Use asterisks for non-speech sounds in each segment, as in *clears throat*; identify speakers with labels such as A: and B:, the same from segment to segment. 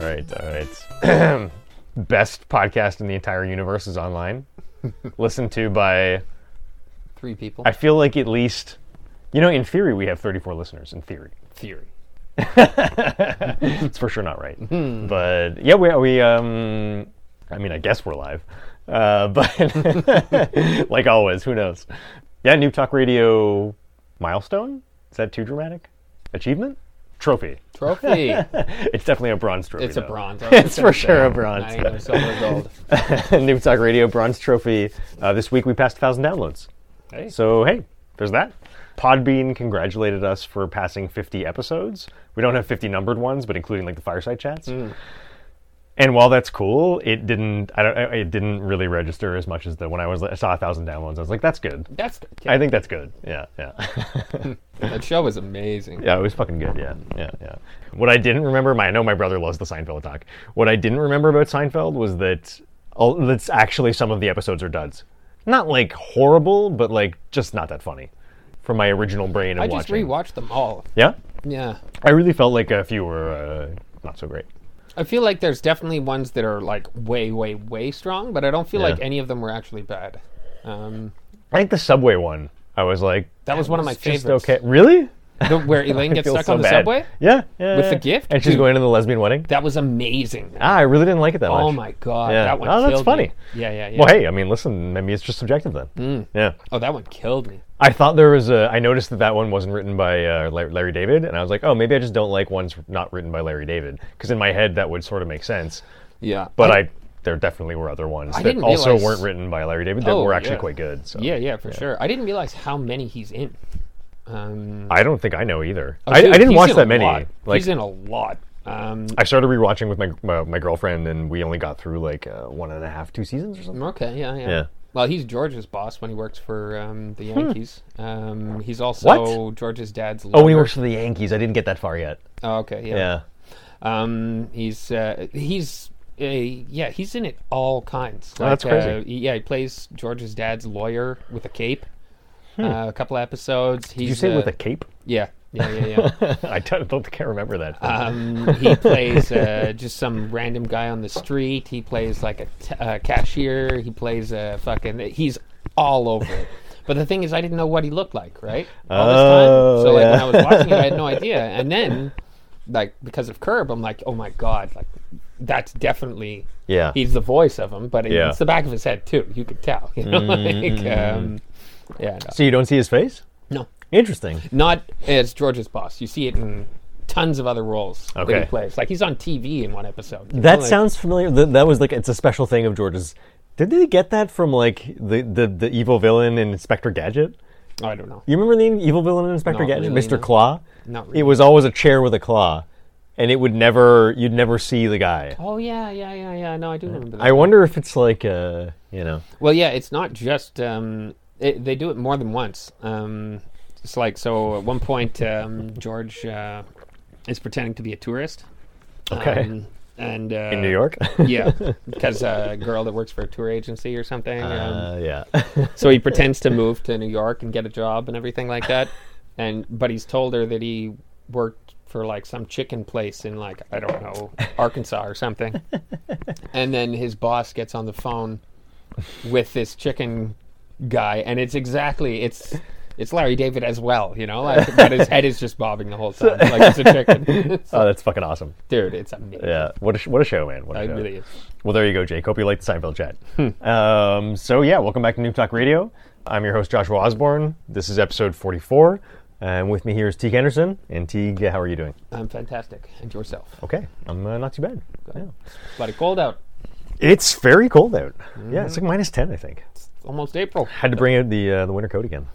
A: right, all right. *clears throat* Best podcast in the entire universe is
B: *laughs*
A: online. Listened to by
B: Three people.
A: I feel like at least, you know, in theory we have 34 listeners. In theory,
B: Theory.
A: it's for sure not right.
B: Hmm.
A: but yeah, we we um, I mean, I guess we're live, uh, *laughs*
B: *laughs*
A: but like always, who knows? Yeah, Noob Talk Radio milestone is that too dramatic? Achievement trophy. *laughs*
B: Trophy.
A: It's definitely a bronze trophy.
B: It's a
A: though.
B: bronze. I
A: *laughs*
B: was
A: It's
B: gonna
A: for sure a
B: say,
A: bronze.
B: Not even silver or gold.
A: Noob Talk Radio Bronze Trophy. Uh, this week we passed 1,000 downloads.
B: Hey.
A: So, *laughs* hey, there's that. Podbean congratulated us for passing 50 episodes. We don't have 50 numbered ones, but including like the fireside chats. And while that's cool, it didn't. I don't. It didn't really register as much as the when I was I saw a thousand downloads. I was like, that's good.
B: That's good.
A: I think that's good. Yeah, yeah. *laughs*
B: that show is amazing.
A: Yeah, it was fucking good. Yeah, yeah, yeah. What I didn't remember, my I know my brother loves the Seinfeld talk. What I didn't remember about Seinfeld was that all, that's actually some of the episodes are duds. Not like horrible, but like just not that funny. From my original brain of
B: I just
A: watching.
B: rewatched them all.
A: Yeah,
B: Yeah.
A: I really felt like a few were uh, not so great.
B: I feel like there's definitely ones that are like way, way, way strong, but I don't feel
A: Yeah.
B: like any of them were actually bad. Um,
A: I think the subway one, I was like,
B: that was one of my
A: it's just
B: favorites.
A: okay. Really?
B: The-
A: *laughs*
B: where Elaine gets
A: Feels
B: stuck
A: so
B: on the
A: bad.
B: subway.
A: Yeah, yeah,
B: With the
A: yeah.
B: gift?
A: and she's
B: Dude.
A: going to the lesbian wedding.
B: That was amazing.
A: Ah, I really didn't like it that much.
B: Oh my god,
A: Yeah.
B: that one.
A: Oh, that's
B: killed me.
A: funny.
B: Yeah, yeah, yeah.
A: Well, hey, I mean, listen, maybe it's just subjective then. Yeah.
B: Oh, that one killed me.
A: I thought there was a. I noticed that that one wasn't written by uh, Lar- Larry David, and I was like, oh, maybe I just don't like ones not written by Larry David, because in my head that would sort of make sense.
B: Yeah,
A: But I, there definitely were other ones that
B: didn't
A: also
B: realize-
A: weren't written by Larry David that
B: Oh,
A: were actually
B: yeah.
A: quite good. So
B: yeah, yeah, for sure. I didn't realize how many he's in. Um,
A: I don't think I know either.
B: oh,
A: I,
B: dude,
A: I didn't
B: he's
A: watch
B: in a
A: that many.
B: lot.
A: Like
B: he's in a lot. Um,
A: I started rewatching with my, my my girlfriend, and we only got through like uh, one and a half, two seasons or something.
B: okay, yeah, yeah,
A: Yeah. Hmm.
B: Well, he's George's boss when he works for um, the Yankees. Um, he's also George's dad's. Lover.
A: Oh, he works for the Yankees. I didn't get that far yet.
B: Oh, okay,
A: Yeah.
B: yeah. Um, he's uh, he's uh, yeah, he's in it all kinds.
A: Oh, that's crazy.
B: uh, he- yeah, he plays George's dad's lawyer with a cape. Uh, a couple episodes. He's,
A: Hmm. Did you say
B: uh,
A: with a
B: *laughs*
A: cape?
B: yeah,
A: *laughs*
B: yeah, yeah, yeah.
A: I don't, don't can't remember that. *laughs*
B: um, he plays uh, just some random guy on the street. He plays like a t- uh, cashier. He plays a fucking. He's all over it. But the thing is, I didn't know what he looked like, right? All this
A: Oh,
B: time. So like when
A: yeah.
B: I was watching it, I
A: *laughs*
B: had no idea. And then, like because of Curb, I'm like, oh my god, like that's definitely
A: yeah.
B: he's the voice of him, but it-
A: Yeah. Mm-hmm.
B: it's the back of his head too. You could tell, *laughs* you know. like, um, yeah, no.
A: So you don't see his face?
B: no,
A: Interesting.
B: not as George's boss. You see it in tons of other roles that
A: Okay.
B: he plays. Like he's on TV in one episode. you know,
A: That
B: like-
A: sounds familiar. Th- that was like it's a special thing of George's. Did they get that from like the, the, the evil villain in Inspector Gadget?
B: Oh, I don't know.
A: You remember the evil villain in Inspector
B: Not
A: Gadget,
B: really,
A: Mr.
B: no.
A: Claw?
B: Not
A: It
B: really.
A: was always a chair with a claw, and it would never you'd never see the guy.
B: Oh yeah, yeah, yeah, yeah. No, I do remember that.
A: I wonder if it's like uh you know
B: well, yeah, it's not just um, it, they do it more than once. Um, it's like so. At one point, um, George uh, is pretending to be a tourist.
A: Okay.
B: Um, and uh,
A: in New York.
B: yeah, because a girl that works for a tour agency or something.
A: *laughs*
B: um,
A: uh, yeah.
B: So he pretends
A: *laughs*
B: to move to New York and get a job and everything like that. And but he's told her that he worked for like some chicken place in like I don't know Arkansas
A: *laughs*
B: or something. And then his boss gets on the phone with this chicken guy, and it's exactly it's it's Larry David as well, you know. Like, but his head is just bobbing
A: *laughs*
B: the whole time, like it's a chicken. *laughs*
A: oh, that's fucking awesome.
B: Dude, it's amazing.
A: Yeah. What a sh- what a show, man. What a
B: It
A: show.
B: really is.
A: Well, there you go, Jake. Hope you liked the Seinfeld chat. um, so, yeah, welcome back to Noob Talk Radio. I'm your host, Joshua Osborne. This is episode 44. And with me here is Teague Anderson. And Teague, how are you doing?
B: I'm fantastic. And yourself.
A: Okay, I'm uh, not too bad. Yeah.
B: But it cold out.
A: It's very cold out. Yeah, it's like minus 10, I think.
B: It's almost April.
A: Had to bring out the, uh, the winter coat again.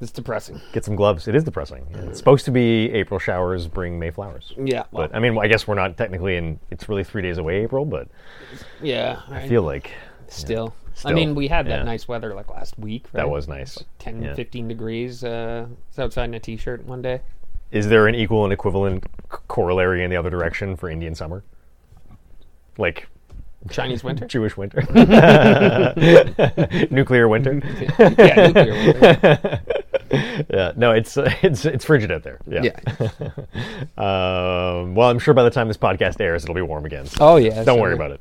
B: It's depressing.
A: Get some gloves. It is depressing. It's supposed to be April showers bring May flowers.
B: Yeah. well,
A: But I mean, I guess we're not technically in, it's really three days away, April, but
B: yeah. I
A: I feel like
B: Still. I
A: Still,
B: mean, we had that
A: yeah.
B: nice weather like last week. Right?
A: that was nice.
B: 10,
A: yeah.
B: 15 degrees. Uh, it's outside in a t shirt
A: *laughs*
B: one day.
A: Is there an equal and equivalent c- corollary in the other direction for Indian summer? Like
B: Chinese
A: *laughs*
B: winter?
A: Jewish winter, nuclear winter.
B: yeah, nuclear winter.
A: Yeah, no, it's *laughs* uh, it's it's frigid out there. Yeah. *laughs*
B: Yeah.
A: Um, well, I'm sure by the time this podcast airs, it'll be warm again. so
B: Oh, yeah.
A: don't worry about it.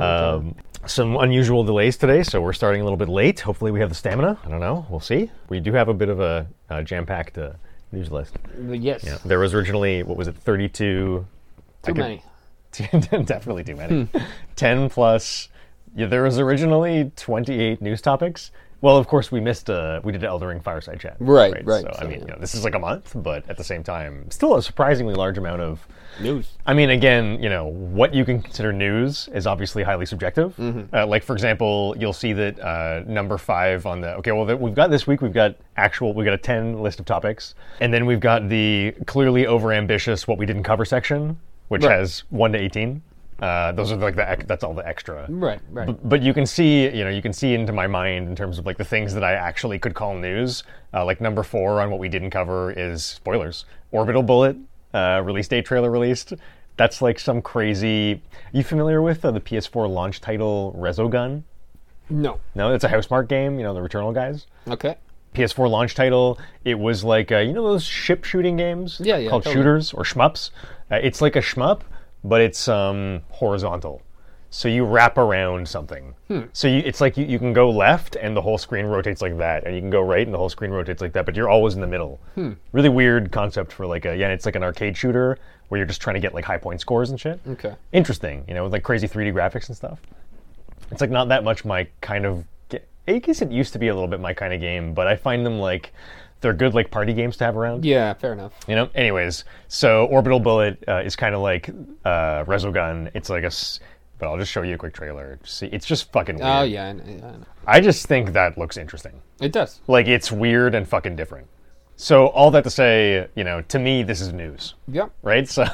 A: Um, some unusual delays today, so we're starting a little bit late. Hopefully, we have the stamina. I don't know. We'll see. We do have a bit of a, uh jam-packed uh, news list.
B: Yes.
A: Yeah, there was originally what was it, 32? I
B: Too
A: could-
B: many.
A: *laughs* definitely too many. 10 plus. Yeah, there was originally 28 news topics. Well, of course, we missed, uh, we did Elder Ring Fireside Chat.
B: Right, right,
A: So, I
B: so,
A: mean, you
B: yeah.
A: know, this is like a month, but at the same time, still a surprisingly large amount of.
B: News.
A: I mean, again, you know, what you can consider news is obviously highly subjective. Uh, like, for example, you'll see that uh, number five on the okay, well, that we've got this week, we've got actual, we've got a ten list of topics, and then we've got the clearly overambitious what we didn't cover section, which
B: Right.
A: has one to eighteen. Uh, those are like the ex- that's all the extra.
B: Right, right.
A: B- but you can see, you know, you can see into my mind in terms of like the things that I actually could call news. Uh, like number four on what we didn't cover is spoilers. Orbital Bullet uh, release date trailer released. That's like some crazy. You familiar with uh, the PS4 launch title Resogun?
B: No.
A: No, it's a Housemark game. You know, the Returnal guys.
B: Okay.
A: PS4 launch title. It was like uh, you know those ship shooting games
B: Yeah, yeah,
A: called
B: totally.
A: shooters or shmups. Uh, it's like a shmup, but it's um, horizontal. So you wrap around something.
B: Hmm.
A: So you, it's like you, you can go left and the whole screen rotates like that, and you can go right and the whole screen rotates like that. But you're always in the middle.
B: Hmm.
A: Really weird concept for like a yeah. It's like an arcade shooter where you're just trying to get like high point scores and shit.
B: Okay.
A: Interesting, you know, with like crazy 3D graphics and stuff it's like not that much my kind of ga- I guess it used to be a little bit my kind of game, but I find them like they're good like party games to have around.
B: Yeah, fair enough.
A: You know. Anyways, so Orbital Bullet uh, is kind of like uh, Resogun. It's like a, s- but I'll just show you a quick trailer. See, it's just fucking weird.
B: Oh, yeah. I know, yeah, I know.
A: I just think that looks interesting.
B: It does.
A: Like it's weird and fucking different. So all that to say, you know, to me this is news,
B: Yep.
A: right? So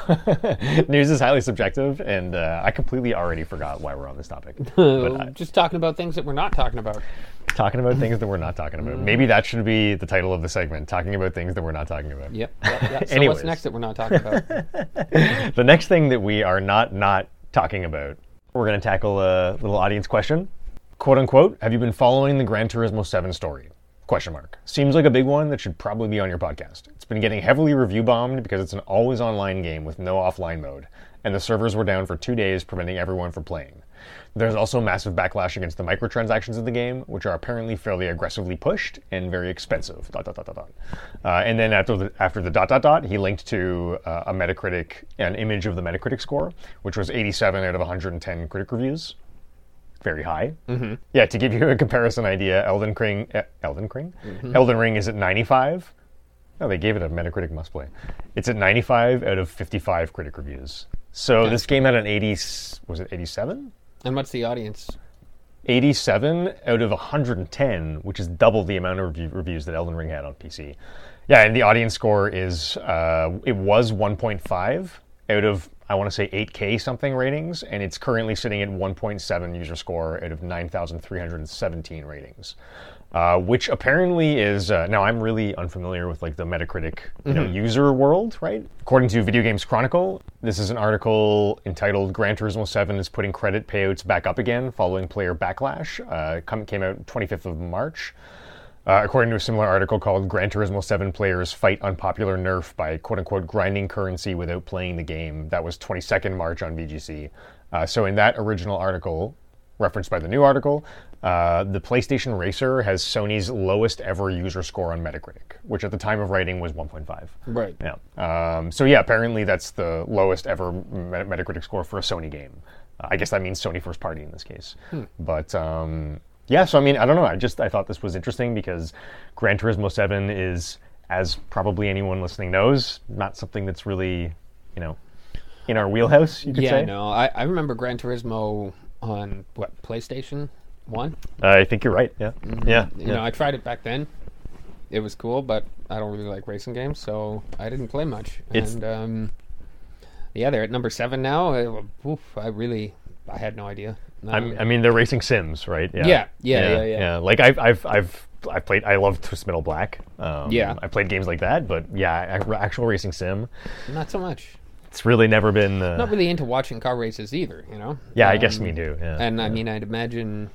A: *laughs* news is highly subjective, and uh, I completely already forgot why we're on this topic. But I-
B: Just talking about things that we're not talking about.
A: talking about things that we're not talking about. Maybe that should be the title of the segment: talking about things that we're not talking about.
B: Yep.
A: *laughs*
B: yep, yep. So
A: Anyways.
B: what's next that we're not talking about?
A: *laughs* The next thing that we are not not talking about, we're going to tackle a little audience question, quote unquote. Have you been following the Gran Turismo Seven story? Question mark. Seems like a big one that should probably be on your podcast. It's been getting heavily review bombed because it's an always online game with no offline mode, and the servers were down for two days, preventing everyone from playing. There's also massive backlash against the microtransactions of the game, which are apparently fairly aggressively pushed and very expensive. Dot dot dot dot dot. Uh, and then after the after the dot dot dot, he linked to uh, a Metacritic an image of the Metacritic score, which was 87 out of 110 critic reviews. Very high. Mm-hmm. Yeah. To give you a comparison idea, Elden Ring, eh, Elden Ring, Elden Ring is at 95. No, they gave it a Metacritic must play. It's at 95 out of 55 critic reviews. So this game had an 80. Was it 87?
B: And what's the audience?
A: 87 out of 110, which is double the amount of review- reviews that Elden Ring had on PC. Yeah, and the audience score is uh, it was 1.5 out of I want to say 8K something ratings, and it's currently sitting at 1.7 user score out of 9,317 ratings, uh, which apparently is uh, now I'm really unfamiliar with like the Metacritic you know, user world, right? According to Video Games Chronicle, this is an article entitled Gran Turismo 7 is putting credit payouts back up again following player backlash. Uh, come, came out 25th of March. Uh, according to a similar article called Gran Turismo 7 Players Fight Unpopular Nerf by quote unquote grinding currency without playing the game, that was 22nd March on VGC. Uh, so, in that original article, referenced by the new article, uh, the PlayStation Racer has Sony's lowest ever user score on Metacritic, which at the time of writing was 1.5.
B: Right.
A: Yeah. Um, so yeah, apparently that's the lowest ever Met- Metacritic score for a Sony game. Uh, I guess that means Sony first party in this case.
B: Hmm.
A: But um, yeah, so I mean, I don't know. I just I thought this was interesting because Gran Turismo Seven is, as probably anyone listening knows, not something that's really, you know, in our wheelhouse. You could
B: Yeah,
A: say.
B: no. I, I remember Gran Turismo on what PlayStation One.
A: I think you're right. Yeah. Yeah.
B: Mm-hmm. You know, I tried it back then. It was cool, but I don't really like racing games, so I didn't play much.
A: It's-
B: and um, yeah, they're at number seven now. I, oof, I really, I had no idea. No.
A: I'm, I mean, they're racing sims, right?
B: Yeah, yeah, yeah, yeah.
A: Like I've, I've, I've, I played. I love Twist Metal Black. Um,
B: Yeah.
A: I played games like that, but yeah, ac- actual racing sim.
B: not so much.
A: It's really never been. Uh,
B: Not really into watching car races either. You know.
A: yeah, I guess
B: Um,
A: me too. Yeah.
B: And I mean, I'd imagine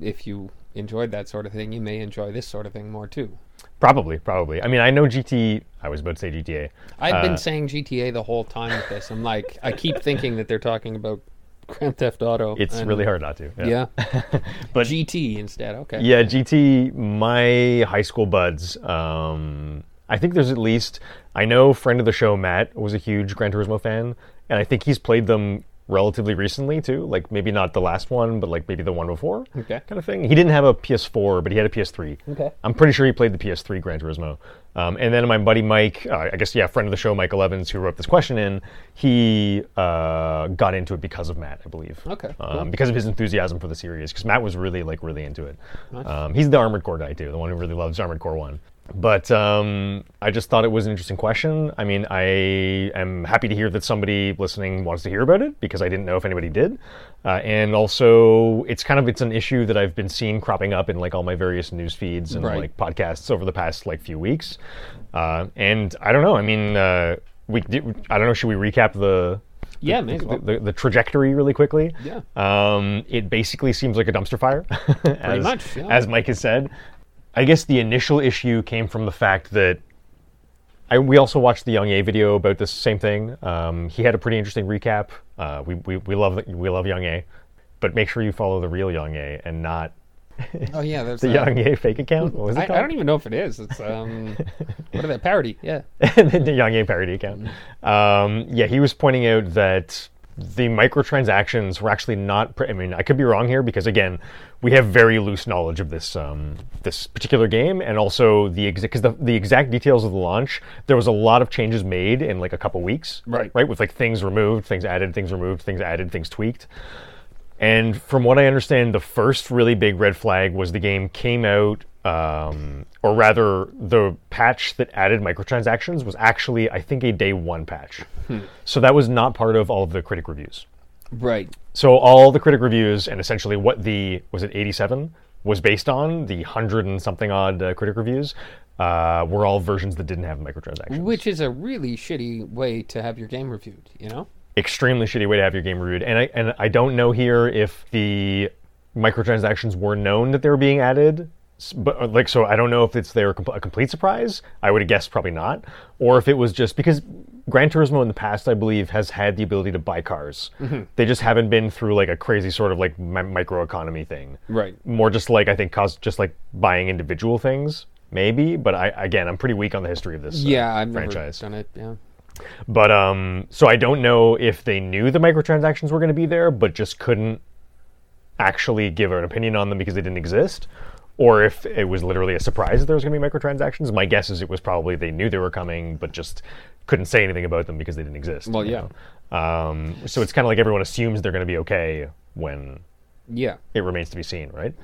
B: if you enjoyed that sort of thing, you may enjoy this sort of thing more too.
A: Probably, probably. I mean, I know GT. I was about to say GTA.
B: I've
A: Uh,
B: been saying GTA the whole time with this. I'm like, I keep thinking that they're talking about Grand Theft Auto.
A: It's
B: and-
A: really hard not to.
B: Yeah.
A: *laughs* But-
B: GT instead. Okay.
A: Yeah, GT. My high school buds. Um, I think there's at least. I know friend of the show Matt was a huge Gran Turismo fan, and I think he's played them relatively recently too. Like maybe not the last one, but like maybe the one before.
B: Okay.
A: Kind of thing. He didn't have a PS4, but he had a PS3.
B: Okay.
A: I'm pretty sure he played the PS3 Gran Turismo. Um, and then my buddy Mike, uh, I guess yeah, friend of the show Mike Evans, who wrote this question in, he uh, got into it because of Matt, I believe
B: Okay,
A: um,
B: cool.
A: because of his enthusiasm for the series. Because Matt was really like really into it.
B: Nice.
A: Um, he's the Armored Core guy too, the one who really loves Armored Core One. But um, I just thought it was an interesting question. I mean, I am happy to hear that somebody listening wants to hear about it because I didn't know if anybody did. Uh, and also, it's kind of it's an issue that I've been seeing cropping up in like all my various news feeds and
B: Right.
A: like podcasts over the past like few weeks. Uh, and I don't know. I mean, uh, we did, I don't know. Should we recap the
B: Yeah, may as well.
A: the, the trajectory really quickly.
B: Yeah.
A: Um, it basically seems like a dumpster fire, *laughs* as,
B: much, yeah.
A: as Mike has said. I guess the initial issue came from the fact that I, we also watched the Young A video about this same thing. Um, he had a pretty interesting recap. Uh, we, we, we love we love Young A, but make sure you follow the real Young A and not *laughs*
B: Oh yeah, there's
A: the
B: that.
A: Young A fake account. What was it
B: I, I
A: called?
B: don't even know if it is. It's
A: *laughs*
B: um, what are they parody? Yeah.
A: the Yang Yang parody account. Um, yeah, he was pointing out that the microtransactions were actually not. Pre- I mean, I could be wrong here because again, we have very loose knowledge of this um, this particular game, and also the exact because the, the exact details of the launch. There was a lot of changes made in like a couple weeks,
B: Right.
A: Right, with like things removed, things added, things removed, things added, things tweaked. And from what I understand, the first really big red flag was the game came out, um, or rather, the patch that added microtransactions was actually, I think, a day one patch. So that was not part of all of the critic reviews.
B: Right.
A: So all the critic reviews and essentially what the was it 87 was based on the hundred and something odd uh, critic reviews uh, were all versions that didn't have microtransactions.
B: Which is a really shitty way to have your game reviewed. You know.
A: extremely shitty way to have your game reviewed. And I and I don't know here if the microtransactions were known that they were being added. s- But uh, like, so I don't know if it's they were compl- a complete surprise. I would have guessed probably not, or if it was just because Gran Turismo in the past, I believe, has had the ability to buy cars. They just haven't been through like a crazy sort of like mi- microeconomy thing
B: Right.
A: more just like I think cause just like buying individual things, maybe. But I again, I'm pretty weak on the history of this. uh,
B: Yeah, I've never
A: franchise.
B: done it. Yeah.
A: But um, so I don't know if they knew the microtransactions were going to be there, but just couldn't actually give an opinion on them because they didn't exist, or if it was literally a surprise that there was going to be microtransactions. My guess is it was probably they knew they were coming, but just couldn't say anything about them because they didn't exist.
B: Well,
A: you
B: yeah.
A: know? Um, so it's kind of like everyone assumes they're going to be okay when
B: Yeah.
A: it remains to be seen, right?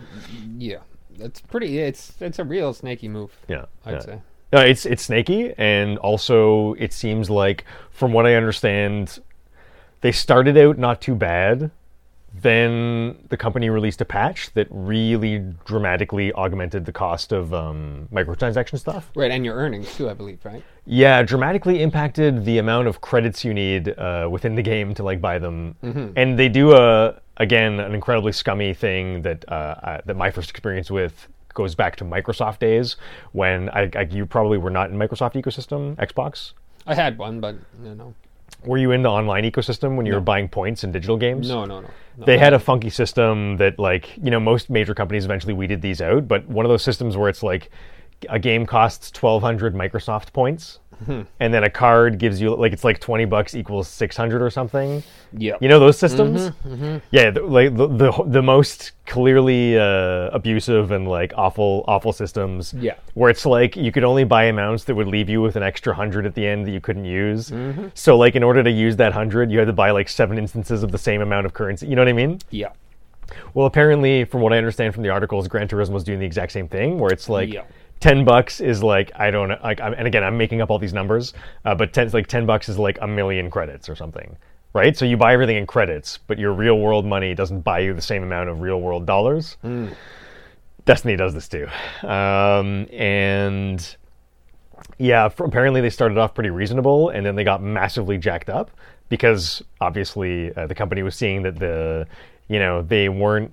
B: Yeah. That's pretty. It's it's a real snaky move.
A: Yeah,
B: I'd
A: yeah.
B: say.
A: No, it's it's snaky, and also it seems like, from what I understand, they started out not too bad. Then the company released a patch that really dramatically augmented the cost of um, microtransaction stuff.
B: Right, and your earnings too, I believe. Right.
A: Yeah, dramatically impacted the amount of credits you need uh, within the game to like buy them, and they do a again an incredibly scummy thing that uh, I, that my first experience with goes back to Microsoft days when I, I you probably were not in Microsoft ecosystem Xbox.
B: I had one, but you know,
A: Were you in the online ecosystem when you were buying points in digital games?
B: no, no, no. no.
A: They had a funky system that, like, you know, most major companies eventually weeded these out, but one of those systems where it's like a game costs 1,200 Microsoft points, and then a card gives you, like, it's like 20 bucks equals 600 or something.
B: yeah.
A: You know those systems? Yeah, the, like the, the the most clearly uh, abusive and like awful awful systems.
B: Yeah.
A: where it's like you could only buy amounts that would leave you with an extra hundred at the end that you couldn't use. So like in order to use that hundred, you had to buy like seven instances of the same amount of currency. You know what I mean?
B: yeah.
A: Well, apparently, from what I understand from the articles, Gran Turismo is doing the exact same thing, where it's like
B: Yeah.
A: ten bucks is like I don't know, like, I'm, and again, I'm making up all these numbers, uh, but ten like ten bucks is like a million credits or something, right? So you buy everything in credits, but your real world money doesn't buy you the same amount of real world dollars. Destiny does this too, um, and yeah, f apparently they started off pretty reasonable, and then they got massively jacked up because obviously uh, the company was seeing that the, you know, they weren't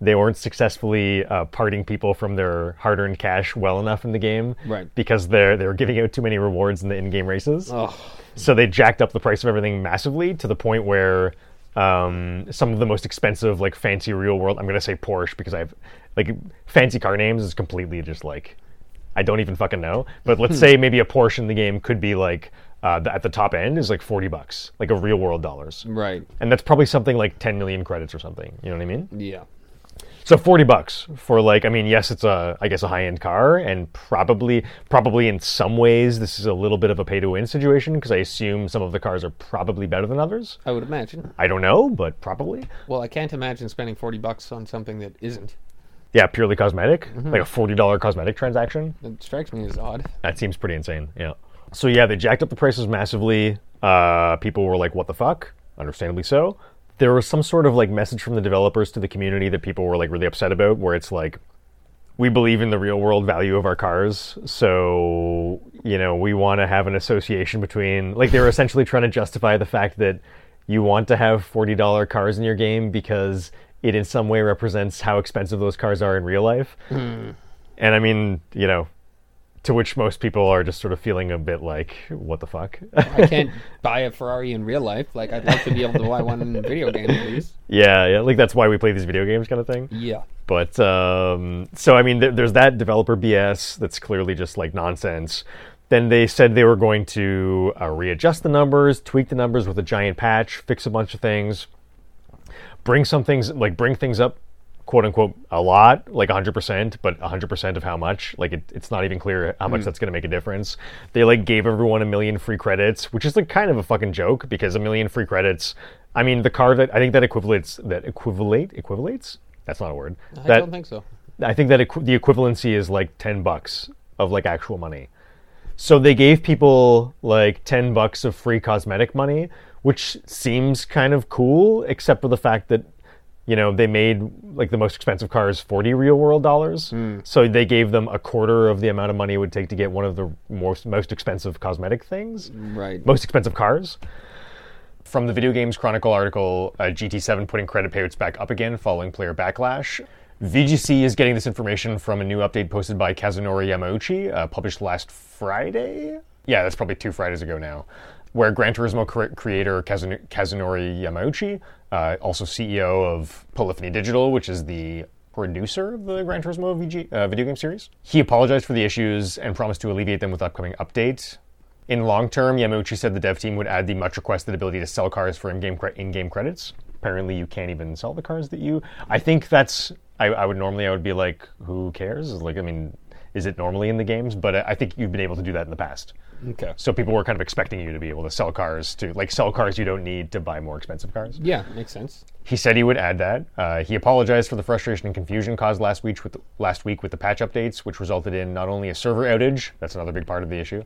A: they weren't successfully uh, parting people from their hard-earned cash well enough in the game,
B: Right.
A: Because they're they were giving out too many rewards in the in-game races.
B: Oh,
A: So they jacked up the price of everything massively to the point where um, some of the most expensive, like fancy real world, I'm going to say Porsche because I've like fancy car names is completely just like I don't even fucking know. But let's say maybe a Porsche in the game could be like uh, th- at the top end is like 40 bucks, like a real world dollars.
B: right.
A: And that's probably something like 10 million credits or something. You know what I mean?
B: Yeah.
A: So 40 bucks for like I mean yes it's a I guess a high-end car and probably probably in some ways this is a little bit of a pay to win situation because I assume some of the cars are probably better than others.
B: I would imagine.
A: I don't know, but probably.
B: Well, I can't imagine spending 40 bucks on something that isn't.
A: Yeah, purely cosmetic. Like a $40 cosmetic transaction.
B: It strikes me as odd.
A: That seems pretty insane. Yeah. So yeah, they jacked up the prices massively. Uh, people were like, "What the fuck?" Understandably so. There was some sort of like message from the developers to the community that people were like really upset about, where it's like, "We believe in the real world value of our cars, so you know we want to have an association between." Like they were essentially trying to justify the fact that you want to have forty dollar cars in your game because it in some way represents how expensive those cars are in real life. And I mean, you know, to which most people are just sort of feeling a bit like, what the fuck? *laughs*
B: I *laughs* can't buy a Ferrari in real life. Like, I'd like to be able to buy one in a video game, please.
A: yeah, yeah, like that's why we play these video games kind of thing.
B: Yeah.
A: But um, so, I mean, there, there's that developer BS that's clearly just like nonsense. Then they said they were going to uh, readjust the numbers, tweak the numbers with a giant patch, fix a bunch of things, bring some things, like bring things up, quote unquote, a lot, like 100%, but 100% of how much. Like, it, it's not even clear how much
B: Hmm.
A: that's going to make a difference. They like gave everyone a million free credits, which is like kind of a fucking joke because a million free credits. I mean, the car that I think that equivalates, that equivalate, equivalates? That's not a word.
B: I
A: that,
B: don't think so.
A: I think that equ- the equivalency is like 10 bucks of like actual money. So they gave people like 10 bucks of free cosmetic money, which seems kind of cool, except for the fact that, you know, they made like the most expensive cars 40 real world dollars. So they gave them a quarter of the amount of money it would take to get one of the most, most expensive cosmetic things
B: Right.
A: most expensive cars. From the Video Games Chronicle article, uh, GT7 putting credit payouts back up again following player backlash. VGC is getting this information from a new update posted by Kazunori Yamauchi, uh, published last Friday. Yeah, that's probably two Fridays ago now, where Gran Turismo cre- creator Kazun- Kazunori Yamauchi, uh, also CEO of Polyphony Digital, which is the producer of the Gran Turismo VG, uh, video game series, he apologized for the issues and promised to alleviate them with upcoming updates. In long term, Yamauchi said the dev team would add the much requested ability to sell cars for in-game cre- in-game credits. Apparently, you can't even sell the cars that you. I think that's. I, I would normally I would be like, who cares? Like, I mean, is it normally in the games? But I, I think you've been able to do that in the past.
B: Okay.
A: So people were kind of expecting you to be able to sell cars to like sell cars you don't need to buy more expensive cars.
B: Yeah, makes sense.
A: He said he would add that. Uh, he apologized for the frustration and confusion caused last week with last week with the patch updates, which resulted in not only a server outage, that's another big part of the issue,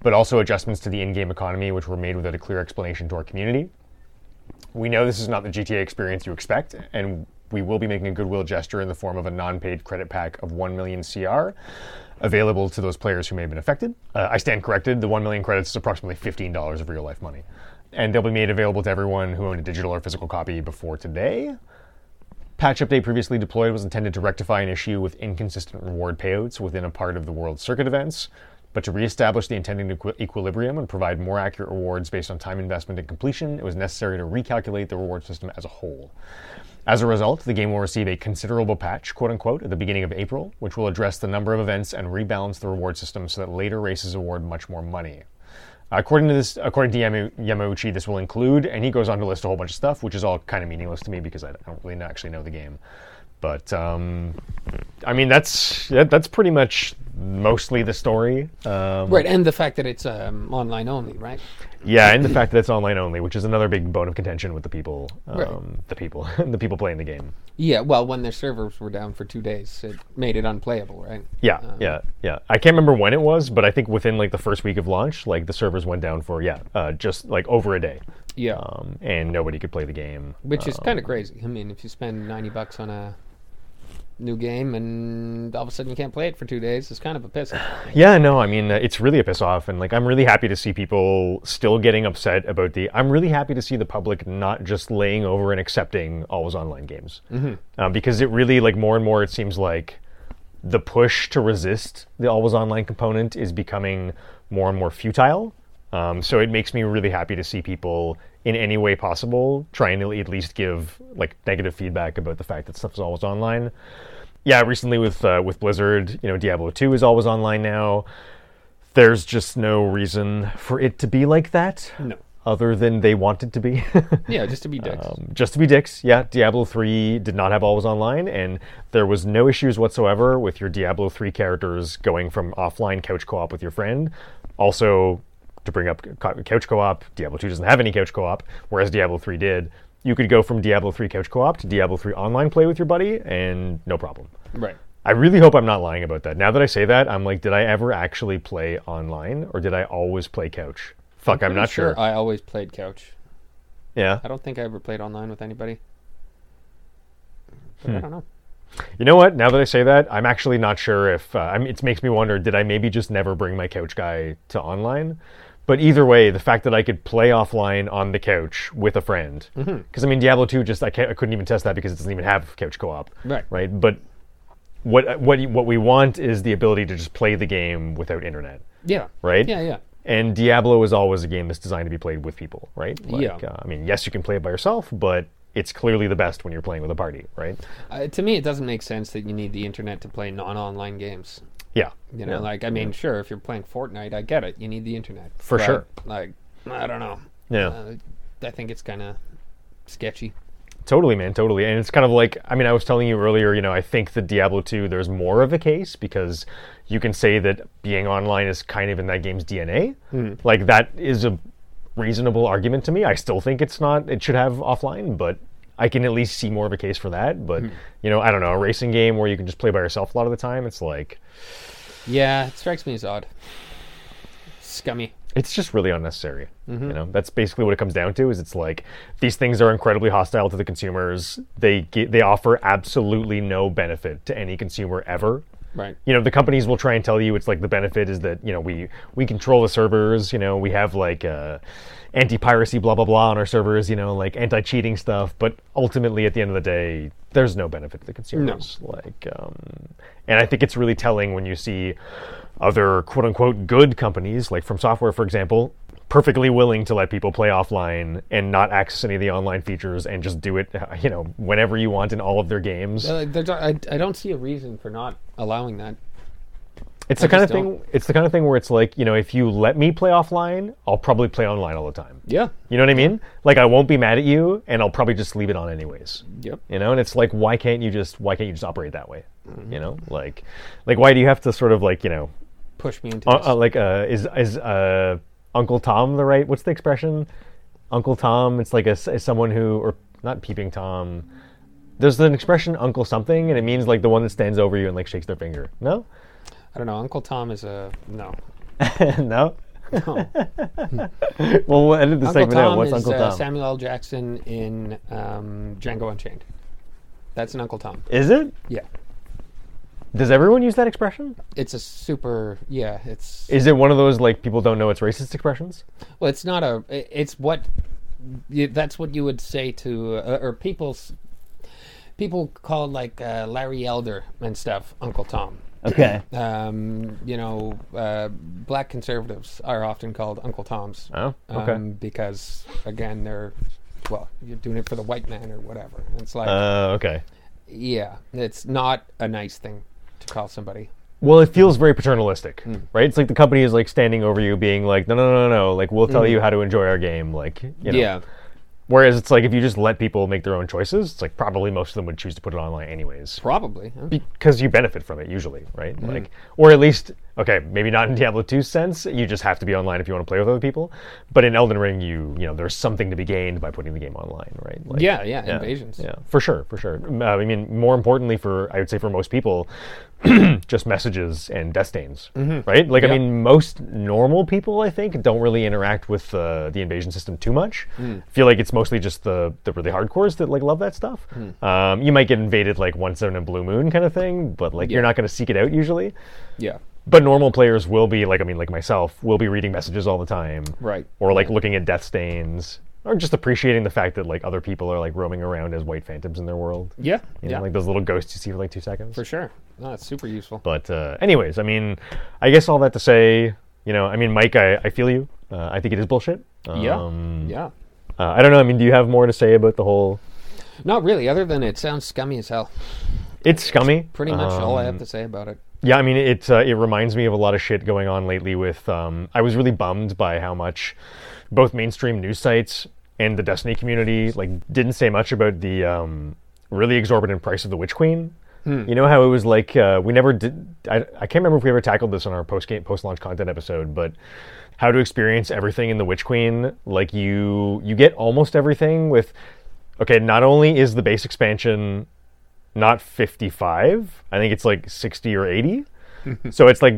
A: but also adjustments to the in-game economy, which were made without a clear explanation to our community. We know this is not the GTA experience you expect, and we will be making a goodwill gesture in the form of a non paid credit pack of 1 million CR available to those players who may have been affected. Uh, I stand corrected, the 1 million credits is approximately $15 of real life money. And they'll be made available to everyone who owned a digital or physical copy before today. Patch update previously deployed was intended to rectify an issue with inconsistent reward payouts within a part of the world circuit events, but to reestablish the intended equi- equilibrium and provide more accurate rewards based on time investment and completion, it was necessary to recalculate the reward system as a whole. As a result, the game will receive a considerable patch, quote unquote, at the beginning of April, which will address the number of events and rebalance the reward system so that later races award much more money. According to this, according to Yamu, Yamauchi, this will include, and he goes on to list a whole bunch of stuff, which is all kind of meaningless to me because I don't really actually know the game. But um, I mean, that's that, that's pretty much mostly the story. Um,
B: Right, and the fact that it's um, online only, right?
A: yeah, and the fact that it's online only, which is another big bone of contention with the people, um,
B: Right.
A: the people, *laughs* the people playing the game.
B: Yeah, well, when their servers were down for two days, it made it unplayable, right?
A: Yeah, yeah, yeah. I can't remember when it was, but I think within like the first week of launch, like the servers went down for yeah, uh, just like over a day,
B: Yeah.
A: um, and nobody could play the game.
B: Which is kind of crazy. I mean, if you spend 90 bucks on a new game, and all of a sudden you can't play it for two days. It's kind of
A: *sighs*
B: a piss.
A: Yeah, no, I mean uh, it's really a piss off, and like I'm really happy to see people still getting upset about the. I'm really happy to see the public not just laying over and accepting always online games, mm-hmm. because it really like more and more it seems like the push to resist the always online component is becoming more and more futile. Um, so it makes me really happy to see people in any way possible trying to at least give like negative feedback about the fact that stuff is always online. Yeah, recently with uh, with Blizzard, you know, Diablo 2 is always online now. There's just no reason for it to be like that.
B: No.
A: Other than they want it to be. *laughs*
B: Yeah, just to be dicks.
A: Um, just to be dicks, yeah. Diablo 3 did not have always online, and there was no issues whatsoever with your Diablo 3 characters going from offline couch co op with your friend. Also, to bring up co- couch co op, Diablo 2 doesn't have any couch co op, whereas Diablo 3 did. You could go from Diablo 3 couch co op to Diablo 3 online play with your buddy, and no problem.
B: right.
A: I really hope I'm not lying about that. Now that I say that, I'm like, did I ever actually play online, or did I always play couch? Fuck, I'm,
B: Pretty
A: not sure.
B: I always played couch.
A: yeah.
B: I don't think I ever played online with anybody. But
A: Hmm.
B: I don't know.
A: You know what? Now that I say that, I'm actually not sure if uh, I'm, it makes me wonder. Did I maybe just never bring my couch guy to online? But either way, the fact that I could play offline on the couch with a friend, because
B: Mm-hmm.
A: I mean Diablo two just I, can't, I couldn't even test that because it doesn't even have couch co-op,
B: Right.
A: Right. But what uh, what you- what we want is the ability to just play the game without internet,
B: Yeah.
A: right?
B: Yeah, yeah.
A: And Diablo is always a game that's designed to be played with people, right?
B: Yeah.
A: uh, I mean, yes, you can play it by yourself, but it's clearly the best when you're playing with a party, right?
B: Uh, to me, it doesn't make sense that you need the internet to play non-online games.
A: Yeah.
B: You know,
A: Yeah.
B: like I mean, sure, if you're playing Fortnite, I get it. You need the internet
A: For
B: But,
A: sure.
B: Like I don't know.
A: Yeah.
B: Uh, I think it's kind of sketchy.
A: Totally, man, totally. And it's kind of like I mean, I was telling you earlier, you know, I think that Diablo 2 there's more of a case because you can say that being online is kind of in that game's DNA. Like that is a reasonable argument to me. I still think it's not it should have offline, but I can at least see more of a case for that. But you know, I don't know, a racing game where you can just play by yourself a lot of the time, it's like
B: Yeah, it strikes me as odd. Scummy.
A: it's just really unnecessary. You know, that's basically what it comes down to. Is it's like these things are incredibly hostile to the consumers. They ge- they offer absolutely no benefit to any consumer ever.
B: Right.
A: You know, the companies will try and tell you it's like the benefit is that you know we we control the servers. You know, we have like uh, anti piracy blah blah blah on our servers. You know, like anti cheating stuff. But ultimately, at the end of the day, there's no benefit to the consumers. Like, um, and I think it's really telling when you see other quote unquote good companies, like from software, for example, perfectly willing to let people play offline and not access any of the online features and just do it, you know, whenever you want in all of their games.
B: Uh, there's- I, I don't see a reason for not allowing that.
A: It's
B: I
A: the kind of
B: just
A: thing. It's the kind of thing where it's like, you know, if you let me play offline, I'll probably play online all the time.
B: Yeah.
A: You know what I mean? Like, I won't be mad at you, and I'll probably just leave it on anyways.
B: Yep.
A: You know, and it's like, why can't you just, why can't you just operate that way?
B: Mm-hmm.
A: You know, like, like why do you have to sort of like, you know,
B: Push me into
A: uh,
B: this.
A: uh, like, uh, is is uh, Uncle Tom the right? What's the expression? Uncle Tom. It's like a s- is someone who, or not peeping Tom. There's an expression, Uncle something, and it means like the one that stands over you and like shakes their finger. No,
B: I don't know. Uncle Tom is a no.
A: *laughs* no.
B: No.
A: *laughs* Well, we'll edit the
B: Uncle
A: segment out.
B: Tom
A: What's
B: is
A: Uncle
B: uh,
A: Tom?
B: Samuel L. Jackson in um, Django Unchained. That's an Uncle Tom.
A: is it?
B: Yeah.
A: Does everyone use that expression?
B: It's a super. Yeah. It's
A: Is it one of those like people don't know it's racist expressions?
B: Well, it's not a. i- It's what. y- That's what you would say to, uh, or people's. People call like uh, Larry Elder and stuff Uncle Tom.
A: Okay.
B: Um, you know, uh, black conservatives are often called Uncle Toms.
A: Oh, okay.
B: Um, because again, they're, well, you're doing it for the white man or whatever. It's like,
A: Uh, okay.
B: yeah, it's not a nice thing to call somebody.
A: Well, it feels very paternalistic,
B: Hmm.
A: right? It's like the company is like standing over you, being like, "No, no, no, no, no. Like, we'll tell you how to enjoy our game." Like, you know.
B: Hmm. Yeah.
A: Whereas it's like if you just let people make their own choices, it's like probably most of them would choose to put it online anyways,
B: Probably. huh?
A: because you benefit from it usually, right? Like, or at least okay, maybe not in Diablo 2 sense. You just have to be online if you want to play with other people. But in Elden Ring, you you know there's something to be gained by putting the game online, right? Like,
B: yeah, yeah, invasions.
A: yeah, for sure, for sure. Uh, I mean, more importantly, for I would say for most people, *clears throat* just messages and death stains, right? Like, I
B: Mm-hmm. Yeah.
A: mean, most normal people, I think, don't really interact with uh, the invasion system too much.
B: Mm.
A: I feel like it's mostly just the the really hardcores that like love that stuff.
B: Mm.
A: Um, you might get invaded like once in a blue moon kind of thing, but like you're not going to seek it out usually.
B: Yeah.
A: But normal players will be like, I mean, like myself, will be reading messages all the time,
B: Right.
A: Or like looking at death stains, or just appreciating the fact that like other people are like roaming around as white phantoms in their world.
B: Yeah.
A: You
B: yeah.
A: know, like those little ghosts you see for like two seconds.
B: for sure. No, it's super useful.
A: But uh, anyways, I mean, I guess all that to say, you know, I mean, Mike, I, I feel you. Uh, I think it is bullshit. Um,
B: yeah. Yeah.
A: uh, I don't know. I mean, do you have more to say about the whole?
B: Not really, other than it sounds scummy as hell.
A: It's scummy.
B: Pretty much all I
A: Um,
B: have to say about it.
A: Yeah, I mean, it uh, it reminds me of a lot of shit going on lately. With um, I was really bummed by how much both mainstream news sites and the Destiny community like didn't say much about the um, really exorbitant price of the Witch Queen. You know how it was like uh, we never did. I, I can't remember if we ever tackled this on our post game post launch content episode, but how to experience everything in the Witch Queen. Like you you get almost everything with. Okay, not only is the base expansion not 55. I think it's like 60 or 80. so it's like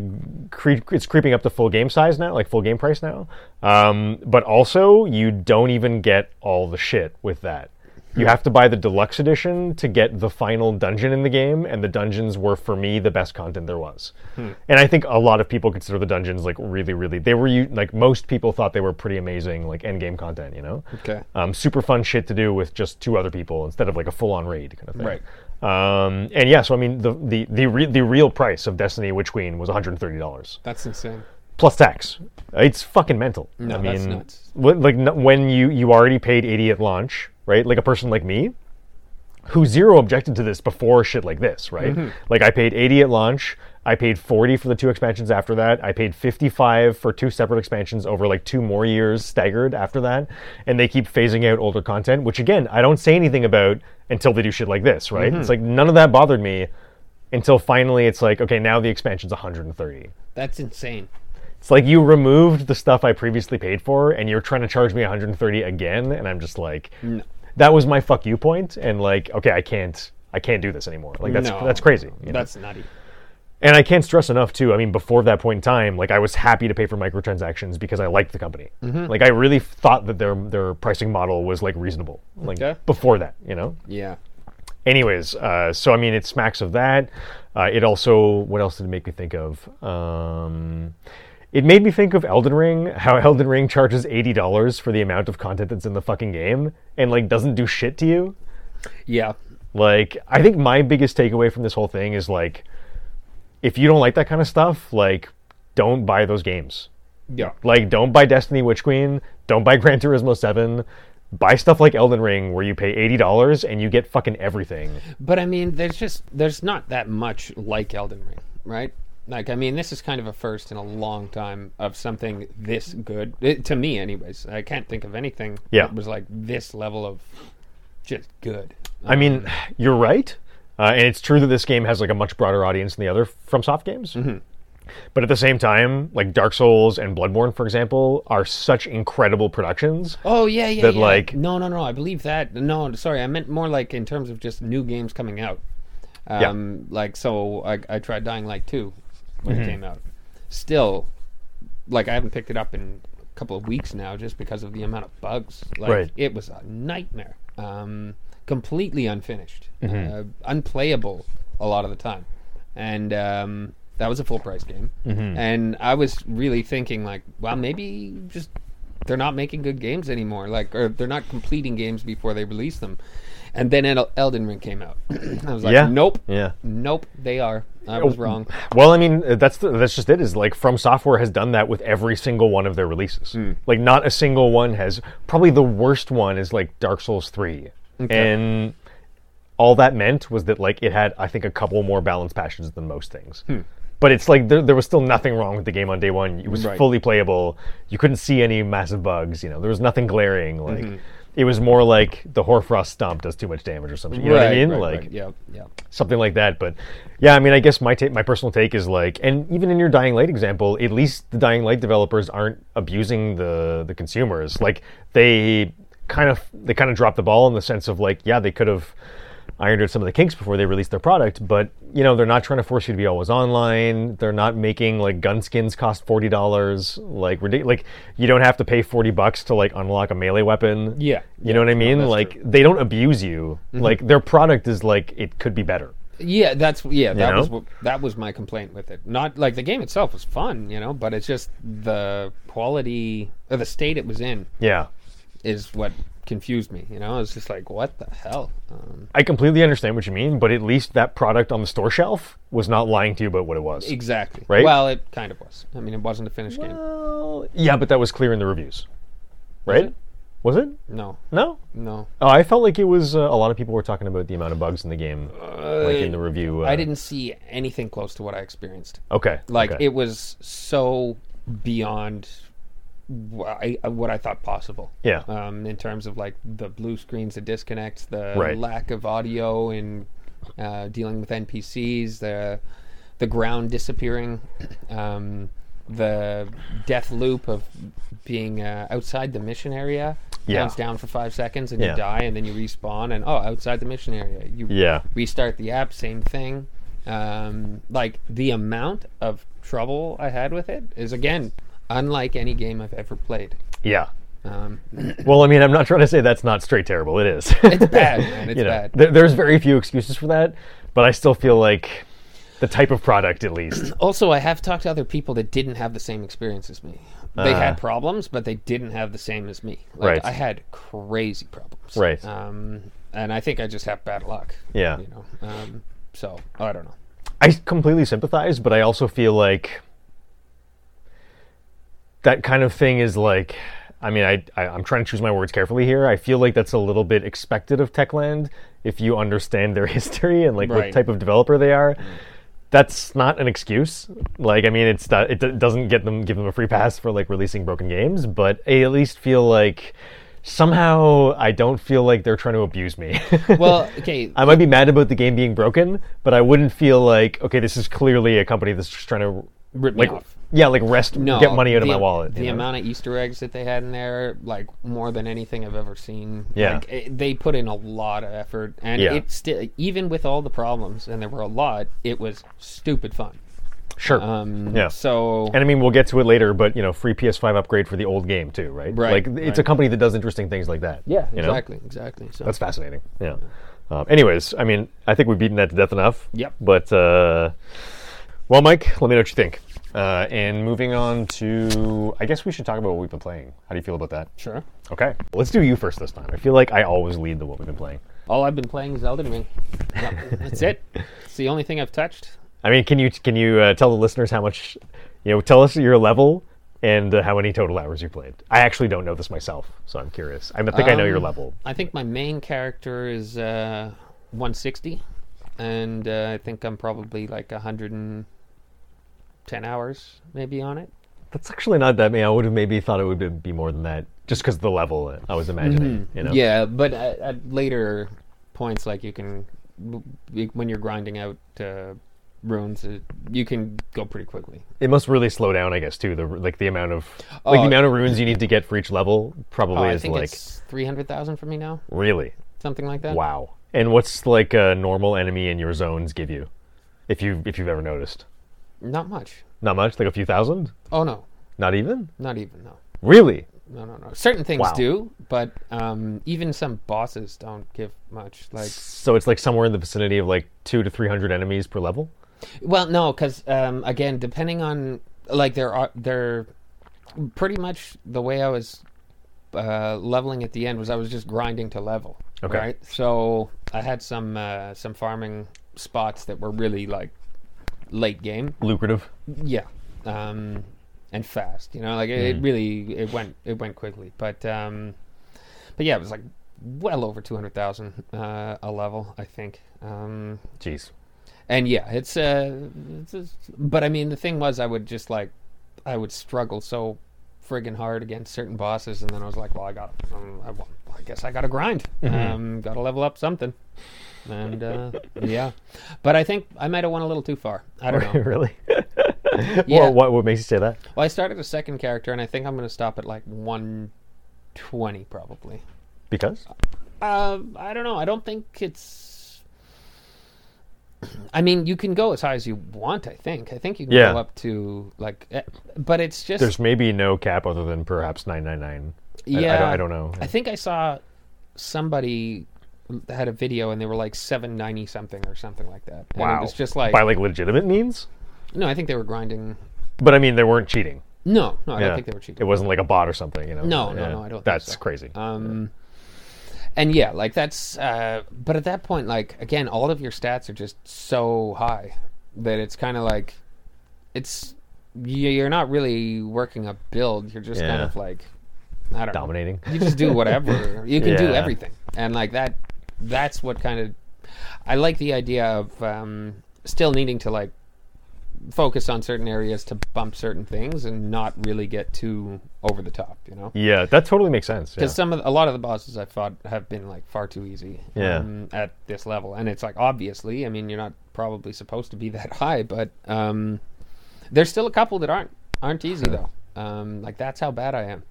A: cre- it's creeping up to full game size now, like full game price now. Um, but also, you don't even get all the shit with that. You have to buy the deluxe edition to get the final dungeon in the game, and the dungeons were for me the best content there was. And I think a lot of people consider the dungeons like really, really. They were u- like most people thought they were pretty amazing, like end game content, you know
B: Okay.
A: um, super fun shit to do with just two other people instead of like a full on raid kind of thing.
B: Right.
A: Um, and yeah, so I mean, the the the, re- the real price of Destiny Witch Queen was one hundred and thirty dollars
B: That's insane.
A: plus tax. It's fucking mental.
B: No,
A: I mean,
B: that's nuts.
A: wh- like n- when you you already paid eighty at launch, right? Like a person like me, who zero objected to this before shit like this, right?
B: Mm-hmm.
A: Like I paid eighty at launch. I paid forty for the two expansions after that. I paid fifty-five for two separate expansions over like two more years staggered after that, and they keep phasing out older content, which again I don't say anything about until they do shit like this,
B: Mm-hmm.
A: right? It's like none of that bothered me until finally it's like okay now the expansion's 130
B: That's insane.
A: it's like you removed the stuff I previously paid for, and you're trying to charge me 130 again, and I'm just like, that was my fuck you point, and like, okay, I can't, I can't do this anymore. Like that's
B: No.
A: that's crazy. you know?
B: That's e-, nutty.
A: and I can't stress enough too. I mean, before that point in time, like I was happy to pay for microtransactions because I liked the company.
B: Mm-hmm.
A: Like I really thought that their their pricing model was like reasonable. Like
B: Okay.
A: before that, you know
B: Yeah.
A: anyways uh, so i mean it smacks of that uh, it also what else did it make me think of um, it made me think of elden ring how *laughs* elden ring charges $80 for the amount of content that's in the fucking game and like doesn't do shit to you
B: Yeah.
A: like i think my biggest takeaway from this whole thing is like if you don't like that kind of stuff like don't buy those games
B: Yeah.
A: like, don't buy Destiny Witch Queen. Don't buy *laughs* Gran Turismo 7. Buy stuff like Elden Ring where you pay $80 and you get fucking everything.
B: But I mean, there's just there's not that much like Elden Ring, right? Like I mean, this is kind of a first in a long time of something this good it, to me, anyways. I can't think of anything
A: Yeah.
B: that was like this level of just good.
A: I mean, you're right, uh, and it's true that this game has like a much broader audience than the other FromSoft games. But at the same time, like Dark Souls and Bloodborne, for example, are such incredible productions.
B: Oh yeah, yeah.
A: That,
B: yeah.
A: like-
B: no, no, no. I believe that. No, sorry, I meant more like in terms of just new games coming out. Um, Like so, I, I tried Dying Light two when
A: Mm-hmm.
B: it came out. Still, like I haven't picked it up in a couple of weeks now, just because of the amount of bugs. Like
A: Right.
B: it was a nightmare. Um, completely unfinished,
A: Mm-hmm.
B: uh, unplayable a lot of the time, and um, that was a full price game.
A: Mm-hmm.
B: And I was really thinking like, well, maybe just they're not making good games anymore, like or they're not completing games before they release them. And then El- Elden Ring came out. *clears throat* I was like,
A: Yeah.
B: nope,
A: Yeah.
B: nope, they are. I was wrong.
A: Well, I mean, uh, that's the, that's just it. Is like From Software has done that with every single one of their releases. Like, not a single one has. Probably the worst one is like Dark Souls three, and all that meant was that like it had I think a couple more balanced passions than most things. But it's like there, there was still nothing wrong with the game on day one. It was
B: Right.
A: fully playable. You couldn't see any massive bugs. You know, there was nothing glaring. Like it was more like the Horfrost stomp does too much damage or something. You know what I mean? like
B: yep, yep.
A: something like that. But yeah, I mean, I guess my ta- my personal take is like, and even in your Dying Light example, at least the Dying Light developers aren't abusing the the consumers. Like they kind of they kind of dropped the ball in the sense of like, yeah, they could have ironed out some of the kinks before they released their product, but you know, they're not trying to force you to be always online. They're not making like gun skins cost forty dollars. Like ridic- like you don't have to pay forty bucks to like unlock a melee weapon.
B: Yeah.
A: You know what I mean?
B: that's Mm-hmm.
A: like they don't abuse you. Like their product is like it could be better.
B: Yeah, that's yeah. That
A: know?
B: was what, that was my complaint with it. Not like the game itself was fun, you know, but it's just the quality or the state it was in
A: Yeah.
B: is what confused me. You know, I was just like, what the hell? Um,
A: I completely understand what you mean, but at least that product on the store shelf was not lying to you about what it was.
B: exactly.
A: Right?
B: Well, it kind of was. I mean, it wasn't a finished game.
A: Well, yeah, but that was clear in the reviews. Right?
B: it?
A: Was it?
B: No,
A: No.
B: no.
A: Oh, I felt like it was uh, a lot of people were talking about the amount of bugs in the game like in the review. Uh,
B: I didn't see anything close to what I experienced.
A: Okay.
B: Like
A: okay.
B: it was so beyond wh- I, uh, what I thought possible.
A: Yeah.
B: Um, in terms of like the blue screens, the disconnects, the
A: Right.
B: lack of audio, and uh, dealing with NPCs, the the ground disappearing, um, the death loop of being uh, outside the mission area.
A: Yeah.
B: Counts down for five seconds and
A: Yeah.
B: you die, and then you respawn, and oh, outside the mission area. You
A: Yeah.
B: restart the app same thing um, like the amount of trouble i had with it is again unlike any game i've ever played
A: Yeah.
B: um,
A: Well, I mean, I'm not trying to say that's not straight terrible. It is.
B: *laughs* it's
A: *laughs*
B: bad man it's
A: you know,
B: bad
A: There, there's very few excuses for that, but I still feel like the type of product, at least.
B: also i have talked to other people that didn't have the same experience as me they had problems but they didn't have the same as me like
A: Ah. Right.
B: i had crazy problems
A: Right.
B: um, and i think i just have bad luck
A: Yeah.
B: you know um, so i don't know
A: I completely sympathize, but I also feel like that kind of thing is like. I mean, I, I I'm trying to choose my words carefully here. I feel like that's a little bit expected of Techland if you understand their *laughs* history and like what
B: Right.
A: type of developer they are. That's not an excuse. Like, I mean, it's not, it do- doesn't get them give them a free pass for like releasing broken games, but I at least feel like somehow I don't feel like they're trying to abuse me. *laughs*
B: well okay
A: I might be mad about the game being broken, but I wouldn't feel like okay, this is clearly a company that's just trying to
B: Rip me
A: like
B: off.
A: yeah, like rest
B: no,
A: get money out of
B: the-
A: my wallet.
B: The
A: you know?
B: amount of Easter eggs that they had in there, like more than anything I've ever seen.
A: Yeah.
B: like, it, they put in a lot of effort, and
A: Yeah.
B: it still, even with all the problems, and there were a lot, it was stupid fun.
A: sure,
B: Um,
A: yeah.
B: So
A: and I mean, we'll get to it later, but you know, free PS5 upgrade for the old game too, right?
B: Right,
A: Like it's a
B: right.
A: company that does interesting things like that.
B: yeah,
A: you know?
B: exactly, exactly. So
A: That's fascinating. Yeah. Um, anyways, I mean, I think we've beaten that to death enough.
B: Yep.
A: But uh, well, Mike, let me know what you think. Uh, and moving on to, I guess we should talk about what we've been playing. How do you feel about that?
B: sure.
A: Okay, let's do you first this time. I feel like I always lead the what we've been playing.
B: All I've been playing is
A: *laughs*
B: Elden Ring. Yep, that's it. It's the only thing I've touched.
A: I mean, can you can you uh, tell the listeners how much, you know, tell us your level and uh, how many total hours you played? I actually don't know this myself, so I'm curious. I think I know your
B: Um,
A: level.
B: I think my main character is uh, 160, and uh, I think I'm probably like 110 hours maybe on it.
A: That's actually not that many. I would have maybe thought it would be more than that, just because the level I was imagining. You know.
B: Mm-hmm. Yeah, but at, at later points, like you can, when you're grinding out uh, runes, uh, you can go pretty quickly.
A: It must really slow down, I guess, too. The like the amount of like
B: Oh,
A: the amount of runes you need to get for each level
B: Oh,
A: probably
B: I
A: is
B: think
A: like
B: it's 300,000 for me now,
A: really
B: something like that.
A: Wow. And what's like a normal enemy in your zones give you? If you if you've ever noticed.
B: Not much.
A: Not much, like a few thousand?
B: Oh no,
A: Not even?
B: not even no.
A: Really?
B: No, no, no. Certain things
A: Wow.
B: do, but um, even some bosses don't give much. Like,
A: So it's like somewhere in the vicinity of like 2 to 300 enemies per level?
B: well, no, because um, again, depending on like there are there, pretty much the way I was uh, leveling at the end was I was just grinding to level.
A: Okay.
B: Right. So I had some uh, some farming spots that were really like late game.
A: Lucrative.
B: Yeah. Um, and fast. You know, like it, it really it went it went quickly. But um, but yeah, it was like well over two hundred thousand uh, a level, I think. Um,
A: Jeez.
B: and yeah, it's uh, it's just- but I mean, the thing was, I would just like, I would struggle so friggin' hard against certain bosses, and then I was like, well, I got, um, I won, I I guess I got to grind. Um, got to level up something. And uh, yeah, but I think I might have went a little too far.
A: *laughs*
B: I don't know.
A: really?
B: Yeah.
A: Well, what, what makes you say that?
B: Well, I started a second character, and I think I'm going to stop at like 120 probably.
A: Because?
B: Uh, I don't know. I don't think it's. I mean, you can go as high as you want. I think. I think you can
A: Yeah.
B: go up to like, eh, but it's just.
A: There's maybe no cap other than perhaps 999. I- I don't-
B: yeah,
A: I, don't know.
B: I think I saw somebody had a video, and they were like seven ninety something or something like that. And
A: wow.
B: it was just like
A: By like legitimate means?
B: no. I think they were grinding.
A: But I mean, they weren't cheating.
B: No, no, I
A: Yeah.
B: don't think they were cheating.
A: It wasn't like a bot or something, you know?
B: No, no,
A: Yeah.
B: no, I don't think
A: That's
B: so.
A: crazy.
B: Um, and yeah, like that's. Uh, but at that point, like again, all of your stats are just so high that it's kind of like, it's you- you're not really working a build. You're just kind
A: Yeah.
B: of like, I don't
A: Dominating.
B: know. You just
A: *laughs*
B: do whatever. you can do
A: Yeah.
B: everything, and like that. That's what kind of. I like the idea of um, still needing to like focus on certain areas to bump certain things and not really get too over the top. You know.
A: Yeah, that totally makes sense.
B: *laughs*
A: Yeah.
B: Because some of the, a lot of the bosses I've fought have been like far too easy.
A: Yeah.
B: um, at this level, and it's like obviously, I mean, you're not probably supposed to be *laughs* that high, but um, there's still a couple that aren't aren't easy though. Um, like that's how bad I am.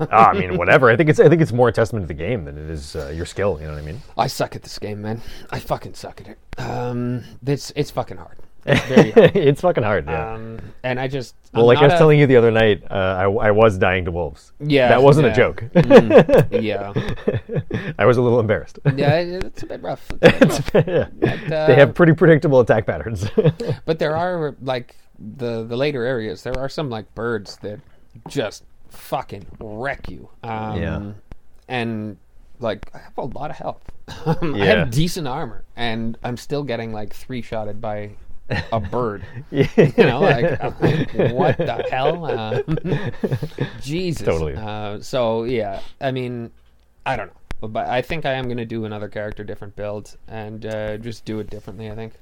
A: Ah, I mean, whatever. I think it's I think it's more a testament to the game than it is uh, your skill. You know what I mean?
B: I suck at this game, man. I fucking suck at it. Um, it's it's fucking hard. It's
A: *laughs*
B: very hard.
A: it's fucking hard. Yeah.
B: Um, and I just
A: well,
B: I'm
A: like I
B: not
A: was
B: a-
A: telling you the other night, uh, I, I was dying to wolves.
B: Yeah,
A: that wasn't a
B: yeah. Mm-hmm.
A: joke. *laughs*
B: *laughs* yeah
A: I was a little embarrassed. *laughs*
B: yeah it- it's a bit rough. It's a bit rough.
A: Yeah.
B: uh,
A: they have pretty predictable attack
B: *laughs*
A: patterns. *laughs*
B: But there are like the the later areas. There are some like birds that just fucking wreck you. Um,
A: Yeah.
B: And like I have a lot of *laughs* health. I
A: Yeah.
B: have decent armor, and I'm still getting like three shotted by
A: *laughs*
B: a bird.
A: yeah.
B: You know, like, I'm like, what the hell? Um,
A: *laughs*
B: Jesus.
A: Totally.
B: Uh, so yeah, I mean, I don't know, but I think I am going to do another character, different build, and uh, just do it differently. I think.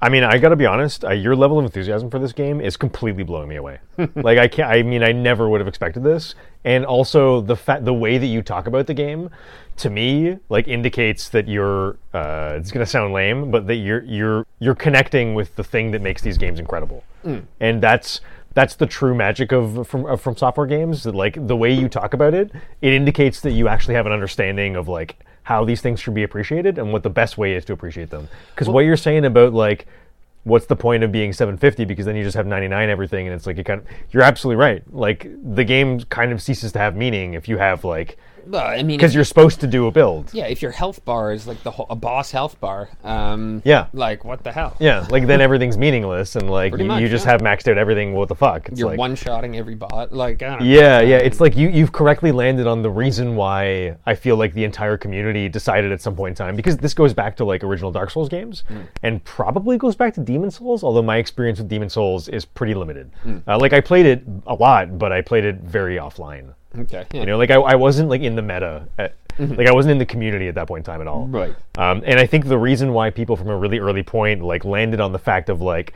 A: I mean, I gotta be honest. Uh, your level of enthusiasm for this game is completely blowing me away. like, I can't. I mean, I never would have expected this. And also, the fa- the way that you talk about the game, to me, like indicates that you're. Uh, it's gonna sound lame, but that you're you're you're connecting with the thing that makes these games incredible. And that's that's the true magic of from of, from software games. That like the way you talk about it, it indicates that you actually have an understanding of like how these things should be appreciated and what the best way is to appreciate them. Because what you're saying about like what's the point of being 750 because then you just have 99 everything and it's like it kind of you're absolutely right like the game kind of ceases to have meaning if you have like
B: Well, I mean,
A: because you're supposed to do a build
B: Yeah, if your health bar is like the whole, a boss health bar, um,
A: Yeah.
B: like what the hell?
A: yeah like then everything's meaningless and like
B: Pretty
A: you,
B: much,
A: you just
B: yeah.
A: have maxed out everything what the fuck it's
B: you're
A: like,
B: one shotting every bot. Like, I don't know.
A: Yeah, yeah. It's like you you've correctly landed on the reason why I feel like the entire community decided at some point in time because this goes back to like original Dark Souls games and probably goes back to Demon Souls. Although my experience with Demon Souls is pretty limited. Uh, like I played it a lot, but I played it very offline.
B: Okay. Yeah. Mm-hmm.
A: You know, like I, I wasn't like in the meta, at, like I wasn't in the community at that point in time at all.
B: Right.
A: Um, and I think the reason why people from a really early point like landed on the fact of like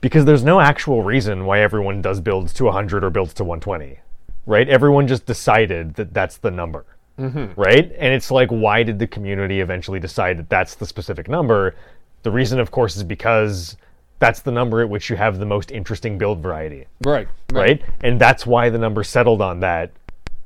A: because there's no actual reason why everyone does builds to 100 or builds to 120, right? Everyone just decided that that's the number,
B: Mm-hmm.
A: right? And it's like, why did the community eventually decide that that's the specific number? The reason, of course, is because that's the number at which you have the most interesting build variety
B: Right.
A: right? And that's why the number settled on that.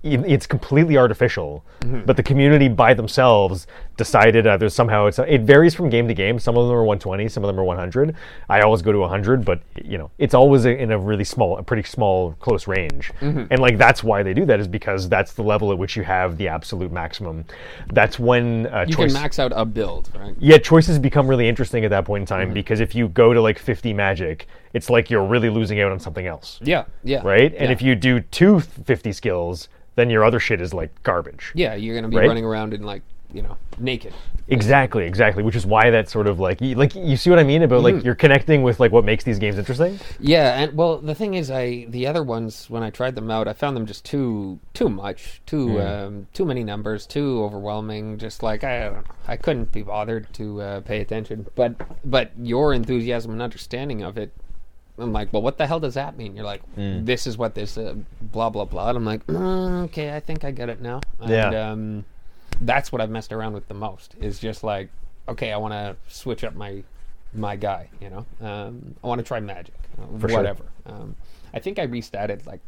A: I- It's completely artificial,
B: Mm-hmm.
A: but the community by themselves decided either somehow it's it varies from game to game. Some of them are 120, some of them are 100. I always go to 100, but you know it's always in a really small, a pretty small, close range.
B: Mm-hmm.
A: And like that's why they do that is because that's the level at which you have the absolute maximum. That's when uh,
B: You
A: choice
B: can max out a build, right?
A: yeah, choices become really interesting at that point in time
B: Mm-hmm.
A: because if you go to like 50 magic, it's like you're really losing out on something else
B: Yeah. Yeah.
A: right? And
B: Yeah.
A: if you do two 50 skills, then your other shit is like garbage.
B: yeah, you're gonna be
A: Right.
B: running around in like you know naked.
A: Exactly, exactly. Which is why that sort of like, you, like you see what I mean about
B: Mm-hmm.
A: like you're connecting with like what makes these games interesting.
B: Yeah, and well, the thing is, I the other ones when I tried them out, I found them just too too much, too um, too many numbers, too overwhelming. Just like I don't know, I couldn't be bothered to uh, pay attention. But but your enthusiasm and understanding of it I'm like, well, what the hell does that mean? You're like, this is what this uh, blah blah blah. And I'm like, "Mm, okay, I think I get it now. And,
A: Yeah.
B: Um, that's what I've messed around with the most is just like, okay, I want to switch up my my guy. You know, um, I want to try magic, uh,
A: For sure.
B: whatever. Um, I think I restatted like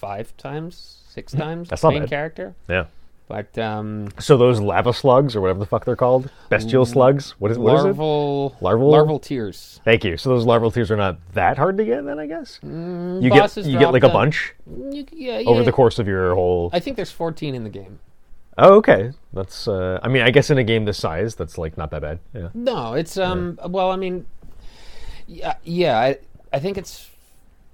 B: five times, six times.
A: Hmm, That's not
B: main
A: bad.
B: character,
A: Yeah.
B: but um,
A: So those lava slugs or whatever the fuck they're called, bestial slugs. What is, what is it?
B: Mm. larval
A: Larval?
B: larval tears.
A: Thank you. So those larval tears are not that hard to get, then I guess. you get
B: Mm, bosses
A: you
B: drop
A: get like a
B: them.
A: bunch
B: You, yeah,
A: over
B: yeah.
A: the course of your whole.
B: I think there's 14 in the game.
A: oh, okay. That's. Uh, I mean, I guess in a game this size, that's like not that bad. Yeah.
B: No, it's um.
A: Hmm.
B: Well, I mean, yeah, yeah. I, I think it's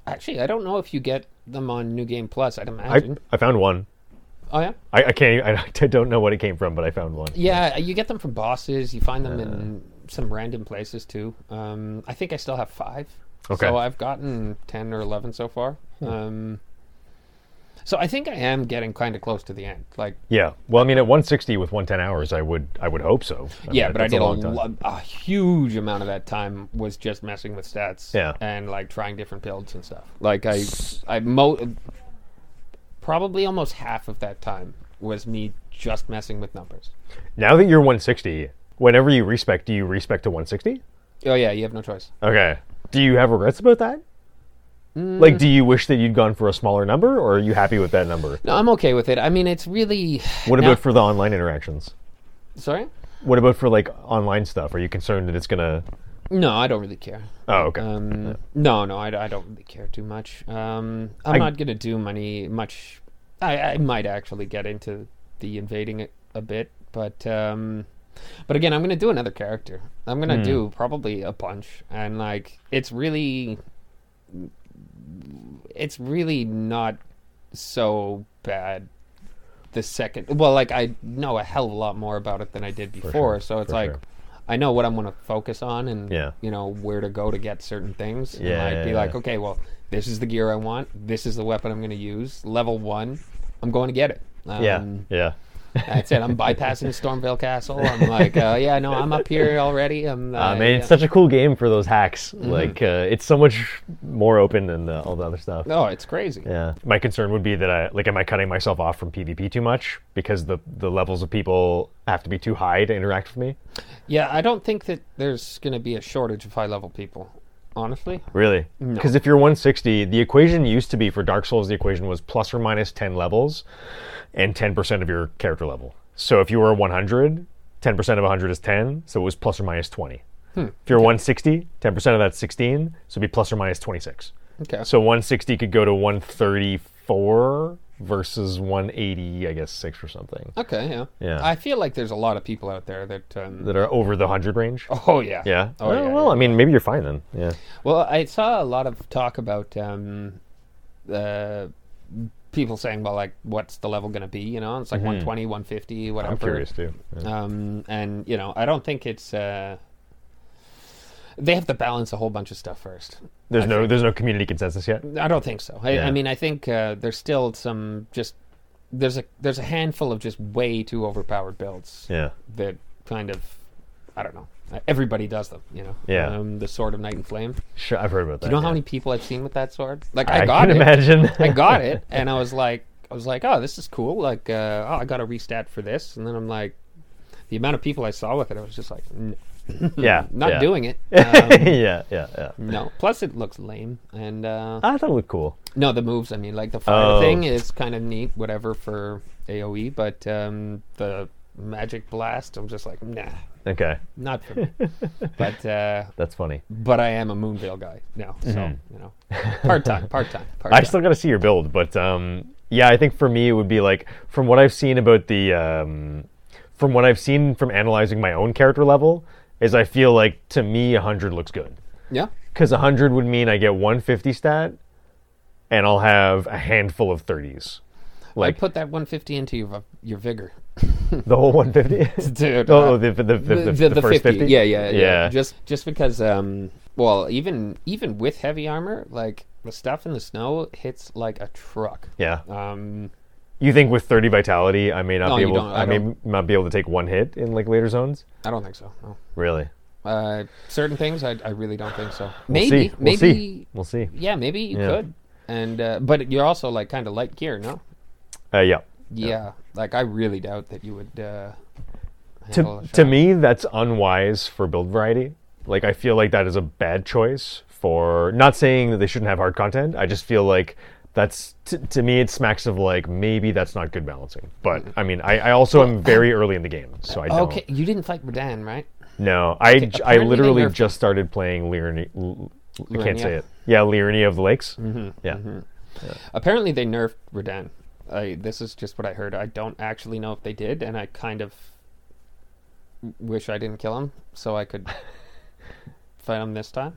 B: actually. I don't know if you get them on New Game Plus. I'd
A: I
B: imagine.
A: I found one.
B: oh yeah,
A: I, I can't. *laughs* I, I don't know what it came from, but I found one.
B: yeah. You get them from bosses. You find them in some random places too. Um, I think I still have five.
A: Okay. Hmm.
B: So I've gotten ten or eleven so far. Um. So I think I am getting kind of close to the end. Like,
A: Yeah. Well, I mean, at 160 with 110 hours, I would I would hope so. I mean,
B: yeah, but I
A: that's a
B: did a,
A: long time.
B: lo- a huge amount of that time was just messing with stats.
A: Yeah.
B: and like trying different builds and stuff. Like I, I mo- probably almost half of that time was me just messing with numbers.
A: Now that you're 160, whenever you respect, do you respect to 160?
B: Oh yeah, you have no choice.
A: Okay. Do you have regrets about that?
B: Mm.
A: Like, do you wish that you'd gone for a smaller number, or are you happy with that number?
B: No, I'm okay with it. I mean, it's really.
A: What
B: now-
A: about for the online interactions?
B: Sorry.
A: What about for like online stuff? Are you concerned that it's gonna?
B: No, I don't really care.
A: Oh, okay.
B: Um, No, no, I, d- I don't really care too much. Um, I'm
A: I-
B: not gonna do money much. I, I might actually get into the invading it a bit, but um, but again, I'm gonna do another character. I'm
A: Hmm.
B: gonna do probably a bunch, and like it's really, it's really not so bad. The second, well, like I know a hell of a lot more about it than I did before,
A: sure,
B: so it's
A: for
B: like.
A: sure.
B: I know what I'm going to focus on and
A: Yeah.
B: you know where to go to get certain things. And
A: Yeah,
B: I'd
A: yeah,
B: be
A: yeah.
B: like, okay, well, this is the gear I want. This is the weapon I'm going to use. Level one, I'm going to get it. Um,
A: yeah, yeah.
B: that's it. I'm bypassing Stormvale Castle. I'm like, uh, yeah, no, I'm up here
A: *laughs*
B: already. I'm. Uh,
A: Um, I mean, it's
B: yeah. Mm-hmm.
A: such a cool game for those hacks. Like, uh, it's so much more open than the, all the other stuff.
B: oh, it's crazy.
A: Yeah. My concern would be that I like am I cutting myself off from PvP too much because the the levels of people have to be too high to interact with me?
B: Yeah, I don't think that there's going to be a shortage of high level people. Honestly,
A: Really? Because if you're 160, the equation used to be for Dark Souls the equation was plus or minus 10 levels and 10% of your character level. So if you were 100, 10% of 100 is 10, so it was plus or minus 20. If you're 160, 10% of that's 16, so it'd be plus or minus 26.
B: okay.
A: So 160 could go to 134 versus 180, I guess 6 or something.
B: okay, yeah.
A: Yeah.
B: I feel like there's a lot of people out there that. Um,
A: that are over the 100 range.
B: oh yeah.
A: Yeah.
B: Oh, yeah,
A: well,
B: yeah.
A: I mean, maybe you're fine then. Yeah.
B: Well, I saw a lot of talk about um, uh, people saying, well, like, what's the level going to be? You know, it's like 120, 150, whatever.
A: Mm-hmm. I'm curious too. Yeah.
B: Um, and, you know, I don't think it's. Uh, they have to balance a whole bunch of stuff first.
A: There's no there's no community consensus yet.
B: I don't think so. I,
A: Yeah.
B: I mean, I think uh, there's still some just. There's a there's a handful of just way too overpowered builds
A: Yeah.
B: that kind of I don't know everybody does them you know
A: Yeah.
B: um, the sword of night and flame
A: Sure, I've heard about that.
B: you know how
A: yeah.
B: many people I've seen with that sword? Like
A: I,
B: I, got
A: can
B: it. *laughs*
A: imagine.
B: I
A: *laughs*
B: got it, and I was like, I was like, oh, this is cool. Like, uh, oh, I got a restat for this, and then I'm like, the amount of people I saw with it, I was just like, "N-
A: yeah.
B: not
A: yeah. *laughs*
B: doing it. Um,
A: yeah, yeah, yeah.
B: no. Plus, it looks lame, and uh,
A: I thought it looked cool.
B: no, the moves. I mean, like the fire
A: Oh.
B: thing is kind of neat, whatever for AOE, but um, the magic blast, I'm just like, nah,
A: Okay,
B: not
A: *laughs*
B: for me. but uh,
A: that's funny.
B: but I am a Moonvale guy now, so you know, part time, part time, part
A: Mm-hmm. *laughs* I
B: time.
A: still got to see your build, but um, yeah, I think for me it would be like from what I've seen about the um, from what I've seen from analyzing my own character level is I feel like to me 100 looks good.
B: Yeah.
A: Because 100 would mean I get 150 stat, and I'll have a handful of 30s. Like
B: I put that 150 into your your vigor, *laughs*
A: the whole 150?
B: dude.
A: *laughs* oh,
B: uh,
A: the, the, the, the, the, first 50?
B: Yeah, yeah, yeah,
A: Yeah.
B: Just just because, um, well, even even with heavy armor, like the stuff in the snow hits like a truck.
A: Yeah.
B: Um,
A: You think with 30 vitality, I may not
B: No,
A: be
B: you
A: able
B: don't.
A: I,
B: I
A: may
B: don't.
A: not be able to take one hit in like later zones?
B: I don't think so. No.
A: Really?
B: Uh, certain things, I, I really don't think so.
A: We'll
B: maybe,
A: see.
B: maybe,
A: We'll see. We'll see.
B: yeah, maybe you
A: Yeah.
B: could. And uh, but you're also like kind of light gear, no?
A: Uh, yeah.
B: Yeah. like I really doubt that you would. Uh, handle
A: To,
B: a
A: to
B: shot.
A: me, that's unwise for build variety. Like, I feel like that is a bad choice for not saying that they shouldn't have hard content. I just feel like that's t- to me, it smacks of like maybe that's not good balancing. But I mean, I, I also am very early in the game, so I don't.
B: okay, you didn't fight Redan, right?
A: No, I, j- I
B: apparently they
A: literally
B: nerfed-
A: just started playing Lyrini. L- I can't
B: Lyrinia.
A: say it. Yeah, Lyrini of the Lakes. Mm-hmm, yeah.
B: Apparently, they nerfed Redan. I, this is just what I heard. I don't actually know if they did, and I kind of wish I didn't kill him so
A: *laughs*
B: I could fight him this time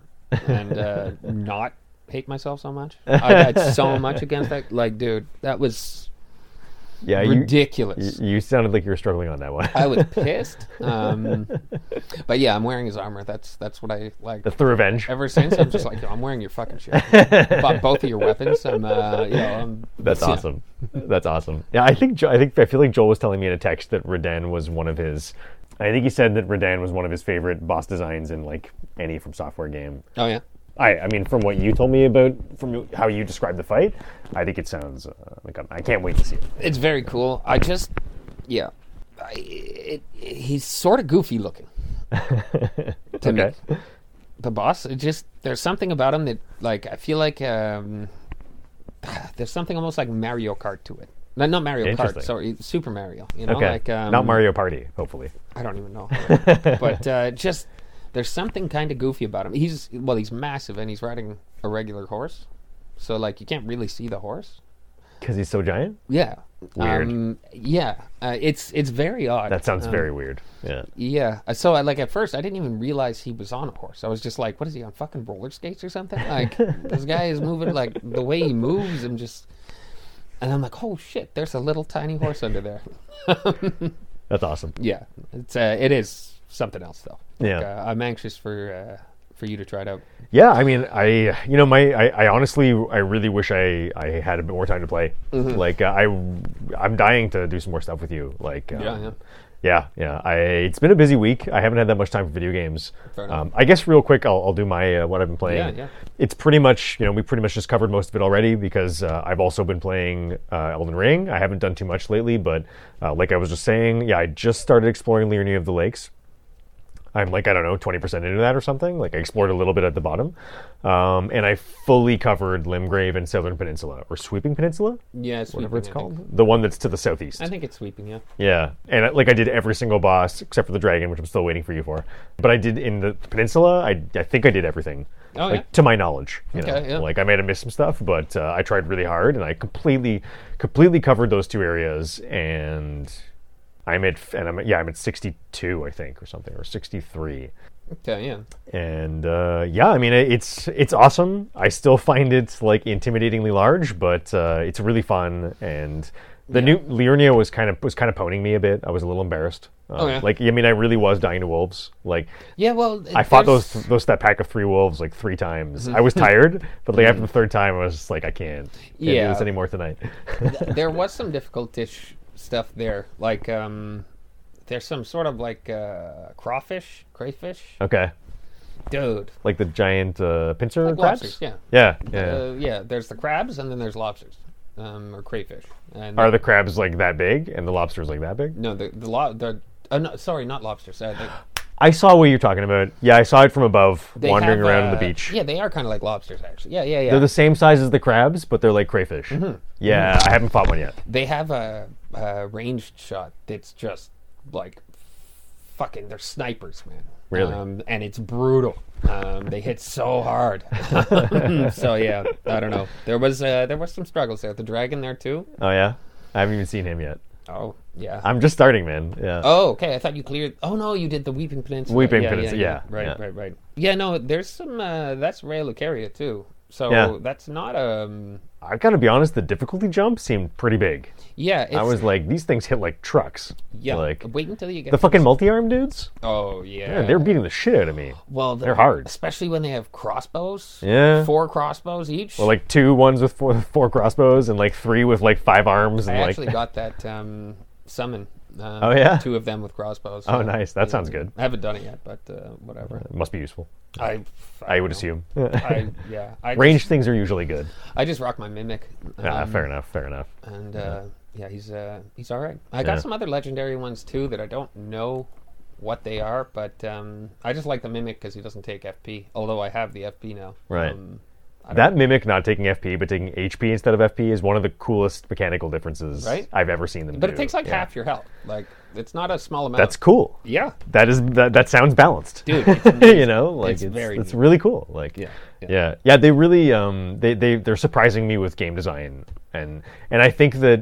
A: *laughs*
B: and uh, not hate myself so much. I got so much against that. Like, dude, that was
A: Yeah, you,
B: ridiculous.
A: you you sounded like you were struggling on that one. *laughs*
B: I was pissed. Um, but yeah, I'm wearing his armor. That's that's what I like.
A: That's the revenge.
B: Ever since, I'm just like, yo, I'm wearing your
A: *laughs*
B: fucking shit. Bought both of your weapons. I'm, uh, you know, I'm,
A: That's
B: yeah.
A: awesome. That's awesome. Yeah, I think Jo- I think I feel like Joel was telling me in a text that Redan was one of his. I think he said that Redan was one of his favorite boss designs in like any from software game.
B: Oh yeah,
A: I I mean, from what you told me about from how you described the fight, I think it sounds uh, like I'm, I can't wait to see it.
B: it's very cool. I just, yeah, I, it, it- he's sort of
A: *laughs*
B: goofy looking to
A: Okay.
B: me. The boss, it just there's something about him that like I feel like um, *sighs* there's something almost like Mario Kart to it. No, not Mario Kart.
A: Interesting.
B: Sorry, Super Mario. You know,
A: Okay,
B: like um,
A: not Mario Party, hopefully.
B: I don't
A: *laughs*
B: even know. but uh, just there's something kind of goofy about him. He's well, he's massive and he's riding a regular horse, so like you can't really see the horse.
A: Because he's so giant?
B: Yeah.
A: Weird.
B: Um, yeah. Uh, it's it's very odd.
A: That sounds
B: Um,
A: very weird. Yeah.
B: Yeah. Uh, So I like at first I didn't even realize he was on a horse. I was just like, what is he on fucking roller skates or something?
A: *laughs*
B: Like this guy is moving like the way he moves. I'm just. And I'm like, oh shit! There's a little tiny horse under there.
A: That's awesome.
B: Yeah, it's uh, it is something else though.
A: Yeah.
B: uh, I'm anxious for uh, for you to try it out.
A: Yeah, I mean, I you know, my I, I honestly I really wish I I had a bit more time to play.
B: Mm-hmm.
A: Like uh, I I'm dying to do some more stuff with you. Like um,
B: Yeah, yeah.
A: yeah, yeah. I it's been a busy week. I haven't had that much time for video games. Um,
B: Fair enough.
A: I guess real quick, I'll, I'll do my uh, what I've been playing.
B: Yeah, yeah.
A: It's pretty much you know we pretty much just covered most of it already because uh, I've also been playing uh, Elden Ring. I haven't done too much lately, but uh, like I was just saying, yeah, I just started exploring Lyrini of the Lakes. I'm like I don't know, twenty percent into that or something. Like I explored a little bit at the bottom, um, and I fully covered Limgrave and Southern Peninsula or Sweeping Peninsula,
B: Yeah, it's
A: whatever it's
B: sweeping, I think.
A: called, the one that's to the southeast.
B: I think it's sweeping. Yeah,
A: Yeah, and uh, like I did every single boss except for the dragon, which I'm still waiting for you for. But I did in the peninsula. I, I think I did everything,
B: Oh,
A: like
B: yeah.
A: to my knowledge. You
B: Okay,
A: know?
B: yeah.
A: Like I might have missed some stuff, but uh, I tried really hard, and I completely, completely covered those two areas. And I'm at f- and I'm at, yeah I'm at 62 I think or something or 63
B: okay, yeah.
A: and uh, yeah, I mean it- it's it's awesome. I still find it like intimidatingly large, but uh, it's really fun. And the new Liurnia was kind of was kind of poning me a bit. I was a little embarrassed. Uh,
B: Oh, yeah.
A: Like I mean, I really was dying to wolves. Like
B: Yeah, well,
A: I fought
B: there's- Mm-hmm.
A: those those that pack of three wolves like three times. I was
B: *laughs*
A: tired, but like after the third time, I was just like, I can't, can't do
B: Yeah.
A: this anymore tonight.
B: there was some difficult-ish stuff there. Like, um, there's some sort of like uh, crawfish, crayfish,
A: okay,
B: dude.
A: like the giant uh, pincer
B: Like
A: crabs.
B: lobsters, yeah.
A: yeah, yeah.
B: Uh, yeah, there's the crabs, and then there's lobsters, um, or crayfish. And
A: Are the crabs like that big and the lobsters like that big?
B: no, the the lo- the uh, no, sorry, not lobsters. Uh, the,
A: I saw what you're talking about. Yeah, I saw it from above,
B: They
A: wandering
B: have,
A: around on the
B: uh,
A: beach.
B: Yeah, they are kind of like lobsters, actually. Yeah, yeah, yeah.
A: They're the same size as the crabs, but they're like crayfish.
B: Mm-hmm.
A: Yeah, I haven't fought one yet.
B: they have a, a ranged shot that's just like fucking. They're snipers, man.
A: Really?
B: Um, and it's brutal. Um, they hit so
A: *laughs*
B: hard. so yeah, I don't know. There was uh, there was some struggles there. The dragon there too.
A: Oh yeah, I haven't even seen him yet.
B: Oh yeah.
A: I'm just starting, man. Yeah.
B: Oh, okay. I thought you cleared. Oh no, you did the Weeping Peninsula.
A: Weeping Peninsula, yeah,
B: Right,
A: yeah.
B: right, right. Yeah, no. There's some. Uh, that's Ray Lucaria too. So
A: Yeah.
B: that's not um.
A: I gotta be honest. The difficulty jump seemed pretty big.
B: Yeah, it's,
A: I was like, these things hit like trucks.
B: Yeah,
A: Like
B: wait until you get
A: the fucking multi-arm dudes.
B: Oh yeah,
A: Man, they're beating the shit out of me.
B: well
A: they're hard.
B: especially when they have crossbows.
A: Yeah.
B: four crossbows each.
A: Or, like two ones with four, four crossbows and like three with like five arms *laughs*
B: I
A: and like
B: actually got that um, summon Um,
A: Oh, yeah?
B: two of them with crossbows.
A: Oh, nice. That sounds good.
B: I haven't done it yet, but uh, whatever.
A: It must be useful.
B: I
A: I would
B: don't know.
A: assume. *laughs*
B: I, yeah, I
A: Range things are usually good.
B: Just, I just rock my mimic.
A: Ah,
B: um,
A: fair enough. Fair enough.
B: And uh, yeah, he's uh, he's all right. I got
A: Yeah.
B: some other legendary ones too that I don't know what they are, but um, I just like the mimic because he doesn't take FP. Although I have the FP now.
A: Right.
B: Um,
A: That mimic not taking FP but taking HP instead of FP is one of the coolest mechanical differences
B: Right?
A: I've ever seen them
B: but
A: do.
B: it takes like
A: Yeah.
B: half your health. Like it's not a small amount.
A: That's cool.
B: yeah.
A: That is that, that sounds balanced. *laughs*
B: Dude, it's
A: you know, like it's
B: It's
A: it's,
B: very neat.
A: really cool. Like yeah,
B: yeah.
A: yeah, yeah, They really um they they they're surprising me with game design and and I think that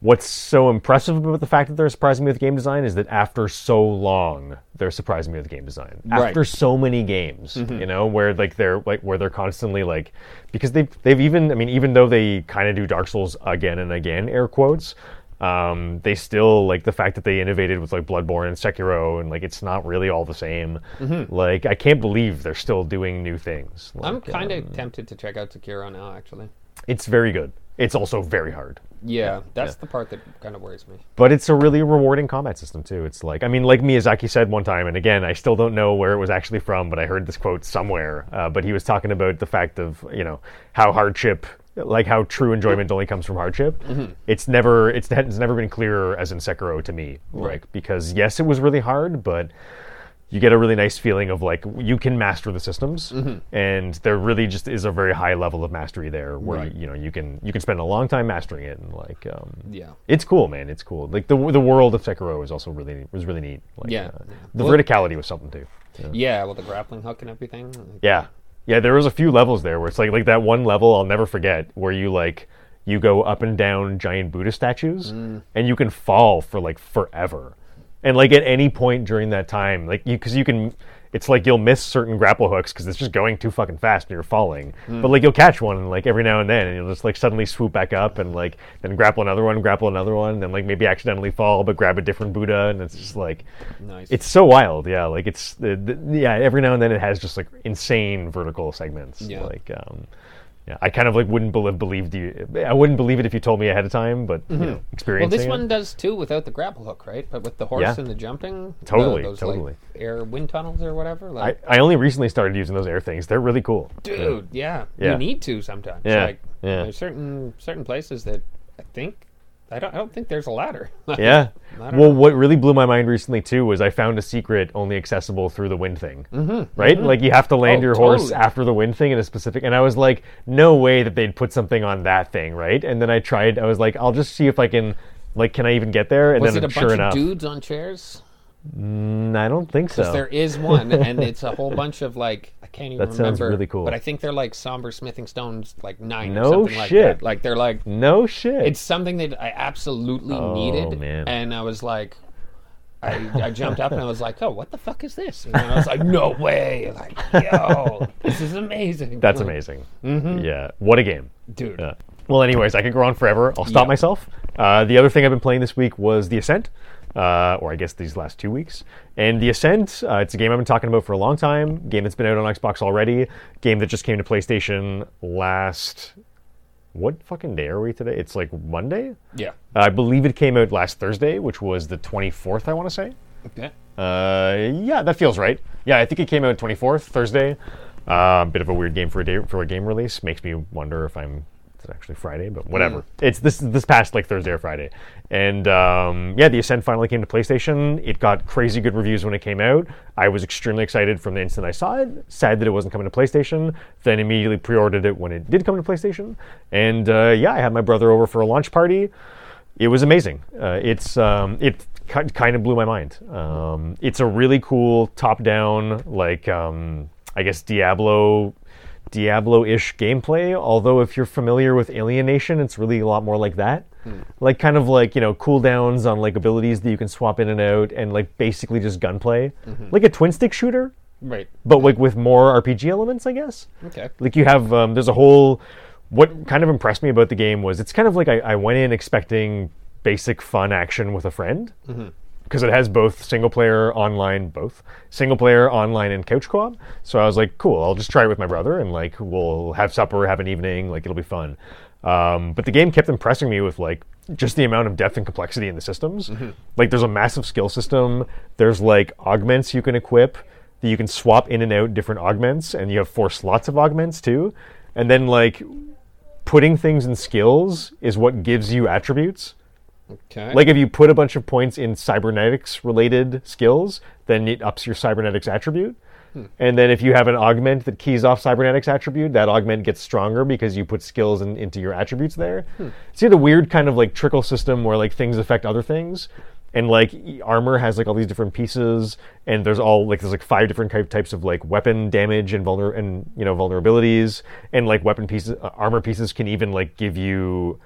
A: what's so impressive about the fact that they're surprising me with game design is that after so long they're surprising me with game design
B: Right.
A: after so many games you know where like they're like where they're constantly like because they've they've even i mean even though they kind of do dark souls again and again air quotes um, they still like the fact that they innovated with like bloodborne and sekiro and like it's not really all the same like i can't believe they're still doing new things
B: I'm
A: Like,
B: kind
A: um,
B: of tempted to check out Sekiro now, actually.
A: it's very good it's also very hard
B: Yeah, that's the part that kind of worries me.
A: but it's a really rewarding combat system too. It's like I mean, like Miyazaki said one time, and again, I still don't know where it was actually from, but I heard this quote somewhere. Uh, but he was talking about the fact of you know how hardship, like how true enjoyment only comes from hardship.
B: Mm-hmm.
A: It's never it's, it's never been clearer as in Sekiro to me, like
B: Right.
A: because yes, it was really hard, but you get a really nice feeling of like you can master the systems
B: Mm-hmm.
A: and there really just is a very high level of mastery there where
B: Right.
A: you, you know you can you can spend a long time mastering it and like um,
B: Yeah.
A: it's cool, man. It's cool. Like the the world of Sekiro is also really was really neat. Like,
B: Yeah.
A: the
B: Well-
A: verticality was something too. Yeah.
B: Yeah, well, the grappling hook and everything. like-
A: yeah, yeah. There was a few levels there where it's like like that one level I'll never forget where you like you go up and down giant Buddha statues and you can fall for like forever, and like at any point during that time, like you because you can. It's like you'll miss certain grapple hooks because it's just going too fucking fast and you're falling. But like you'll catch one and like every now and then and you'll just like suddenly swoop back up and like then grapple another one, grapple another one, and then like maybe accidentally fall but grab a different Buddha and it's just like
B: Nice.
A: it's so wild, yeah. Like it's the, the, yeah. Every now and then it has just like insane vertical segments.
B: Yeah.
A: Like um, yeah. I kind of like wouldn't believe believed you. I wouldn't believe it if you told me ahead of time, but you know,
B: Mm-hmm. well,
A: experiencing
B: this one
A: it,
B: does too without the grapple hook, right? But with the horse
A: Yeah.
B: and the jumping, the-
A: Totally,
B: those,
A: totally.
B: Like, air wind tunnels or whatever.
A: I,
B: Like,
A: I only recently started using those air things. They're really cool.
B: dude, yeah,
A: Yeah.
B: you need to sometimes.
A: Yeah,
B: Like,
A: yeah.
B: There's certain certain places that I think I don't I don't think there's a ladder. *laughs*
A: Yeah.
B: I
A: Well,
B: don't
A: what really blew my mind recently too was I found a secret only accessible through the wind thing. Mm-hmm, right? Like you have to land
B: Oh,
A: your horse
B: totally.
A: after the wind thing in a specific. And I was like, no way that they'd put something on that thing, right? And then I tried. I was like, I'll just see if I can. Like, can I even get there? And
B: Was
A: then
B: it a
A: sure
B: bunch
A: enough,
B: of dudes on chairs?
A: Mm, I don't think so.
B: There is one, and it's a whole bunch of like I can't even
A: That
B: remember.
A: sounds really cool.
B: But I think they're like somber smithing stones, like nine
A: No
B: or something like
A: shit.
B: that. Like they're like
A: no shit.
B: it's something that I absolutely needed,
A: Oh, man.
B: and I was like. I, I jumped up and I was like, "Oh, what the fuck is this?" And I was like, "No way! Like, yo, this is amazing."
A: That's
B: Like, mm-hmm.
A: amazing. Yeah. What a game.
B: dude.
A: Yeah. Uh, Well, anyways, I could go on forever. I'll stop
B: Yeah.
A: myself. Uh, the other thing I've been playing this week was The Ascent, uh, or I guess these last two weeks. And The Ascent, uh, it's a game I've been talking about for a long time. Game that's been out on Xbox already. Game that just came to PlayStation last. What fucking day are we today? It's like Monday.
B: Yeah.
A: I believe it came out last Thursday, which was the 24th. I want to say.
B: Okay.
A: Uh, yeah, that feels right. Yeah, I think it came out 24th, Thursday. Uh, bit of a weird game for a day for a game release. Makes me wonder if I'm it's actually Friday, but whatever. It's this this past like Thursday or Friday, and um, yeah, the Ascent finally came to PlayStation. It got crazy good reviews when it came out. I was extremely excited from the instant I saw it. Sad that it wasn't coming to PlayStation. Then immediately pre-ordered it when it did come to PlayStation, and uh, yeah, I had my brother over for a launch party it was amazing. Uh, it's um, it ki- kind of blew my mind. Um, it's a really cool top-down, like um, I guess Diablo, Diablo-ish gameplay. Although if you're familiar with Alienation, it's really a lot more like that. Like kind of like you know cooldowns on like abilities that you can swap in and out, and like basically just gunplay, like a twin-stick shooter,
B: Right.
A: but like with more RPG elements, I guess.
B: Okay.
A: Like you have, um, there's a whole. What kind of impressed me about the game was it's kind of like I, I went in expecting basic fun action with a friend because it has both single player, online, both single player, online, and couch co-op. So I was like, cool, I'll just try it with my brother and like we'll have supper, have an evening, like it'll be fun. Um, but the game kept impressing me with like just the amount of depth and complexity in the systems. Like there's a massive skill system. There's like augments you can equip that you can swap in and out different augments, and you have four slots of augments too. And then like putting things in skills is what gives you attributes.
B: Okay.
A: Like if you put a bunch of points in cybernetics related skills, then it ups your cybernetics attribute. And then if you have an augment that keys off cybernetics attribute, that augment gets stronger because you put skills in, into your attributes there. See the weird kind of like trickle system where like things affect other things. And like e- armor has like all these different pieces, and there's all like there's like five different type, types of like weapon damage and vulner and you know vulnerabilities, and like weapon pieces, uh, armor pieces can even like give you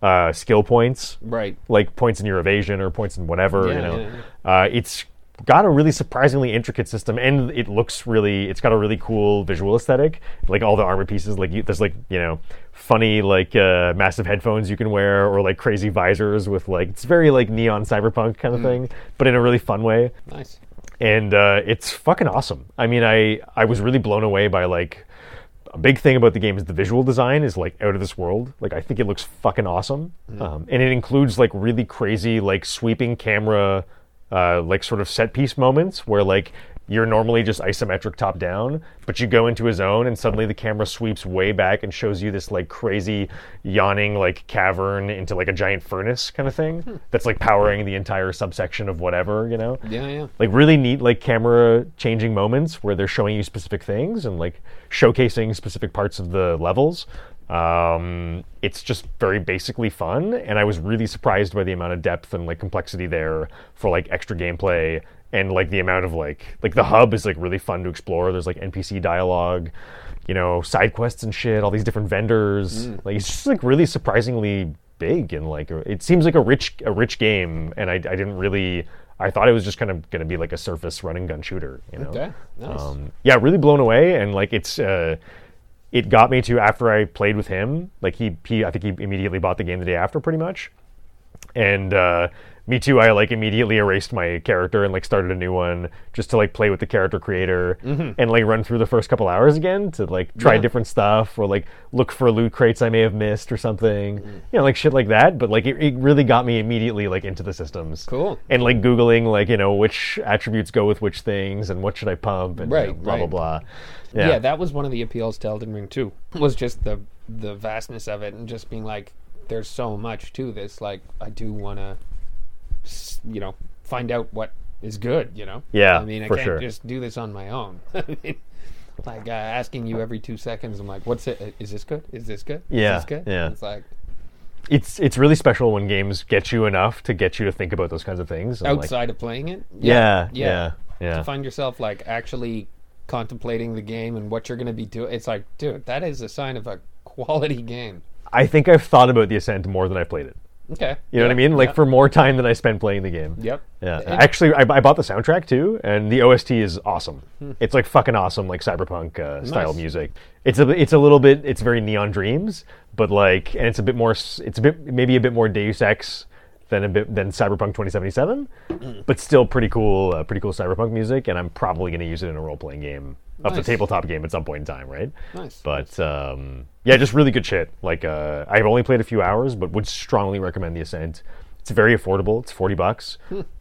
A: uh, skill points
B: right.
A: like points in your evasion or points in whatever. you
B: Yeah,
A: know,
B: yeah,
A: Uh, it's got a really surprisingly intricate system, and it looks really. It's got a really cool visual aesthetic. Like all the armor pieces, like you, there's like you know, funny like uh, massive headphones you can wear, or like crazy visors with like it's very like neon cyberpunk
B: Mm.
A: kind of thing, but in a really fun way
B: Nice.
A: and uh, it's fucking awesome. I mean, I I was really blown away by like a big thing about the game is the visual design is like out of this world. Like I think it looks fucking awesome, um, and it includes like really crazy like sweeping camera uh, like sort of set piece moments where like you're normally just isometric top down, but you go into a zone and suddenly the camera sweeps way back and shows you this like crazy yawning like cavern into like a giant furnace kind of thing that's like powering the entire subsection of whatever you know
B: Yeah, yeah.
A: like really neat like camera changing moments where they're showing you specific things and like showcasing specific parts of the levels um, it's just very basically fun and i was really surprised by the amount of depth and like complexity there for like extra gameplay and like the amount of like like the hub is like really fun to explore there's like npc dialogue you know side quests and shit all these different vendors
B: Mm.
A: like it's just like really surprisingly big and like a- it seems like a rich a rich game and i, I didn't really i thought it was just kind of going to be like a surface run and gun shooter you know
B: Okay. Nice.
A: um, yeah really blown away and like it's uh it got me to after i played with him like he, he i think he immediately bought the game the day after pretty much and uh, me too i like immediately erased my character and like started a new one just to like play with the character creator and like run through the first couple hours again to like try
B: Mm-hmm. Yeah.
A: different stuff or like look for loot crates i may have missed or something
B: Mm-hmm.
A: you know like shit like that but like it, it really got me immediately like into the systems
B: Cool.
A: and like googling like you know which attributes go with which things and what should i pump and you know,
B: Right,
A: blah
B: right.
A: blah blah
B: yeah. that was one of the appeals to Elden Ring too. *laughs* Was just the the vastness of it and just being like, there's so much to this. Like, I do want to, you know, find out what is good. You know.
A: Yeah,
B: I mean, I
A: for
B: can't
A: sure.
B: just do this on my own. *laughs* I mean, like uh, asking you every two seconds. I'm like, what's it? uh, Is this good? Is this good?
A: Yeah,
B: Is this good?
A: yeah.
B: It's like
A: it's it's really special when games get you enough to get you to think about those kinds of things and, like-
B: outside of playing it.
A: yeah,
B: yeah.
A: yeah yeah
B: to find yourself like actually contemplating the game and what you're going to be doing. It's like, dude, that is a sign of a quality *laughs* game.
A: i think i've thought about the ascent more than i played it
B: Okay.
A: you know what i mean like for more time than i spent playing the game
B: Yep.
A: yeah
B: And-
A: actually I, I bought the soundtrack too and the ost is awesome it's like fucking awesome like cyberpunk uh, style
B: Hmm. Nice.
A: music it's a it's a little bit it's very neon dreams but like and it's a bit more s- it's a bit maybe a bit more deus ex than a bit than cyberpunk 2077
B: Hmm.
A: but still pretty cool uh, pretty cool cyberpunk music and i'm probably going to use it in a role-playing game up to
B: Nice.
A: tabletop game at some point in time right
B: Nice.
A: but um, yeah, just really good shit. Like uh, I've only played a few hours, but would strongly recommend the Ascent. It's very affordable. It's forty bucks.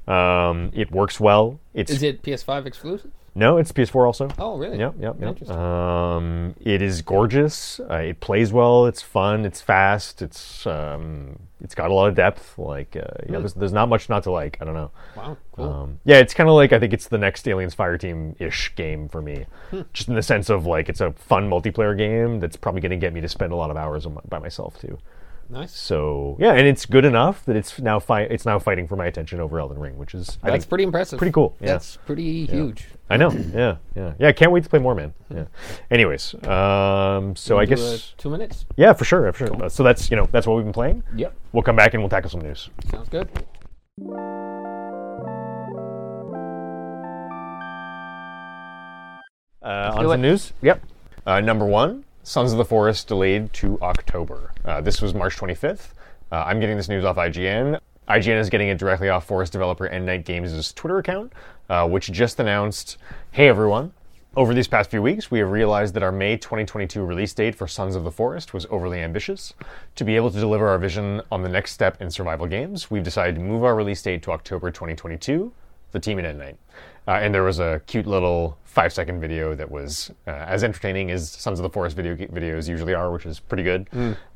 A: um, it works well. It's
B: Hmm. Is it PS5 exclusive?
A: no, it's PS4 also.
B: Oh, really?
A: Yep, yep, Uh, yep.
B: Interesting.
A: Um, it is gorgeous. Uh, it plays well. It's fun. It's fast. It's um, it's got a lot of depth. Like uh,
B: Hmm.
A: you know, there's, there's not much not to like. I don't know.
B: Wow. Cool.
A: Um, yeah, it's kind of like I think it's the next Aliens Fire Team ish game for me,
B: Hmm.
A: just in the sense of like it's a fun multiplayer game that's probably going to get me to spend a lot of hours on my, by myself too.
B: nice.
A: So yeah, and it's good enough that it's now fi- it's now fighting for my attention over Elden Ring, which is I
B: That's
A: think
B: pretty impressive.
A: pretty cool. Yeah.
B: That's pretty huge.
A: I know. Yeah, yeah, yeah. I can't wait to play more, man. Yeah. Anyways, um, so I
B: Do, uh,
A: guess
B: two minutes.
A: yeah, for sure, for sure. Uh, so that's you know that's what we've been playing.
B: Yep.
A: We'll come back and we'll tackle some news.
B: Sounds good.
A: Uh,
B: do
A: on some
B: it.
A: news. Yep. Uh, number one, Sons of the Forest delayed to October. Uh, this was March 25th. Uh, I'm getting this news off IGN. IGN is getting it directly off Forest developer End Night Games' Twitter account, uh, which just announced, "Hey everyone, Over these past few weeks, we have realized that our May 2022 release date for Sons of the Forest was overly ambitious. To be able to deliver our vision on the next step in survival games, we've decided to move our release date to October 2022, the team at End Night. Uh, and there was a cute little five second video that was uh, as entertaining as Sons of the Forest video videos usually are, which is pretty good.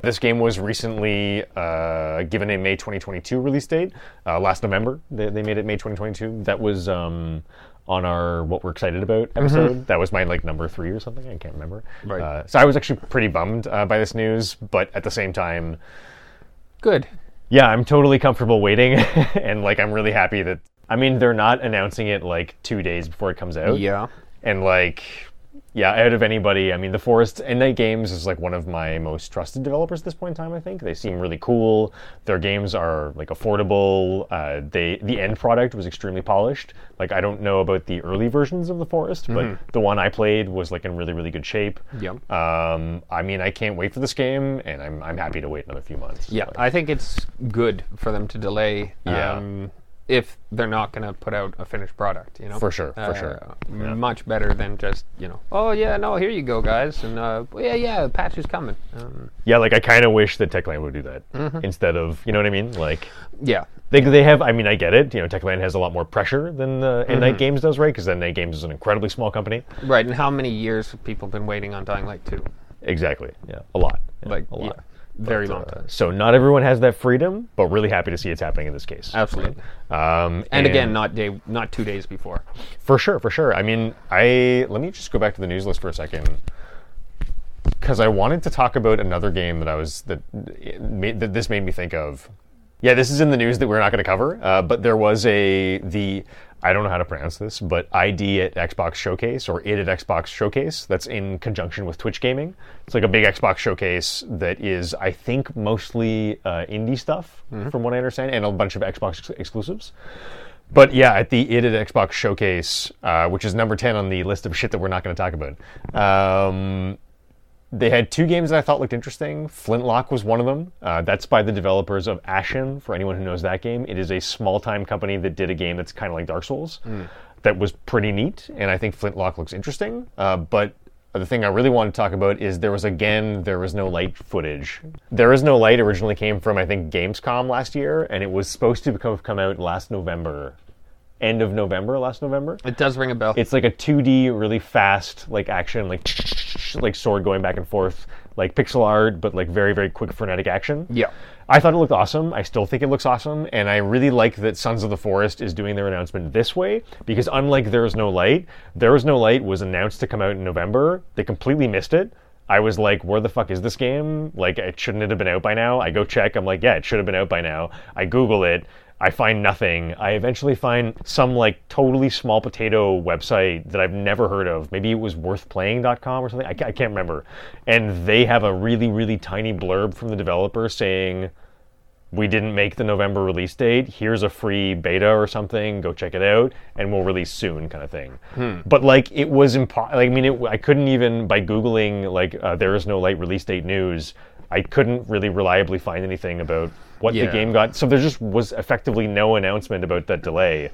A: This game was recently uh, given a May 2022 release date. Uh, last November, they, they made it May 2022. That was. Um, on our what we're excited about episode. That was my like number three or something. I can't remember.
B: Right.
A: Uh, so I was actually pretty bummed uh, by this news, but at the same time,
B: Good.
A: yeah, I'm totally comfortable waiting, *laughs* and like I'm really happy that. I mean, they're not announcing it like two days before it comes out.
B: Yeah.
A: And like, yeah, out of anybody, I mean, the Forest and Night Games is like one of my most trusted developers at this point in time. I think they seem really cool. Their games are like affordable. Uh, they the end product was extremely polished. Like I don't know about the early versions of the Forest,
B: Mm-hmm.
A: but the one I played was like in really really good shape.
B: Yeah.
A: Um, I mean, I can't wait for this game, and I'm I'm happy to wait another few months.
B: Yeah, I think it's good for them to delay.
A: Yeah.
B: Um, if they're not going to put out a finished product, you know, Uh,
A: For sure, for sure.
B: much better than just you know, oh yeah, no, here you go, guys, and uh, well, yeah, yeah, the patch is coming. Um,
A: Yeah, like I kind of wish that Techland would do that
B: Mm-hmm.
A: instead of you know what I mean. Like
B: yeah,
A: they they have. I mean, I get it. You know, Techland has a lot more pressure than the
B: Mm-hmm.
A: and Night Games does, right? Because then Night Games is an incredibly small company.
B: right. And how many years have people been waiting on Dying Light two?
A: Exactly. Yeah, a lot. Yeah,
B: Like
A: a
B: yeah,
A: lot.
B: very long
A: Uh,
B: time.
A: so not everyone has that freedom, but really happy to see it's happening in this case.
B: Absolutely.
A: Um,
B: And, again, not day, not two days before.
A: For sure, for sure. I mean, I let me just go back to the news list for a second because I wanted to talk about another game that I was that it made, that this made me think of. Yeah, this is in the news that we're not going to cover, uh, but there was a the I don't know how to pronounce this, but ID at Xbox Showcase or it at Xbox Showcase. That's in conjunction with Twitch Gaming. It's like a big Xbox Showcase that is, I think, mostly uh, indie stuff, from what I understand, and a bunch of Xbox ex- exclusives. But yeah, at the It at Xbox showcase, uh, which is number 10 on the list of shit that we're not going to talk about, um, they had two games that I thought looked interesting. Flintlock was one of them. Uh, that's by the developers of Ashen, for anyone who knows that game. It is a small time company that did a game that's kind of like Dark Souls that was pretty neat, and I think Flintlock looks interesting. Uh, but the thing I really want to talk about is there was again there was no light footage. There is no light originally came from I think Gamescom last year, and it was supposed to become, come out last November, end of November last November
B: It does ring a bell.
A: it's like a 2D, really fast, like action, like like sword going back and forth, like pixel art, but like very very quick frenetic action.
B: Yeah.
A: I thought it looked awesome. I still think it looks awesome, and I really like that Sons of the Forest is doing their announcement this way because unlike There Is No Light, There Is No Light was announced to come out in November. They completely missed it. I was like, where the fuck is this game? Like, it shouldn't it have been out by now? I go check. I'm like, yeah, it should have been out by now. I Google it. I find nothing. I eventually find some like totally small potato website that I've never heard of. Maybe it was worthplaying.com or something. I, ca- I can't remember. And they have a really, really tiny blurb from the developer saying, we didn't make the November release date. Here's a free beta or something. Go check it out, and we'll release soon, kind of thing. But like, it was impossible. Like, I mean, it, I couldn't even by googling like uh, there is no light release date news. I couldn't really reliably find anything about what
B: Yeah.
A: the game got. So there just was effectively no announcement about that delay.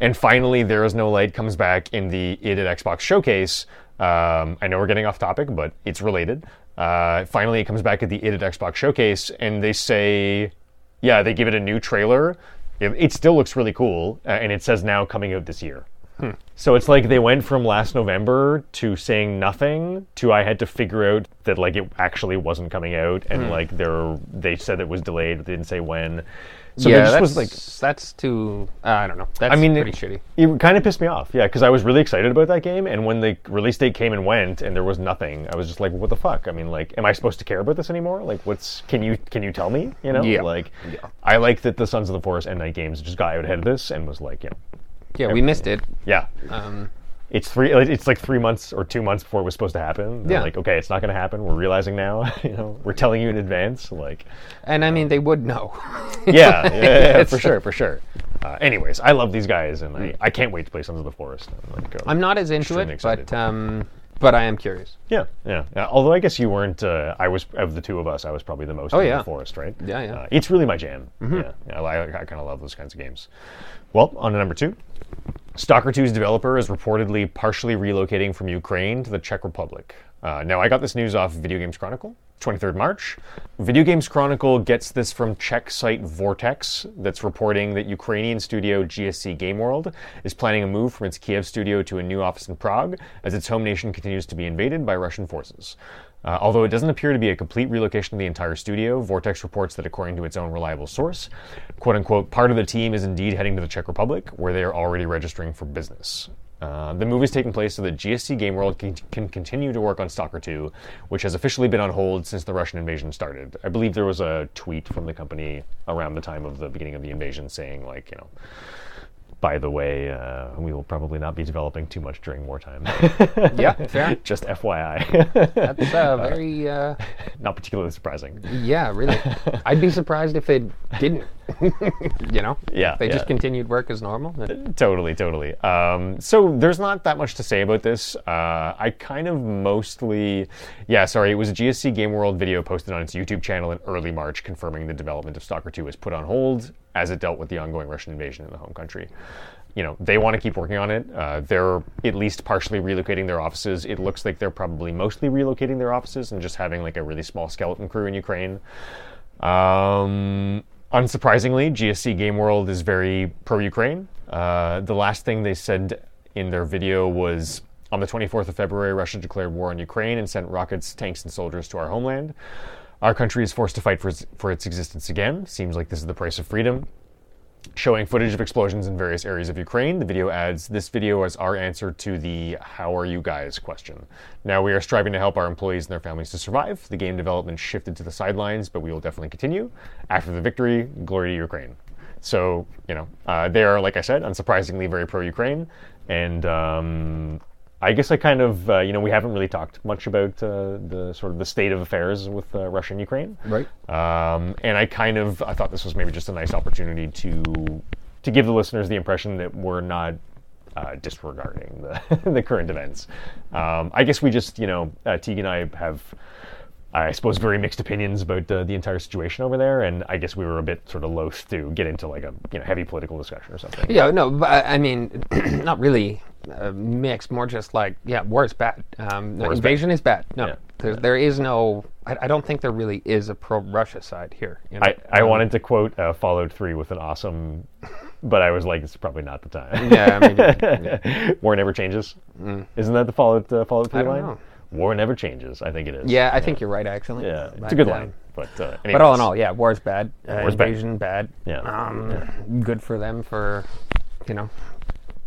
A: And finally, there is no light comes back in the it at Xbox showcase. Um, I know we're getting off topic, but it's related. Uh, finally, it comes back at the it at Xbox showcase, and they say yeah, they give it a new trailer. It, it still looks really cool, uh, and it says now coming out this year.
B: Hmm.
A: So it's like they went from last November to saying nothing to I had to figure out that like it actually wasn't coming out, and
B: Hmm.
A: like they're they said it was delayed, but they didn't say when. So there
B: yeah,
A: just
B: that's
A: was like
B: that's too. Uh, I don't know. That's
A: I mean,
B: pretty
A: it-
B: shitty.
A: it kind of pissed me off. Yeah, because I was really excited about that game, and when the release date came and went, and there was nothing, I was just like, "What the fuck?" I mean, like, am I supposed to care about this anymore? Like, what's can you can you tell me? You know,
B: Yeah.
A: like, I like that the Sons of the Forest and Night Games just got out ahead of this and was like, you know,
B: Yeah, we missed it.
A: yeah,
B: Um,
A: it's three, it's like three months or two months before it was supposed to happen. They're
B: Yeah.
A: like, okay, it's not going to happen. We're realizing now. *laughs* you know, we're telling you in advance.
B: *laughs*
A: Like,
B: and I mean, they would *laughs* know.
A: yeah, yeah, yeah, yeah, for sure, for sure. Uh, anyways, I love these guys, and I, I can't wait to play Sons of the Forest. I'm like, uh,
B: Mm. I'm not as into
A: Extremely
B: it, but
A: excited.
B: um, but I am curious.
A: Yeah, yeah. Uh, although I guess you weren't. Uh, I was of the two of us. I was probably the most. in
B: Oh, yeah.
A: the forest, right?
B: Yeah, Mm-hmm. yeah.
A: Uh, it's really my jam. Yeah, yeah I, I kind of love those kinds of games. Well, on to number two. Stalker 2's developer is reportedly partially relocating from Ukraine to the Czech Republic. Uh, now, I got this news off Video Games Chronicle, 23rd March. Video Games Chronicle gets this from Czech site Vortex, that's reporting that Ukrainian studio GSC Game World is planning a move from its Kiev studio to a new office in Prague as its home nation continues to be invaded by Russian forces. Uh, although it doesn't appear to be a complete relocation of the entire studio, Vortex reports that, according to its own reliable source, quote unquote, part of the team is indeed heading to the Czech Republic, where they are already registering for business. Uh, the move is taking place so that GSC Game World can, can continue to work on Stalker 2, which has officially been on hold since the Russian invasion started. I believe there was a tweet from the company around the time of the beginning of the invasion saying, like, you know, by the way, uh, we will probably not be developing too much during wartime.
B: *laughs* yeah, fair.
A: *laughs* Just FYI.
B: That's uh, very, uh,
A: not particularly surprising.
B: *laughs* yeah, *laughs* really. I'd be surprised if they didn't. *laughs* you know?
A: Yeah,
B: They
A: yeah.
B: just continued work as normal. Then
A: Totally, totally. Um, so there's not that much to say about this. Uh, I kind of mostly, yeah, sorry, it was a GSC Game World video posted on its YouTube channel in early March confirming the development of Stalker 2 was put on hold as it dealt with the ongoing Russian invasion in the home country. You know, they want to keep working on it. Uh, they're at least partially relocating their offices. It looks like they're probably mostly relocating their offices and just having like a really small skeleton crew in Ukraine. Um, unsurprisingly, GSC Game World is very pro Ukraine. Uh, the last thing they said in their video was on the 24th of February, Russia declared war on Ukraine and sent rockets, tanks, and soldiers to our homeland. Our country is forced to fight for its, for its existence again. Seems like this is the price of freedom showing footage of explosions in various areas of Ukraine. The video adds, This video is our answer to the how are you guys question. Now we are striving to help our employees and their families to survive. The game development shifted to the sidelines, but we will definitely continue. After the victory, glory to Ukraine. So, you know, uh, they are, like I said, unsurprisingly very pro Ukraine. And um, I guess I kind of, uh, you know, we haven't really talked much about uh, the sort of the state of affairs with uh, Russia and Ukraine.
B: Right.
A: Um, and I kind of I thought this was maybe just a nice opportunity to to give the listeners the impression that we're not uh, disregarding the *laughs* the current events. Um, I guess we just you know uh, Teague and I have. I suppose very mixed opinions about uh, the entire situation over there, and I guess we were a bit sort of loath to get into like a you know heavy political discussion or something.
B: Yeah, no, but uh, I I mean, *clears throat* not really uh, mixed. More just like, yeah, war is bad. Um, no,
A: War is bad.
B: invasion is bad. No,
A: Yeah.
B: there, there is no. I, I don't think there really is a pro-Russia side here. you know?
A: I, I wanted to quote uh, Fallout Three with an awesome, but I was like, it's probably not the time.
B: yeah, I
A: *laughs*
B: mean,
A: War never changes. Isn't that the Fallout uh, Fallout Three
B: Mm. don't
A: line?
B: know.
A: War never changes. I think it is.
B: yeah, I think you're right actually.
A: Yeah, it's
B: But,
A: a good
B: uh,
A: line. But uh,
B: But all in
A: anyways.
B: all, yeah, war's bad. Uh,
A: War's bad.
B: invasion bad.
A: Yeah.
B: Um, Good for them for, you know,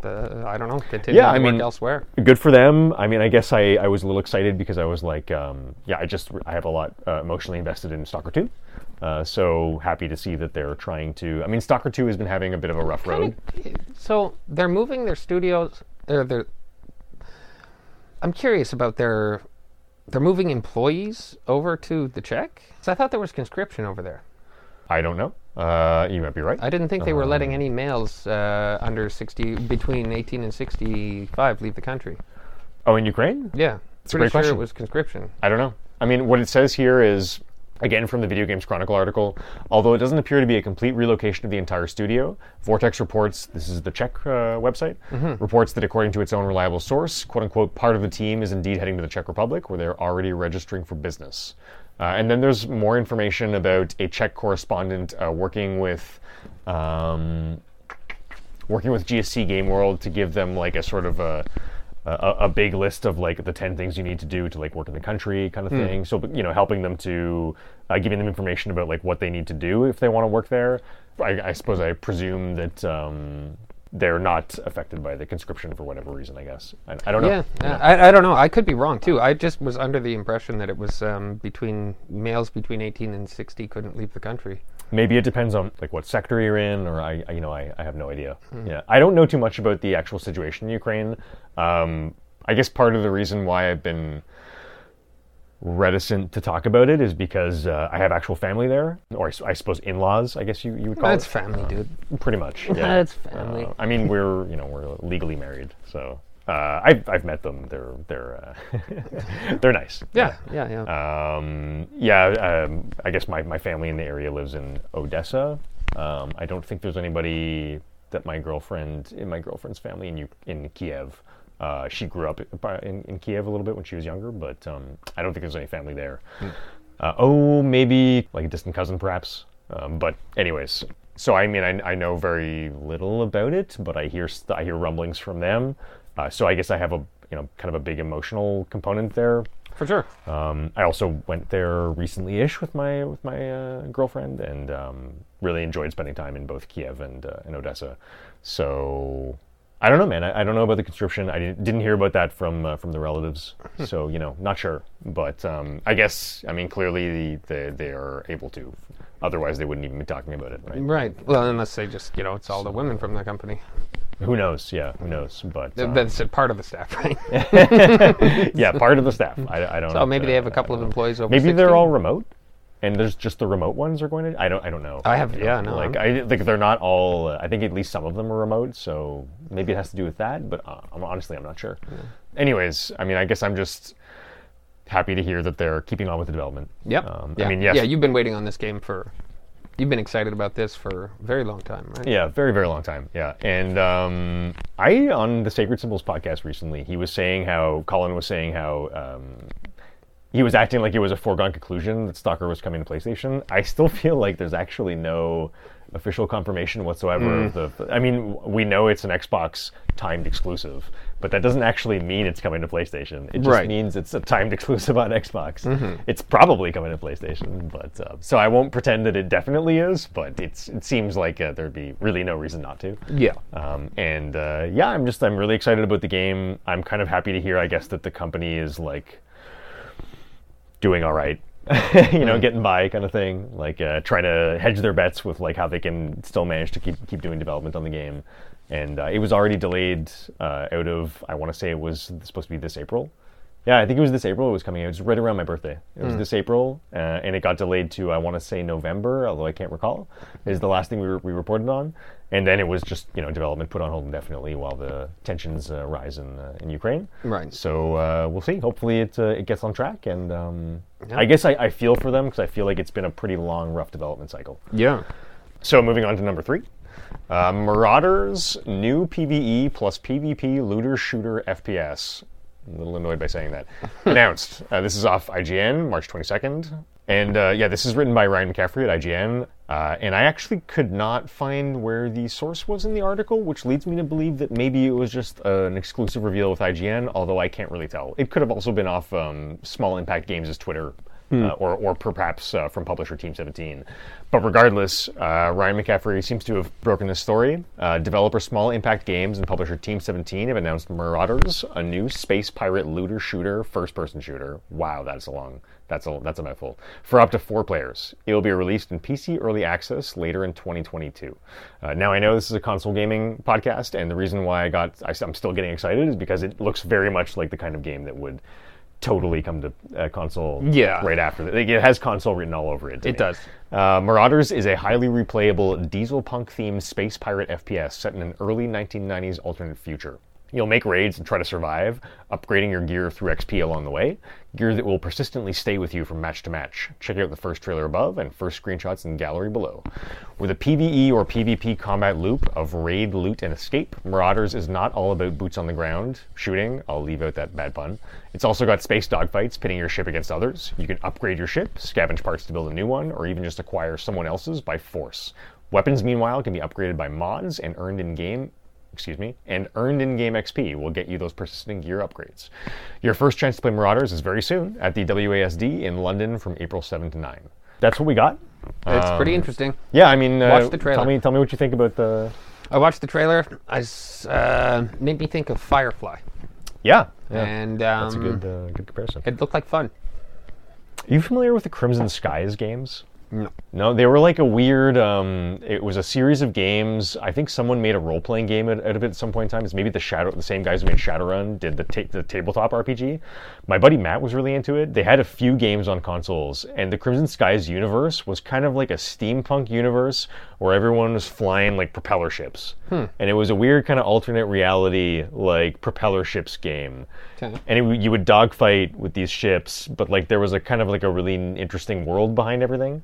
B: the I don't know. Continuing
A: Yeah, I
B: to work
A: mean-
B: elsewhere.
A: good for them. I mean, I guess I, I was a little excited because I was like, um, yeah, I just I have a lot uh, emotionally invested in Stalker Two, uh, so happy to see that they're trying to. I mean, Stalker Two has been having a bit of a rough road.
B: So they're moving their studios. They're, they're I'm curious about their. They're moving employees over to the Czech. So I thought there was conscription over there.
A: I don't know. Uh, you might be right.
B: I didn't think they were letting any males uh, under 60 between 18 and 65 leave the country.
A: oh, in Ukraine?
B: Yeah,
A: a
B: pretty
A: great
B: sure
A: question.
B: it was conscription.
A: I don't know. I mean, what it says here is, again from the Video Games Chronicle article, although it doesn't appear to be a complete relocation of the entire studio, Vortex reports, this is the Czech uh, website, reports that according to its own reliable source, quote unquote, part of the team is indeed heading to the Czech Republic, where they're already registering for business. Uh, and then there's more information about a Czech correspondent uh, working with. Um, working with GSC Game World to give them like a sort of a a, a big list of like the ten things you need to do to like work in the country kind of thing. So you know, helping them to uh, giving them information about like what they need to do if they want to work there. I, I suppose I presume that um, they're not affected by the conscription for whatever reason. I guess I, I don't know.
B: Yeah, yeah. I, I don't know. I could be wrong too. I just was under the impression that it was um, between males between 18 and 60 couldn't leave the country.
A: Maybe it depends on like what sector you're in, or I, I you know, I, I have no idea.
B: Hmm.
A: Yeah, I don't know too much about the actual situation in Ukraine. Um, I guess part of the reason why I've been reticent to talk about it is because uh, I have actual family there, or I, s- I suppose in-laws. I guess you, you would call
B: That's
A: it Uh,
B: family, dude.
A: pretty
B: *laughs*
A: much. Yeah.
B: That's family.
A: Uh, I mean, we're you know we're legally married, so uh, I've I've met them. They're they're uh, *laughs* they're nice.
B: Yeah, yeah, yeah.
A: Um, yeah, um, I guess my, my family in the area lives in Odessa. Um, I don't think there's anybody that my girlfriend in my girlfriend's family in U- in Kiev. Uh, she grew up in, in Kiev a little bit when she was younger, but um, I don't think there's any family there. Uh, oh, maybe like a distant cousin, perhaps. Um, but anyways, so I mean, I, I know very little about it, but I hear st- I hear rumblings from them. Uh, so I guess I have a you know kind of a big emotional component there.
B: For sure.
A: Um, I also went there recently-ish with my with my uh, girlfriend, and um, really enjoyed spending time in both Kiev and uh, and Odessa. So I don't know, man. I, I don't know about the conscription. I didn't, didn't hear about that from uh, from the relatives.
B: Hmm.
A: so you know, not sure. But um, I guess I mean clearly the, the, they are able to. Otherwise, they wouldn't even be talking about it, right?
B: Uh, Right. Well, unless they just, you know, it's all the women from the company.
A: Who knows? Yeah, who knows? But
B: Th-
A: um,
B: That's a part of the staff, *laughs* right?
A: *laughs* yeah, part of the staff.
B: *laughs*
A: I, I don't. uh, know
B: so
A: if
B: maybe
A: the-
B: they have a couple of employees over.
A: Maybe they're
B: 16.
A: all remote, and there's just the remote ones are going to. I don't. I don't know.
B: I have-
A: You know,
B: yeah, no,
A: Like I like they're not all. uh, I think at least some of them are remote, so maybe it has to do with that. But uh, I'm, honestly, I'm not sure. Anyways, I mean, I guess I'm just happy to hear that they're keeping on with the development.
B: Yep.
A: Um,
B: yeah.
A: I mean, yes.
B: Yeah, you've been waiting on this game for. You've been excited about this for a very long time, right?
A: Yeah, very, very long time. Yeah. And um, I, on the Sacred Symbols podcast recently, he was saying how, Colin was saying how um, he was acting like it was a foregone conclusion that Stalker was coming to PlayStation. I still *laughs* feel like there's actually no official confirmation whatsoever of
B: Hmm.
A: the. I mean, w- we know it's an Xbox timed exclusive, but that doesn't actually mean it's coming to PlayStation. It just
B: Right.
A: means it's a timed *laughs* exclusive on Xbox. It's probably coming to PlayStation, but uh, so I won't pretend that it definitely is. But it's it seems like uh, there'd be really no reason not to.
B: Yeah.
A: Um, and uh, yeah, I'm just I'm really excited about the game. I'm kind of happy to hear, I guess, that the company is like doing all right. *laughs* you know, getting by kind of thing, like uh, trying to hedge their bets with like how they can still manage to keep keep doing development on the game. And uh, it was already delayed uh, out of I want to say it was supposed to be this April. Yeah, I think it was this April it was coming out. It was right around my birthday. It was this April, uh, and it got delayed to I want to say November, although I can't recall. Is the last thing we, re- we reported on, and then it was just you know development put on hold indefinitely while the tensions uh, rise in uh, in Ukraine.
B: Right.
A: So uh, we'll see. Hopefully, it uh, it gets on track, and um,
B: Yeah.
A: I guess I, I feel for them because I feel like it's been a pretty long, rough development cycle.
B: Yeah.
A: So moving on to number three, uh, Marauders new PVE plus PvP looter shooter FPS. I'm a little annoyed by saying that. Announced. Uh, this is off IGN, March 22nd. And uh, yeah, this is written by Ryan McCaffrey at IGN. Uh, and I actually could not find where the source was in the article, which leads me to believe that maybe it was just uh, an exclusive reveal with IGN, although I can't really tell. It could have also been off um, Small Impact Games' Twitter uh, or, or perhaps uh, from publisher Team 17. But regardless, uh, Ryan McCaffrey seems to have broken the story. Uh, developer Small Impact Games and publisher Team 17 have announced Marauders, a new space pirate looter shooter, first-person shooter. Wow, that's a long, that's a that's a mouthful. For up to four players, it will be released in PC early access later in 2022. Uh, now I know this is a console gaming podcast, and the reason why I got I, am still getting excited is because it looks very much like the kind of game that would totally come to uh, console
B: Yeah.
A: right after. Like, it has console written all over it. to
B: It
A: me.
B: does.
A: Uh, Marauders is a highly replayable diesel punk themed space pirate FPS set in an early 1990s alternate future. You'll make raids and try to survive, upgrading your gear through XP along the way, gear that will persistently stay with you from match to match. Check out the first trailer above and first screenshots in gallery below. With a PvE or PvP combat loop of raid, loot, and escape, Marauders is not all about boots on the ground, shooting, I'll leave out that bad pun. It's also got space dogfights, pitting your ship against others. You can upgrade your ship, scavenge parts to build a new one, or even just acquire someone else's by force. Weapons, meanwhile, can be upgraded by mods and earned in game. Excuse me, and earned in game XP will get you those persistent gear upgrades. Your first chance to play Marauders is very soon at the WASD in London from April 7 to 9. That's what we got.
B: It's
A: Um,
B: pretty interesting.
A: Yeah, I mean, uh,
B: Watch the trailer.
A: Tell me, tell me what you think about the.
B: I watched the trailer. I s- uh, made me think of Firefly,
A: Yeah, yeah.
B: and um,
A: That's a good, uh, good comparison.
B: it looked like fun.
A: Are you familiar with the Crimson Skies games?
B: No.
A: No, they were like a weird. Um, it was a series of games. I think someone made a role playing game out, out of it at some point in time. It's maybe the shadow, the same guys who made Shadowrun did the, ta- the tabletop RPG. My buddy Matt was really into it. They had a few games on consoles, and the Crimson Skies universe was kind of like a steampunk universe where everyone was flying like propeller ships, and it was a weird kind of alternate reality like propeller ships game
B: Okay.
A: and it, w- you would
B: Hmm.
A: dogfight with these ships, but like there was a kind of like a really n- interesting world behind everything.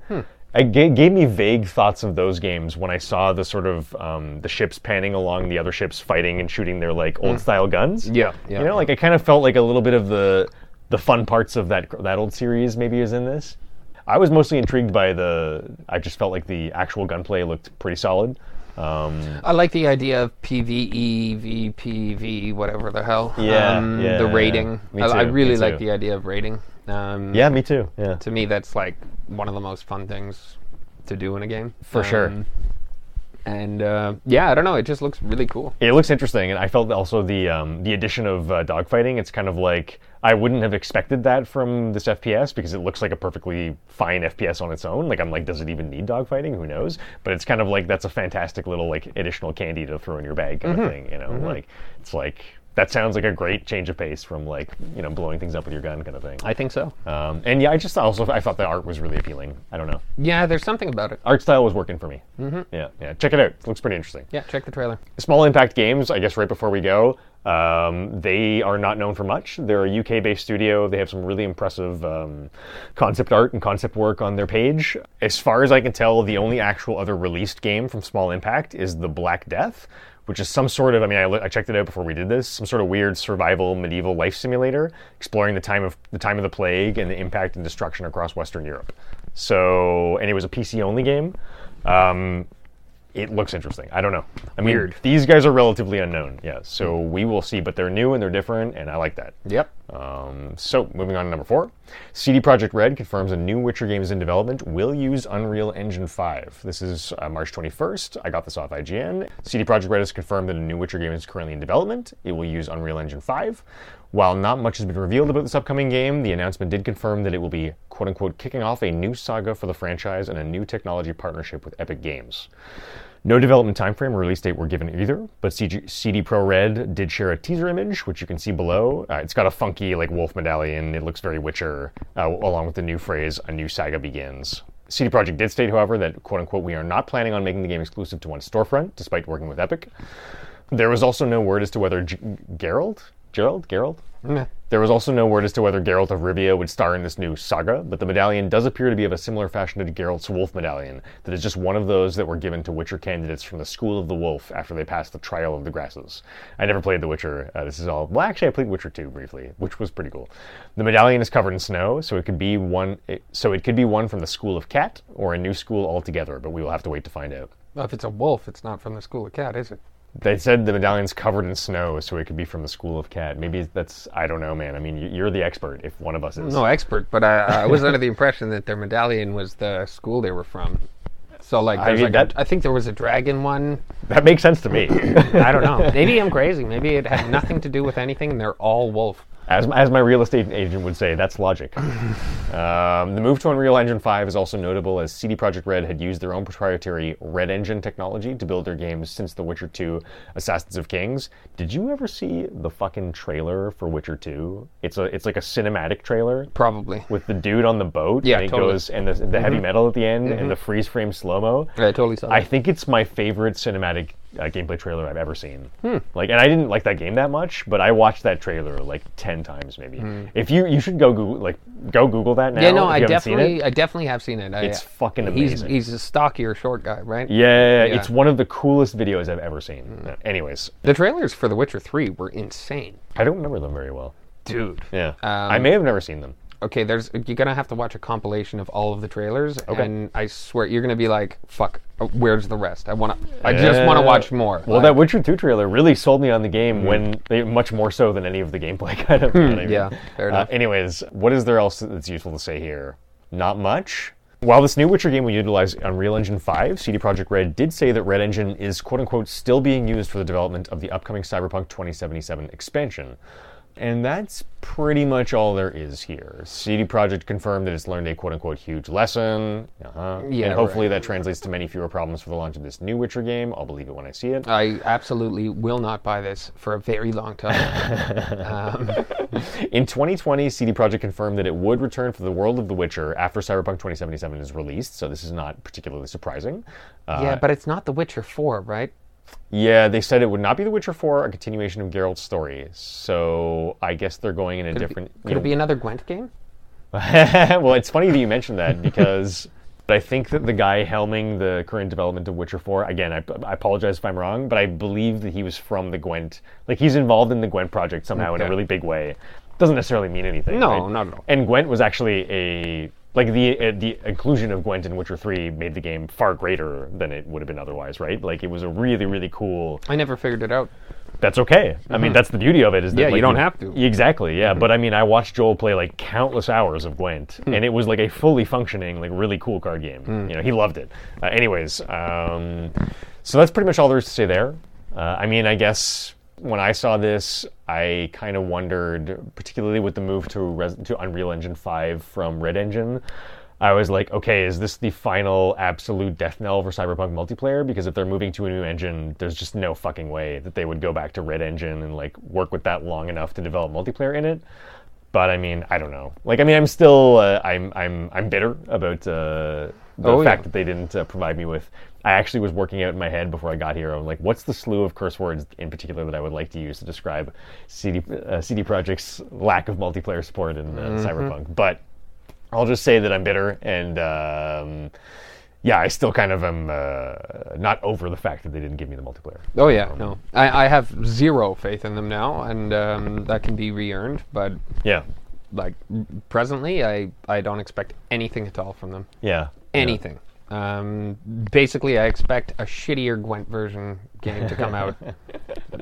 A: it ga- gave me vague thoughts of those games when I saw the sort of um, the ships panning along the other ships fighting and shooting their like old style guns.
B: Hmm. Yeah, yeah.
A: You know, like I kind of felt like a little bit of the the fun parts of that that old series maybe is in this. I was mostly intrigued by the. I just felt like the actual gunplay looked pretty solid. Um,
B: I like the idea of E PVE, VPV, whatever the hell. Um,
A: Yeah, yeah,
B: The rating.
A: me
B: I, I
A: too,
B: really
A: me
B: like
A: too.
B: the idea of rating. Um,
A: yeah, me too. Yeah,
B: To me, that's like one of the most fun things to do in a game.
A: For sure.
B: Um, And uh, yeah, I don't know. It just looks really cool.
A: it looks interesting, and I felt also the um, the addition of uh, dogfighting. It's kind of like I wouldn't have expected that from this FPS because it looks like a perfectly fine FPS on its own. Like I'm like, does it even need dogfighting? Who knows? But it's kind of like that's a fantastic little like additional candy to throw in your bag kind of thing. You know, like it's like that sounds like a great change of pace from like you know blowing things up with your gun kind of thing.
B: I think so.
A: Um, and yeah, I just also I thought the art was really appealing. I don't know,
B: Yeah, there's something about it.
A: art style was working for me. Mm-hmm. Yeah, yeah, check it out. looks pretty interesting
B: Yeah, check the trailer.
A: small impact games i guess right before we go um, they are not known for much they're a uk based studio they have some really impressive um, concept art and concept work on their page as far as i can tell the only actual other released game from small impact is the black death which is some sort of i mean i, lo- I checked it out before we did this some sort of weird survival medieval life simulator exploring the time of the time of the plague and the impact and destruction across western europe so and it was a pc only game um, it looks interesting. I don't know. I mean,
B: Weird.
A: these guys are relatively unknown. Yeah, so we will see. But they're new and they're different, and I like that.
B: Yep.
A: Um, so moving on to number four, CD Projekt Red confirms a new Witcher game is in development. Will use Unreal Engine 5. This is uh, March 21st. I got this off IGN. CD Projekt Red has confirmed that a new Witcher game is currently in development. It will use Unreal Engine 5. While not much has been revealed about this upcoming game, the announcement did confirm that it will be "quote unquote" kicking off a new saga for the franchise and a new technology partnership with Epic Games. No development timeframe or release date were given either, but CG- CD Pro Red did share a teaser image, which you can see below. Uh, it's got a funky like wolf medallion. It looks very Witcher, uh, along with the new phrase "A new saga begins." CD Projekt did state, however, that "quote unquote" we are not planning on making the game exclusive to one storefront, despite working with Epic. There was also no word as to whether G- Geralt, Gerald, Geralt. There was also no word as to whether Geralt of Rivia would star in this new saga, but the medallion does appear to be of a similar fashion to Geralt's wolf medallion, that is just one of those that were given to Witcher candidates from the School of the Wolf after they passed the Trial of the Grasses. I never played The Witcher. Uh, this is all. Well, actually, I played Witcher 2 briefly, which was pretty cool. The medallion is covered in snow, so it could be one. It, so it could be one from the School of Cat or a new school altogether, but we will have to wait to find out.
B: Well, Oh, if it's a wolf, it's not from the School of Cat, is it?
A: They said the medallion's covered in snow, so it could be from the School of Cat. Maybe that's I don't know, man. I mean, you- you're the expert. If one of us is,
B: No expert, but I, I was under the impression that their medallion was the school they were from. So like, there's
A: mean,
B: like a-
A: that-
B: I think there was a dragon *laughs* one.
A: that makes sense to
B: *coughs*
A: me.
B: I don't know. Maybe I'm crazy. Maybe it had nothing to do with anything, and they're all wolf.
A: As, as my real estate agent would say, that's logic.
B: *coughs*
A: um, the move to Unreal Engine 5 is also notable as CD Projekt Red had used their own proprietary Red Engine technology to build their games since The Witcher 2 Assassins of Kings. Did you ever see the fucking trailer for Witcher 2? It's, a, it's like a cinematic trailer.
B: Probably.
A: With the dude on the boat,
B: Yeah,
A: and it
B: totally. Mm-hmm.
A: goes, and the, the heavy metal at the end, and the freeze frame slow mo.
B: I totally saw.
A: I
B: that.
A: think it's my favorite cinematic uh, gameplay trailer I've ever seen.
B: Hmm.
A: Like, and I didn't like that game that much, but I watched that trailer like ten times maybe. If you you should go Google like go Google that now.
B: Hmm. yeah, no,
A: if
B: I
A: you haven't seen it.
B: definitely, I definitely have seen it. I,
A: It's fucking amazing.
B: He's, he's a stockier short guy, right?
A: Yeah, yeah, yeah,
B: Yeah. Hmm.
A: it's one of the coolest videos I've ever seen. Anyways,
B: The trailers for The Witcher Three were insane,
A: I don't remember them very well.
B: dude.
A: Yeah,
B: Um,
A: I may have never seen them.
B: Okay, there's you're gonna have to watch a compilation of all of the trailers, and I swear you're gonna be like, "Fuck, uh, where's the rest? I wanna, I just wanna
A: Yeah.
B: watch more."
A: Well,
B: Like-
A: that Witcher 2 trailer really sold me on the game when they, much more so than any of the gameplay *laughs* kind of. you know what I mean?
B: Hmm. yeah, fair enough.
A: Uh, anyways, what is there else that's useful to say here? Not much. While this new Witcher game will utilize Unreal Engine 5, CD Projekt Red did say that Red Engine is quote unquote still being used for the development of the upcoming Cyberpunk 2077 expansion. And that's pretty much all there is here. CD Projekt confirmed that it's learned a quote unquote huge lesson. Uh-huh.
B: Yeah,
A: and hopefully that translates to many fewer problems for the launch of this new Witcher game. I'll believe it when I see it.
B: I absolutely will not buy this for a very
A: *laughs*
B: long time.
A: In 2020, CD Projekt confirmed that it would return for the world of The Witcher after Cyberpunk 2077 is released, so this is not particularly surprising. Uh,
B: yeah, but it's not The Witcher 4, right?
A: yeah, they said it would not be The Witcher 4, a continuation of Geralt's story, so I guess they're going in a different. *laughs*
B: Could it be another Gwent game?
A: well, it's funny that you mentioned that because *laughs* But I think that the guy helming the current development of Witcher 4, again, I, I apologize if I'm wrong, but I believe that he was from the Gwent. Like, he's involved in the Gwent project somehow in a
B: Okay.
A: really big way. Doesn't necessarily mean anything.
B: No,
A: right?
B: not at all.
A: And Gwent was actually a. Like, the, uh, the inclusion of Gwent in Witcher 3 made the game far greater than it would have been otherwise, right? Like, it was a really, really cool
B: I never figured it out.
A: that's okay. I mean, that's the beauty of it is that
B: Mm-hmm. Yeah, you
A: like,
B: don't have to. Mm-hmm.
A: Exactly. Yeah, but I mean, I watched Joel play like countless hours of Gwent,
B: Hmm.
A: and it was like a fully functioning, like really cool card game. You know, he loved it. Uh, anyways, um, so that's pretty much all there is to say there. Uh, I mean, I guess when I saw this, I kind of wondered, particularly with the move to Res- to Unreal Engine Five from Red Engine. I was like, okay, is this the final absolute death knell for Cyberpunk multiplayer? Because if they're moving to a new engine, there's just no fucking way that they would go back to Red Engine and like work with that long enough to develop multiplayer in it. But I mean, I don't know. Like, I mean, I'm still, uh, I'm, I'm, I'm bitter about uh, the
B: Oh, yeah.
A: fact that they didn't uh, provide me with. I actually was working out in my head before I got here. I'm like, what's the slew of curse words in particular that I would like to use to describe CD uh, CD Projekt's lack of multiplayer support in uh,
B: Mm-hmm.
A: Cyberpunk? But I'll just say that I'm bitter, and um, yeah, I still kind of am uh, not over the fact that they didn't give me the multiplayer.
B: Oh yeah, no, I, I have zero faith in them now, and um, that can be re-earned. But
A: Yeah,
B: like presently, I I don't expect anything at all from them.
A: yeah,
B: Anything. Um, basically, I expect a shittier Gwent version game to come out,
A: *laughs*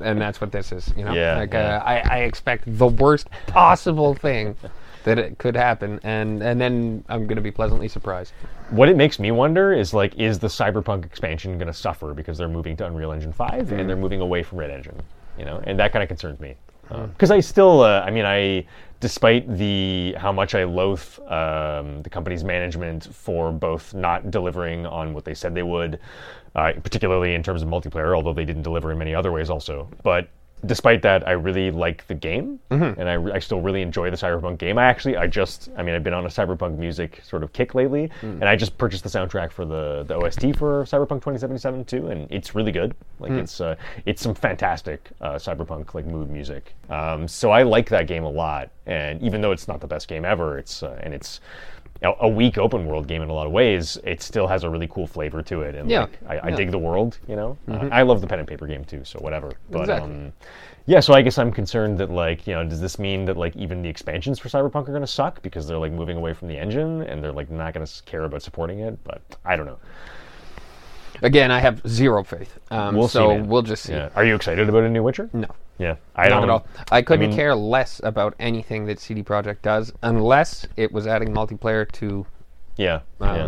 B: and that's what this is. You know,
A: Yeah,
B: like
A: yeah.
B: Uh, I, I expect the worst possible thing that it could happen, and and then I'm gonna be pleasantly surprised.
A: What it makes me wonder is like, is the Cyberpunk expansion going to suffer because they're moving to Unreal Engine Five and they're moving away from Red Engine? You know, and that kind of concerns me because I still, uh, I mean, I despite the how much I loathe um, the company's management for both not delivering on what they said they would, uh, particularly in terms of multiplayer, although they didn't deliver in many other ways also, but. Despite that, I really like the game,
B: Mm-hmm.
A: and I, re- I still really enjoy the Cyberpunk game. I actually, I just, I mean, I've been on a Cyberpunk music sort of kick lately,
B: Mm.
A: and I just purchased the soundtrack for the, the OST for Cyberpunk 2077 too, and it's really good. Like
B: Mm.
A: it's uh, it's some fantastic uh, Cyberpunk like mood music. Um, so I like that game a lot, and even though it's not the best game ever, it's uh, and it's a a weak open world game in a lot of ways. It still has a really cool flavor to it, and
B: Yeah,
A: like, I, I
B: yeah.
A: dig the world. You know, Uh, I love the pen and paper game too, so whatever. But
B: Mm-hmm. Exactly.
A: um, yeah, so I guess I'm concerned that like you know, does this mean that like even the expansions for Cyberpunk are going to suck because they're like moving away from the engine and they're like not going to care about supporting it? But I don't know.
B: Again, I have zero faith. Um,
A: We'll see,
B: so
A: man.
B: we'll just see.
A: Yeah. Are you excited about a new Witcher?
B: No.
A: Yeah, I
B: Not
A: don't
B: at all. I couldn't
A: mean-
B: care less about anything that CD Projekt does unless it was adding multiplayer to
A: Yeah,
B: um,
A: yeah.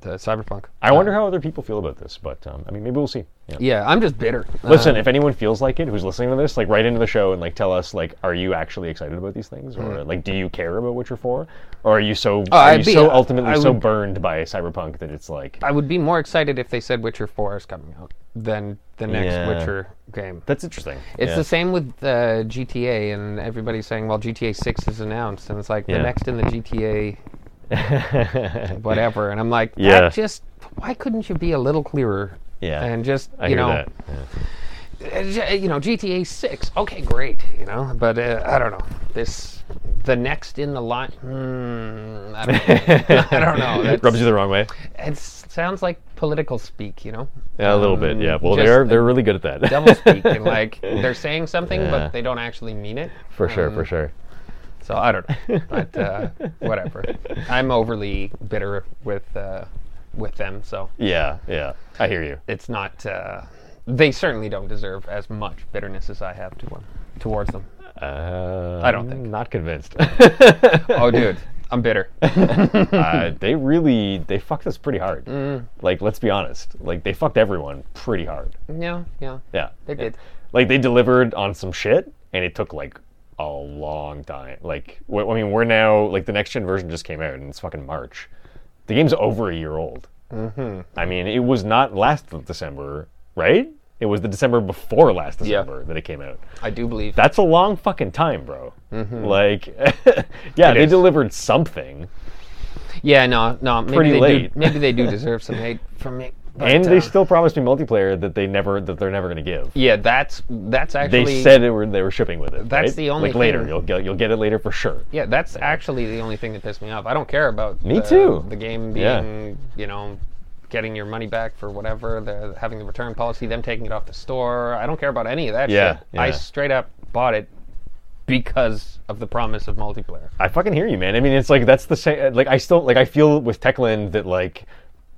B: the Cyberpunk.
A: I wonder how other people feel about this, but um, I mean, maybe we'll see. Yeah.
B: Yeah, I'm just bitter.
A: Listen, if anyone feels like it, who's listening to this, like write into the show and like tell us, like, are you actually excited about these things, or like, do you care about Witcher Four, or are you so are
B: I'd
A: you
B: be-
A: so ultimately
B: I
A: so
B: would-
A: burned by Cyberpunk that it's like
B: I would be more excited if they said Witcher 4 is coming out than the next
A: Yeah.
B: Witcher game.
A: that's interesting.
B: It's
A: yeah.
B: the same with uh, GTA, and everybody's saying, well, GTA 6 is announced, and it's like
A: Yeah.
B: the next in the GTA
A: *laughs*
B: whatever. And I'm like,
A: Yeah.
B: that just, why couldn't you be a little clearer?
A: Yeah.
B: And just,
A: I
B: you
A: hear
B: know.
A: that. Yeah.
B: Uh, G- you know GTA Six. Okay, great. You know, but uh, I don't know this. The next in the line. Hmm, I don't. know. *laughs* I don't
A: oh,
B: know. That's-
A: *laughs* Rubs you the wrong way.
B: it sounds like political speak. You know,
A: Yeah, a little bit. Yeah. Well,
B: just-
A: they're they're really good at that.
B: double speak, and like they're saying something,
A: Yeah.
B: but they don't actually mean it.
A: *laughs* for sure. *laughs* For sure.
B: So I don't know. But uh, whatever. I'm overly bitter with uh, with them. So
A: Yeah. Yeah. I hear you.
B: it's not. Uh, they certainly don't deserve as much bitterness as I have to um,
A: *laughs*
B: towards them.
A: Uh,
B: I don't think.
A: Not convinced.
B: Oh, dude, I'm bitter.
A: *laughs* uh, they really they fucked us pretty hard. Like let's be honest, like they fucked everyone pretty hard.
B: Yeah, yeah.
A: Yeah,
B: They
A: Yeah.
B: did.
A: Like they delivered on some shit, and it took like a long time. Like wh- I mean, we're now like the next gen version just came out, and it's fucking March. The game's over a year old. Mm-hmm. I mean, it was not last December, right? It was the December before last December that it came out.
B: I do believe.
A: That's a *laughs*
B: Mm-hmm.
A: long fucking time, bro. Like, yeah, they delivered something.
B: Yeah, no, no. Maybe
A: Pretty
B: they
A: late.
B: Do, maybe
A: *laughs*
B: they do deserve some hate from me. but,
A: and they
B: uh,
A: still promised me multiplayer that they never that they're never going to give.
B: Yeah, that's that's
A: They
B: actually.
A: said it were, they were shipping with it.
B: That's
A: right?
B: the only
A: like later.
B: thing-
A: You'll get you'll get it later for sure.
B: Yeah, that's actually the only thing that pissed me off. I don't care about
A: Me
B: the,
A: too.
B: The game
A: Yeah.
B: being, you know, getting your money back for whatever. The having the return policy, them taking it off the store. I don't care about any of that
A: Yeah,
B: shit. I
A: yeah.
B: straight up bought it because of the promise of multiplayer.
A: I fucking hear you, man. I mean, it's like that's the same. Like I still like I feel with Techland that like,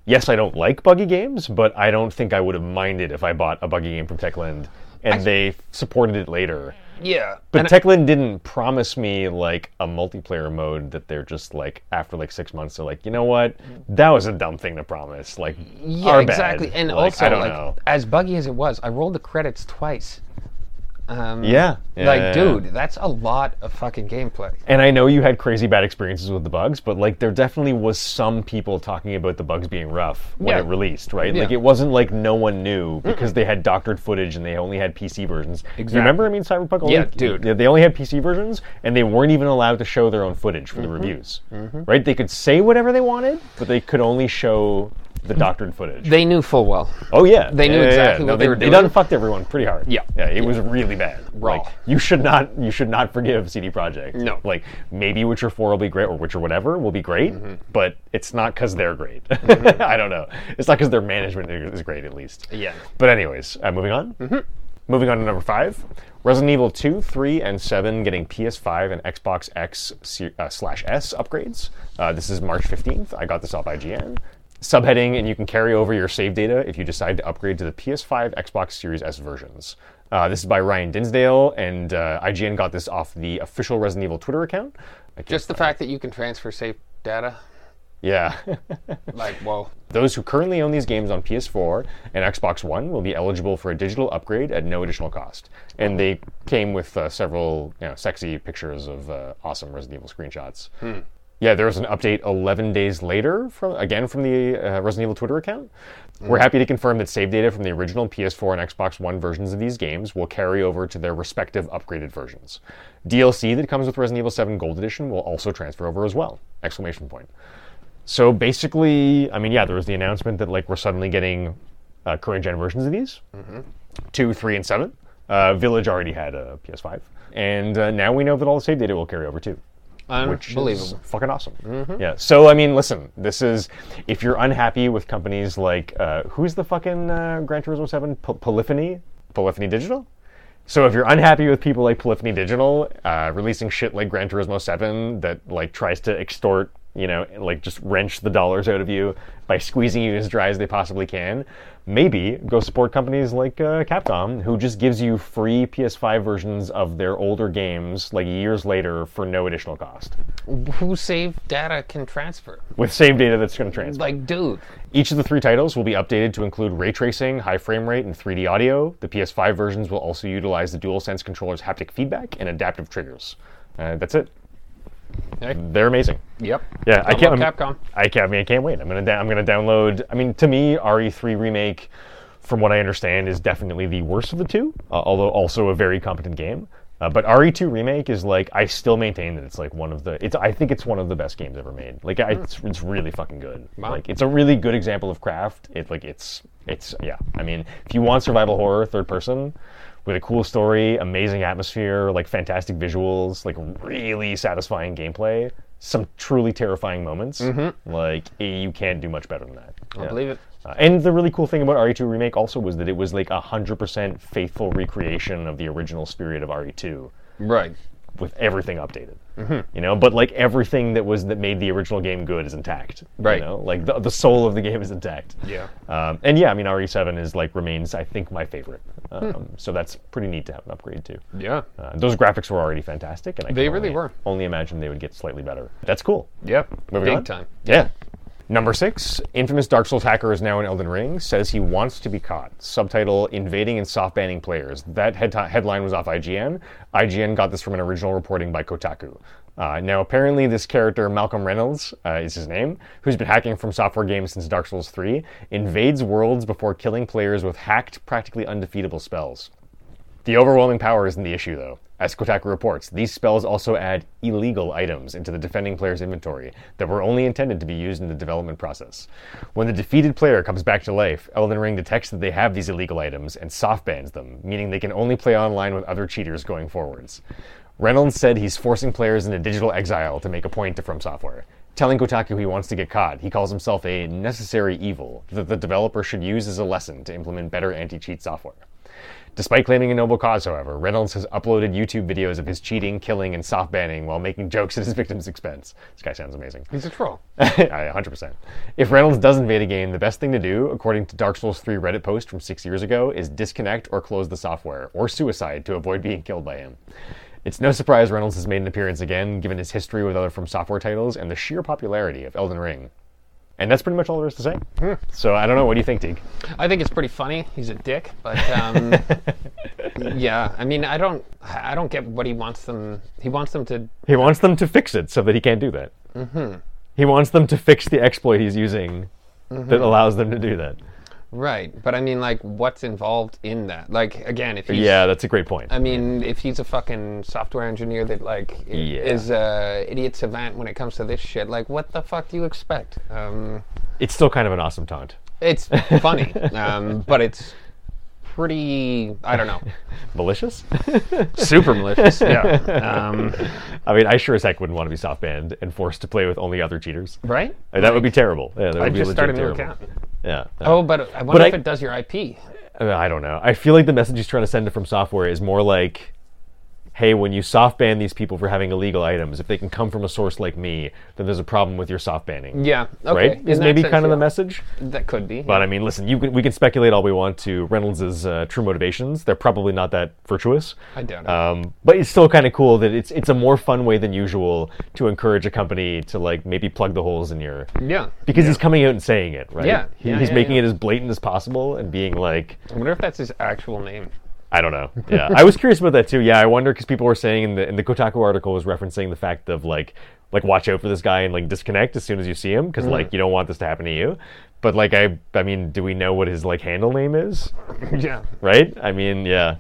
A: yes, I don't like buggy games, but I don't think I would have minded if I bought a buggy game from Techland and they supported it later.
B: Yeah,
A: But
B: and
A: Techland didn't promise me like a multiplayer mode that they're just like after like six months they're like you know what that was a dumb thing to promise like
B: yeah,
A: our bad.
B: exactly. And
A: Like,
B: also,
A: I don't
B: like
A: know
B: as buggy as it was, I rolled the credits twice. Um,
A: yeah, Yeah,
B: like,
A: yeah, yeah.
B: dude, that's a lot of fucking gameplay.
A: And I know you had crazy bad experiences with the bugs, but like there definitely was some people talking about the bugs being rough when
B: Yeah.
A: it released, right?
B: Yeah.
A: Like it wasn't like no one knew because they had doctored footage and they only had PC versions. You
B: Exactly.
A: remember? I mean, Cyberpunk. Only,
B: Yeah, dude.
A: They, they only had PC versions, and they weren't even allowed to show their own footage
B: Mm-hmm.
A: for the reviews, right? They could say whatever they wanted, but they could only show the doctored footage.
B: They knew full well.
A: oh yeah,
B: they knew
A: Yeah, yeah, yeah.
B: exactly
A: No,
B: what they were
A: They
B: doing.
A: done fucked everyone pretty hard.
B: Yeah.
A: yeah, it was really bad.
B: Raw.
A: Like, you should not you should not forgive CD Projekt.
B: No.
A: Like maybe Witcher 4 will be great or Witcher whatever will be great,
B: Mm-hmm.
A: but it's not cuz they're great. *laughs* I don't know. It's not cuz their management is great at least.
B: Yeah. Mm-hmm.
A: But anyways, uh, moving on. Moving on to number 5. Resident Evil 2, 3, and 7 getting PS5 and Xbox X se- uh, slash S upgrades. Uh, this is March 15th. I got this off IGN. Subheading, and you can carry over your save data if you decide to upgrade to the PS5, Xbox Series S versions. Uh, this is by Ryan Dinsdale, and uh, IGN got this off the official Resident Evil Twitter account. I can't-
B: Just the fact that you can transfer safe data,
A: yeah. *laughs*
B: like, *laughs* whoa.
A: Those who currently own these games on PS4 and Xbox One will be eligible for a digital upgrade at no additional cost. And they came with uh, several you know, sexy pictures of uh, awesome Resident Evil screenshots. Yeah, there was an update 11 days later, from again from the uh, Resident Evil Twitter account. We're happy to confirm that save data from the original PS4 and Xbox One versions of these games will carry over to their respective upgraded versions. DLC that comes with Resident Evil 7 Gold Edition will also transfer over as well! Exclamation point. So basically, I mean, yeah, there was the announcement that like we're suddenly getting uh, current gen versions of these, two, three, and seven. Uh, Village already had a PS5, and uh, now we know that all the save data will carry over too. Which is
B: Unbelievable.
A: fucking awesome. Mm-hmm. Yeah. So I mean, listen, this is if you're unhappy with companies like uh, who's the fucking uh, Gran Turismo Seven P- Polyphony, Polyphony Digital. So if you're unhappy with people like Polyphony Digital uh, releasing shit like Gran Turismo Seven that like tries to extort, you know, like just wrench the dollars out of you by squeezing you as dry as they possibly can, maybe go support companies like uh, Capcom who just gives you free PS5 versions of their older games like years later for no additional cost
B: Who saved data can transfer?
A: with save data that's going to transfer.
B: Like, dude.
A: Each of the three titles will be updated to include ray tracing, high frame rate, and 3D audio. The PS5 versions will also utilize the DualSense controller's haptic feedback and adaptive triggers. Uh, that's it.
B: Hey.
A: They're amazing.
B: Yep.
A: Yeah, I
B: Download
A: can't.
B: Capcom.
A: I can't. I mean, I can't wait. I'm gonna. Da- I'm gonna download. I mean, to me, RE3 remake, from what I understand, is definitely the worst of the two. Uh, although also a very competent game. Uh, but RE2 remake is like I still maintain that it's like one of the. It's. I think it's one of the best games ever made. Like I, it's, it's really fucking good.
B: Wow.
A: Like it's a really good example of craft. It like it's. It's yeah. I mean, if you want survival horror third person. With a cool story, amazing atmosphere, like fantastic visuals, like really satisfying gameplay, some truly terrifying moments. Like eh, you can't do much better than that.
B: Mm-hmm. I
A: Yeah.
B: believe it.
A: Uh, and the really cool thing about RE2 remake also was that it was like a hundred percent faithful recreation of the original spirit of E RE2
B: Right.
A: with everything updated.
B: Mm-hmm.
A: You know, but like everything that was that made the original game good is intact.
B: Right.
A: You know, like the, the soul of the game is intact.
B: Yeah.
A: Um, and yeah, I mean RE7 is like remains I think my favorite.
B: Hmm.
A: Um, So that's pretty neat to have an upgrade to.
B: Yeah.
A: Uh, those graphics were already fantastic, and I can
B: They really
A: only-
B: were.
A: Only imagine they would get slightly better. That's cool.
B: Yep.
A: Moving
B: Big
A: on.
B: time.
A: Yeah. Number six, infamous Dark Souls hacker is now in Elden Ring, says he wants to be caught. Subtitle, invading and soft banning players. That head- headline was off IGN. IGN got this from an original reporting by Kotaku. Uh, now, apparently, this character, Malcolm Reynolds, uh, is his name, who's been hacking from software games since Dark Souls 3, invades worlds before killing players with hacked, practically undefeatable spells. The overwhelming power isn't the issue, though. As Kotaku reports, these spells also add illegal items into the defending player's inventory that were only intended to be used in the development process. When the defeated player comes back to life, Elden Ring detects that they have these illegal items and soft bans them, meaning they can only play online with other cheaters going forwards. Reynolds said he's forcing players into digital exile to make a point to From Software. Telling Kotaku he wants to get caught, he calls himself a necessary evil that the developer should use as a lesson to implement better anti cheat software. Despite claiming a noble cause, however, Reynolds has uploaded YouTube videos of his cheating, killing, and soft banning while making jokes at his victims' expense. This guy sounds amazing. *laughs*
B: He's a troll.
A: I- 100%. If Reynolds does invade a game, the best thing to do, according to Dark Souls 3 Reddit post from six years ago, is disconnect or close the software, or suicide to avoid being killed by him. It's no surprise Reynolds has made an appearance again, given his history with other From Software titles and the sheer popularity of Elden Ring. And that's pretty much all there is to say. So I don't know. What do you think, Teague?
B: I think it's pretty funny. He's a dick,
A: *laughs*
B: but um, yeah. I mean, I don't, I don't get what he wants them. He wants them to.
A: He wants them to fix it so that he can't do that. Mm-hmm. He wants them to fix the exploit he's using
B: Mm-hmm.
A: that allows them to do that.
B: Right, but I mean, like, what's involved in that? Like, again, if he's
A: Yeah, that's a great point.
B: I mean, if he's a fucking software engineer that like i-
A: Yeah.
B: is a idiot savant when it comes to this shit, like, what the fuck do you expect? Um,
A: It's still kind of an awesome taunt. *laughs*
B: it's funny, um, but it's pretty. I don't know. *laughs*
A: Malicious?
B: Super malicious. Yeah. *laughs* Um,
A: I mean, I sure as heck wouldn't want to be soft banned and forced to play with only other cheaters.
B: right.
A: Uh, That would be terrible. Yeah, that would
B: I
A: be
B: just
A: legit
B: started a new
A: terrible.
B: account.
A: Yeah.
B: Oh, but I wonder
A: But
B: if
A: I-
B: it does your IP.
A: I mean, I don't know. I feel like the message he's trying to send from software is more like, "Hey, when you soft ban these people for having illegal items, if they can come from a source like me, then there's a problem with your soft banning."
B: Yeah. Okay.
A: Right?
B: In
A: Is
B: that
A: maybe
B: sense,
A: kind of the
B: yeah.
A: message.
B: That could be.
A: But I mean, listen, you can, we can speculate all we want to Reynolds' uh, true motivations. They're probably not that virtuous.
B: I doubt it.
A: Um, but it's still kind of cool that it's it's a more fun way than usual to encourage a company to like maybe plug the holes in your
B: yeah.
A: because he's coming out and saying it, right?
B: Yeah.
A: He-
B: Yeah,
A: he's
B: yeah,
A: making
B: yeah.
A: it as blatant as possible and being like,
B: I wonder if that's his actual name. *laughs*
A: I don't know. Yeah, I was curious about that too. Yeah, I wonder because people were saying in the in the Kotaku article was referencing the fact of like like watch out for this guy and like disconnect as soon as you see him because
B: Mm.
A: like you don't want this to happen to you. But like I I mean, do we know what his like handle name is?
B: yeah.
A: Right? I mean, yeah.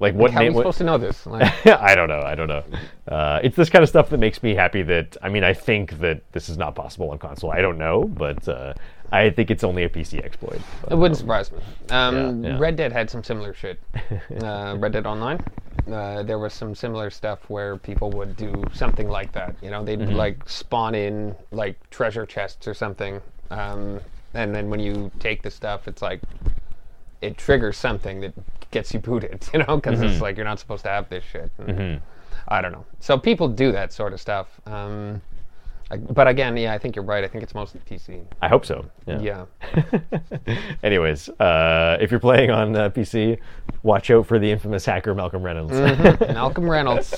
A: Like what
B: How are we
A: name? what-
B: supposed to know this? Like,
A: *laughs* I don't know. I don't know. Uh, it's this kind of stuff that makes me happy. That I mean, I think that this is not possible on console. I don't know, but uh, I think it's only a PC exploit.
B: it
A: But-
B: wouldn't surprise me. Um,
A: Yeah, yeah.
B: Red Dead had some similar
A: *laughs*
B: shit. Uh, Red Dead Online. Uh, there was some similar stuff where people would do something like that. You know,
A: Mm-hmm.
B: they'd like spawn in like treasure chests or something, um, and then when you take the stuff, it's like it triggers something that gets you booted. *laughs* You know, because
A: Mm-hmm.
B: it's like you're not supposed to have this shit. And I don't know. So people do that sort of stuff. Um, I- but again, yeah, I think you're right. I think it's mostly PC.
A: I hope so.
B: Yeah.
A: Anyways, uh, if you're playing on uh, PC, watch out for the infamous hacker Malcolm Reynolds. *laughs*
B: Malcolm Reynolds.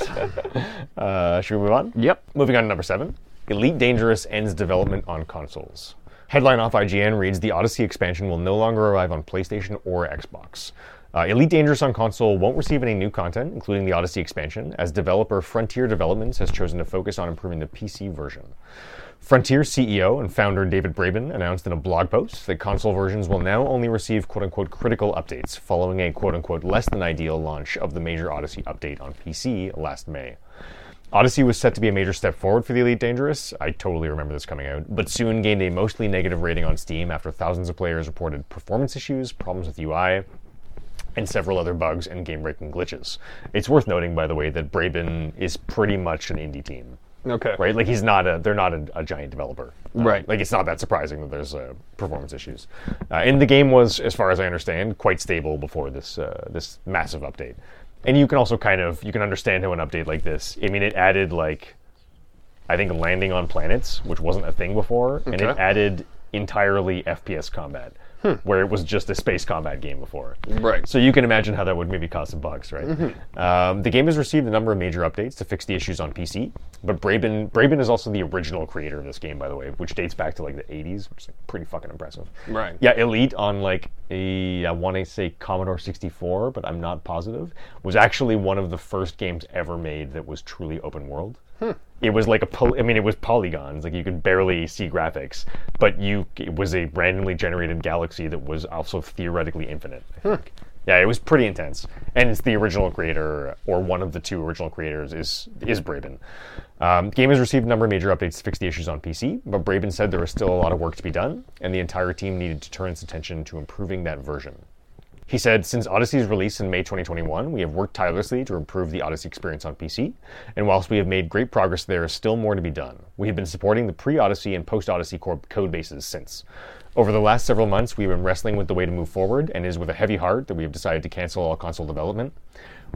A: Uh, should we move on?
B: Yep.
A: Moving on to number seven Elite Dangerous ends development on consoles. Headline off IGN reads The Odyssey expansion will no longer arrive on PlayStation or Xbox. Uh, Elite Dangerous on console won't receive any new content, including the Odyssey expansion, as developer Frontier Developments has chosen to focus on improving the PC version. Frontier CEO and founder David Braben announced in a blog post that console versions will now only receive quote unquote critical updates following a quote unquote less than ideal launch of the major Odyssey update on PC last May. Odyssey was set to be a major step forward for the Elite Dangerous. I totally remember this coming out, but soon gained a mostly negative rating on Steam after thousands of players reported performance issues, problems with UI, and several other bugs and game breaking glitches. It's worth noting, by the way, that Braben is pretty much an indie team,
B: Okay.
A: *laughs* right? Like, he's not a, they're not a, a giant developer. Uh,
B: Right.
A: Like, it's not that surprising that there's uh, performance issues. Uh, and the game was, as far as I understand, quite stable before this uh, this massive update. And you can also kind of you can understand how an update like this. I mean, it added like I think landing on planets, which wasn't a thing before, and it
B: Okay. Hmm.
A: added entirely FPS combat, where it was just a space combat game before.
B: Right.
A: *laughs* So you can imagine how that would maybe cause some bugs, right? Um, the game has received a number of major updates to fix the issues on PC, but Braben Braben is also the original creator of this game, by the way, which dates back to like the 80s, which is like, pretty fucking impressive.
B: Right.
A: Yeah, Elite on like a I want to say Commodore 64, but I'm not positive, was actually one of the first games ever made that was truly open world. It was like a poly- I mean it was polygons, like you could barely see graphics, but you it was a randomly generated galaxy that was also theoretically infinite. I think. Yeah, it was pretty intense, and it's the original creator or one of the two original creators is is Braben. Um, the game has received a number of major updates to fix the issues on PC, but Braben said there was still a lot of work to be done, and the entire team needed to turn its attention to improving that version. He said, since Odyssey's release in May 2021, we have worked tirelessly to improve the Odyssey experience on PC, and whilst we have made great progress, there is still more to be done. We have been supporting the pre Odyssey and post Odyssey core code bases since. Over the last several months, we've been wrestling with the way to move forward, and it is with a heavy heart that we have decided to cancel all console development.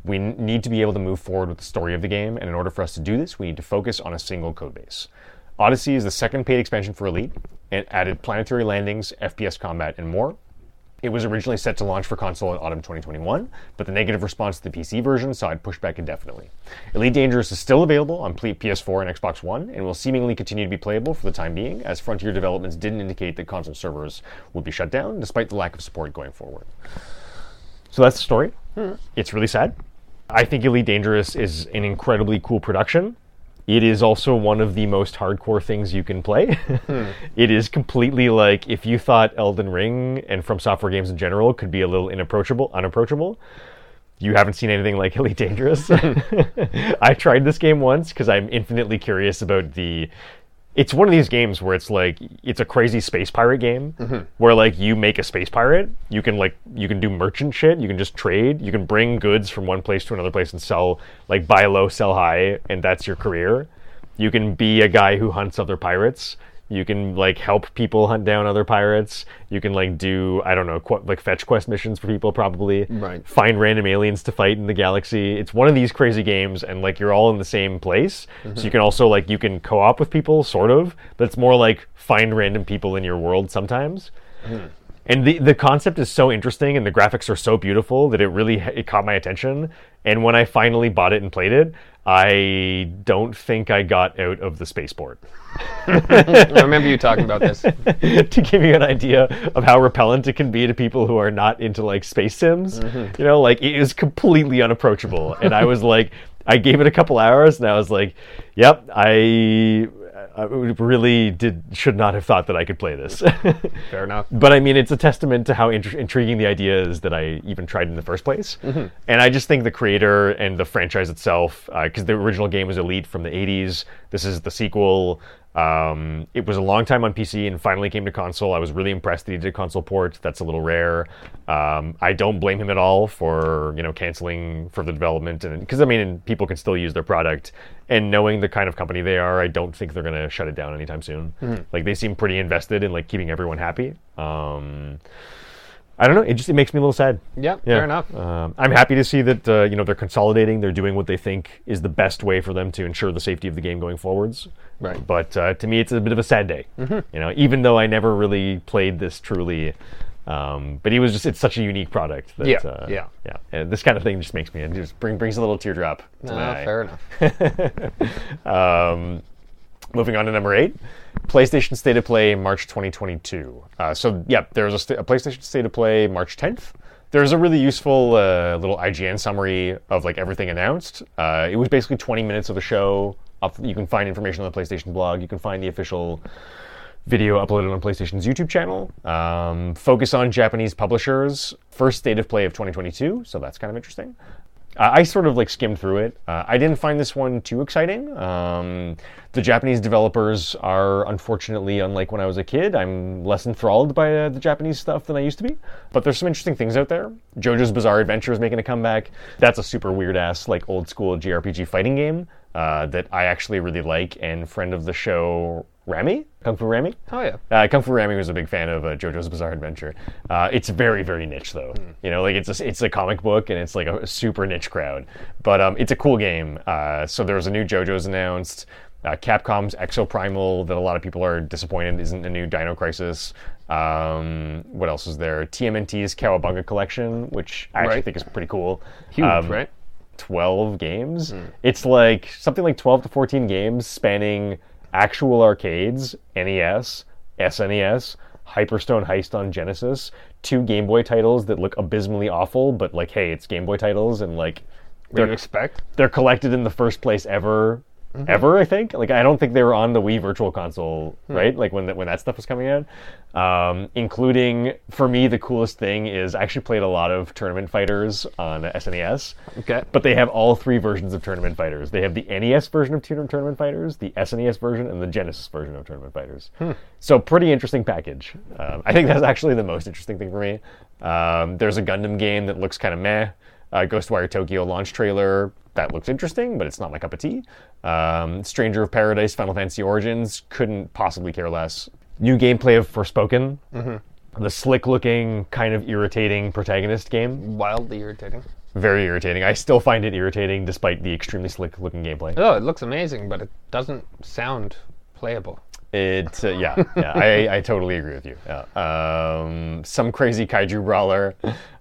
A: We n- need to be able to move forward with the story of the game, and in order for us to do this, we need to focus on a single code base. Odyssey is the second paid expansion for Elite, and added planetary landings, FPS combat, and more. It was originally set to launch for console in autumn 2021, but the negative response to the PC version saw it pushed back indefinitely. Elite Dangerous is still available on ple- PS4 and Xbox One, and will seemingly continue to be playable for the time being, as Frontier developments didn't indicate that console servers would be shut down, despite the lack of support going forward. So that's the story. It's really sad. I think Elite Dangerous is an incredibly cool production. It is also one of the most hardcore things you can play. *laughs* It is completely like if you thought Elden Ring and from software games in general could be a little inapproachable, unapproachable. You haven't seen anything like Elite Dangerous. *laughs* I tried this game once because I'm infinitely curious about the. It's one of these games where it's like it's a crazy space pirate game where like you make a space pirate, you can like you can do merchant shit, you can just trade, you can bring goods from one place to another place and sell like buy low, sell high, and that's your career. You can be a guy who hunts other pirates. You can like help people hunt down other pirates. You can like do I don't know qu- like fetch quest missions for people probably.
B: Right.
A: Find random aliens to fight in the galaxy. It's one of these crazy games, and like you're all in the same place. So you can also like you can co-op with people sort of, but it's more like find random people in your world sometimes. And the, the concept is so interesting, and the graphics are so beautiful that it really it caught my attention. And when I finally bought it and played it, I don't think I got out of the spaceport.
B: I remember you talking
A: *laughs*
B: about this.
A: to give you an idea of how repellent it can be to people who are not into like space sims. You know, like it is completely unapproachable. and I was like, I gave it a couple hours, and I was like, "Yep, I, I really did should not have thought that I could play this." *laughs*
B: Fair enough.
A: but I mean, it's a testament to how intr intriguing the idea is that I even tried in the first place. And I just think the creator and the franchise itself, because the original game was Elite from the 80s, this is the sequel. Um, it was a long time on PC and finally came to console. I was really impressed that he did a console port. That's a little rare. Um, I don't blame him at all for you know canceling for the development and because I mean people can still use their product. And knowing the kind of company they are, I don't think they're going to shut it down anytime soon.
B: Mm-hmm.
A: Like they seem pretty invested in like keeping everyone happy. Um, I don't know. It just it makes me a little sad.
B: Yeah,
A: Yeah.
B: fair enough.
A: Um, I'm happy to see that uh, you know they're consolidating. They're doing what they think is the best way for them to ensure the safety of the game going forwards.
B: Right. Mm-hmm.
A: But uh, to me, it's a bit of a sad day. You know, even though I never really played this truly, um, but it was just it's such a unique product. That,
B: Yeah,
A: Uh,
B: yeah.
A: Yeah. And this kind of thing just makes me it just bring, brings a little teardrop to
B: No,
A: my eye.
B: fair enough.
A: Um, moving on to number eight, PlayStation State of Play, March 2022. Uh, so, yeah, there was a, sta- a PlayStation State of Play March 10th. There's a really useful uh, little IGN summary of like everything announced. Uh, it was basically 20 minutes of the show. Up, you can find information on the PlayStation blog. You can find the official video uploaded on PlayStation's YouTube channel. Um, focus on Japanese publishers. First state of play of 2022, so that's kind of interesting. Uh, I sort of like skimmed through it. Uh, I didn't find this one too exciting. Um, the Japanese developers are unfortunately unlike when I was a kid. I'm less enthralled by uh, the Japanese stuff than I used to be. But there's some interesting things out there. JoJo's Bizarre Adventure is making a comeback. That's a super weird ass like old school JRPG fighting game uh, that I actually really like. And friend of the show Rami Kung Fu Rami.
B: Oh yeah.
A: Uh, Kung Fu Rami was a big fan of uh, JoJo's Bizarre Adventure. Uh, it's very, very niche, though.
B: Hmm.
A: You know, like it's a, it's a comic book and it's like a, super niche crowd. But um, it's a cool game. Uh, so there was a new JoJo's announced. Uh, Capcom's Exoprimal that a lot of people are disappointed isn't a new Dino Crisis. Um, what else is there? TMNT's Cowabunga Collection, which I actually
B: Right.
A: think is pretty cool.
B: Huge,
A: Um,
B: right?
A: 12 games. It's like something like 12 to 14 games spanning actual arcades, E NES, SNES, E Hyperstone Heist on Genesis, two Game Boy titles that look abysmally awful, but like, hey, it's Game Boy titles and like
B: What do
A: they're,
B: you expect?
A: they're collected in the first place ever ever. I think like I don't think they were on the Wii Virtual Console, right? Like when that when that stuff was coming out, um, including for me the coolest thing is I actually played a lot of Tournament Fighters on E SNES.
B: Okay.
A: But they have all three versions of Tournament Fighters. They have the NES version of Tour- Tournament Fighters, the SNES version, and the Genesis version of Tournament Fighters. So pretty interesting package. Um, I think that's actually the most interesting thing for me. Um, there's a Gundam game that looks kind of meh. Uh, Ghostwire Tokyo launch trailer that looks interesting, but it's not my cup of tea. Um, Stranger of Paradise, Final Fantasy Origins couldn't possibly care less. New gameplay of Forspoken. The slick-looking, kind of irritating protagonist game
B: Wildly irritating.
A: very irritating. I still find it irritating despite the extremely slick looking gameplay.
B: Oh, it looks amazing, but it doesn't sound playable.
A: It, uh, yeah, yeah, I, I totally agree with you. Yeah. Um, some crazy kaiju brawler.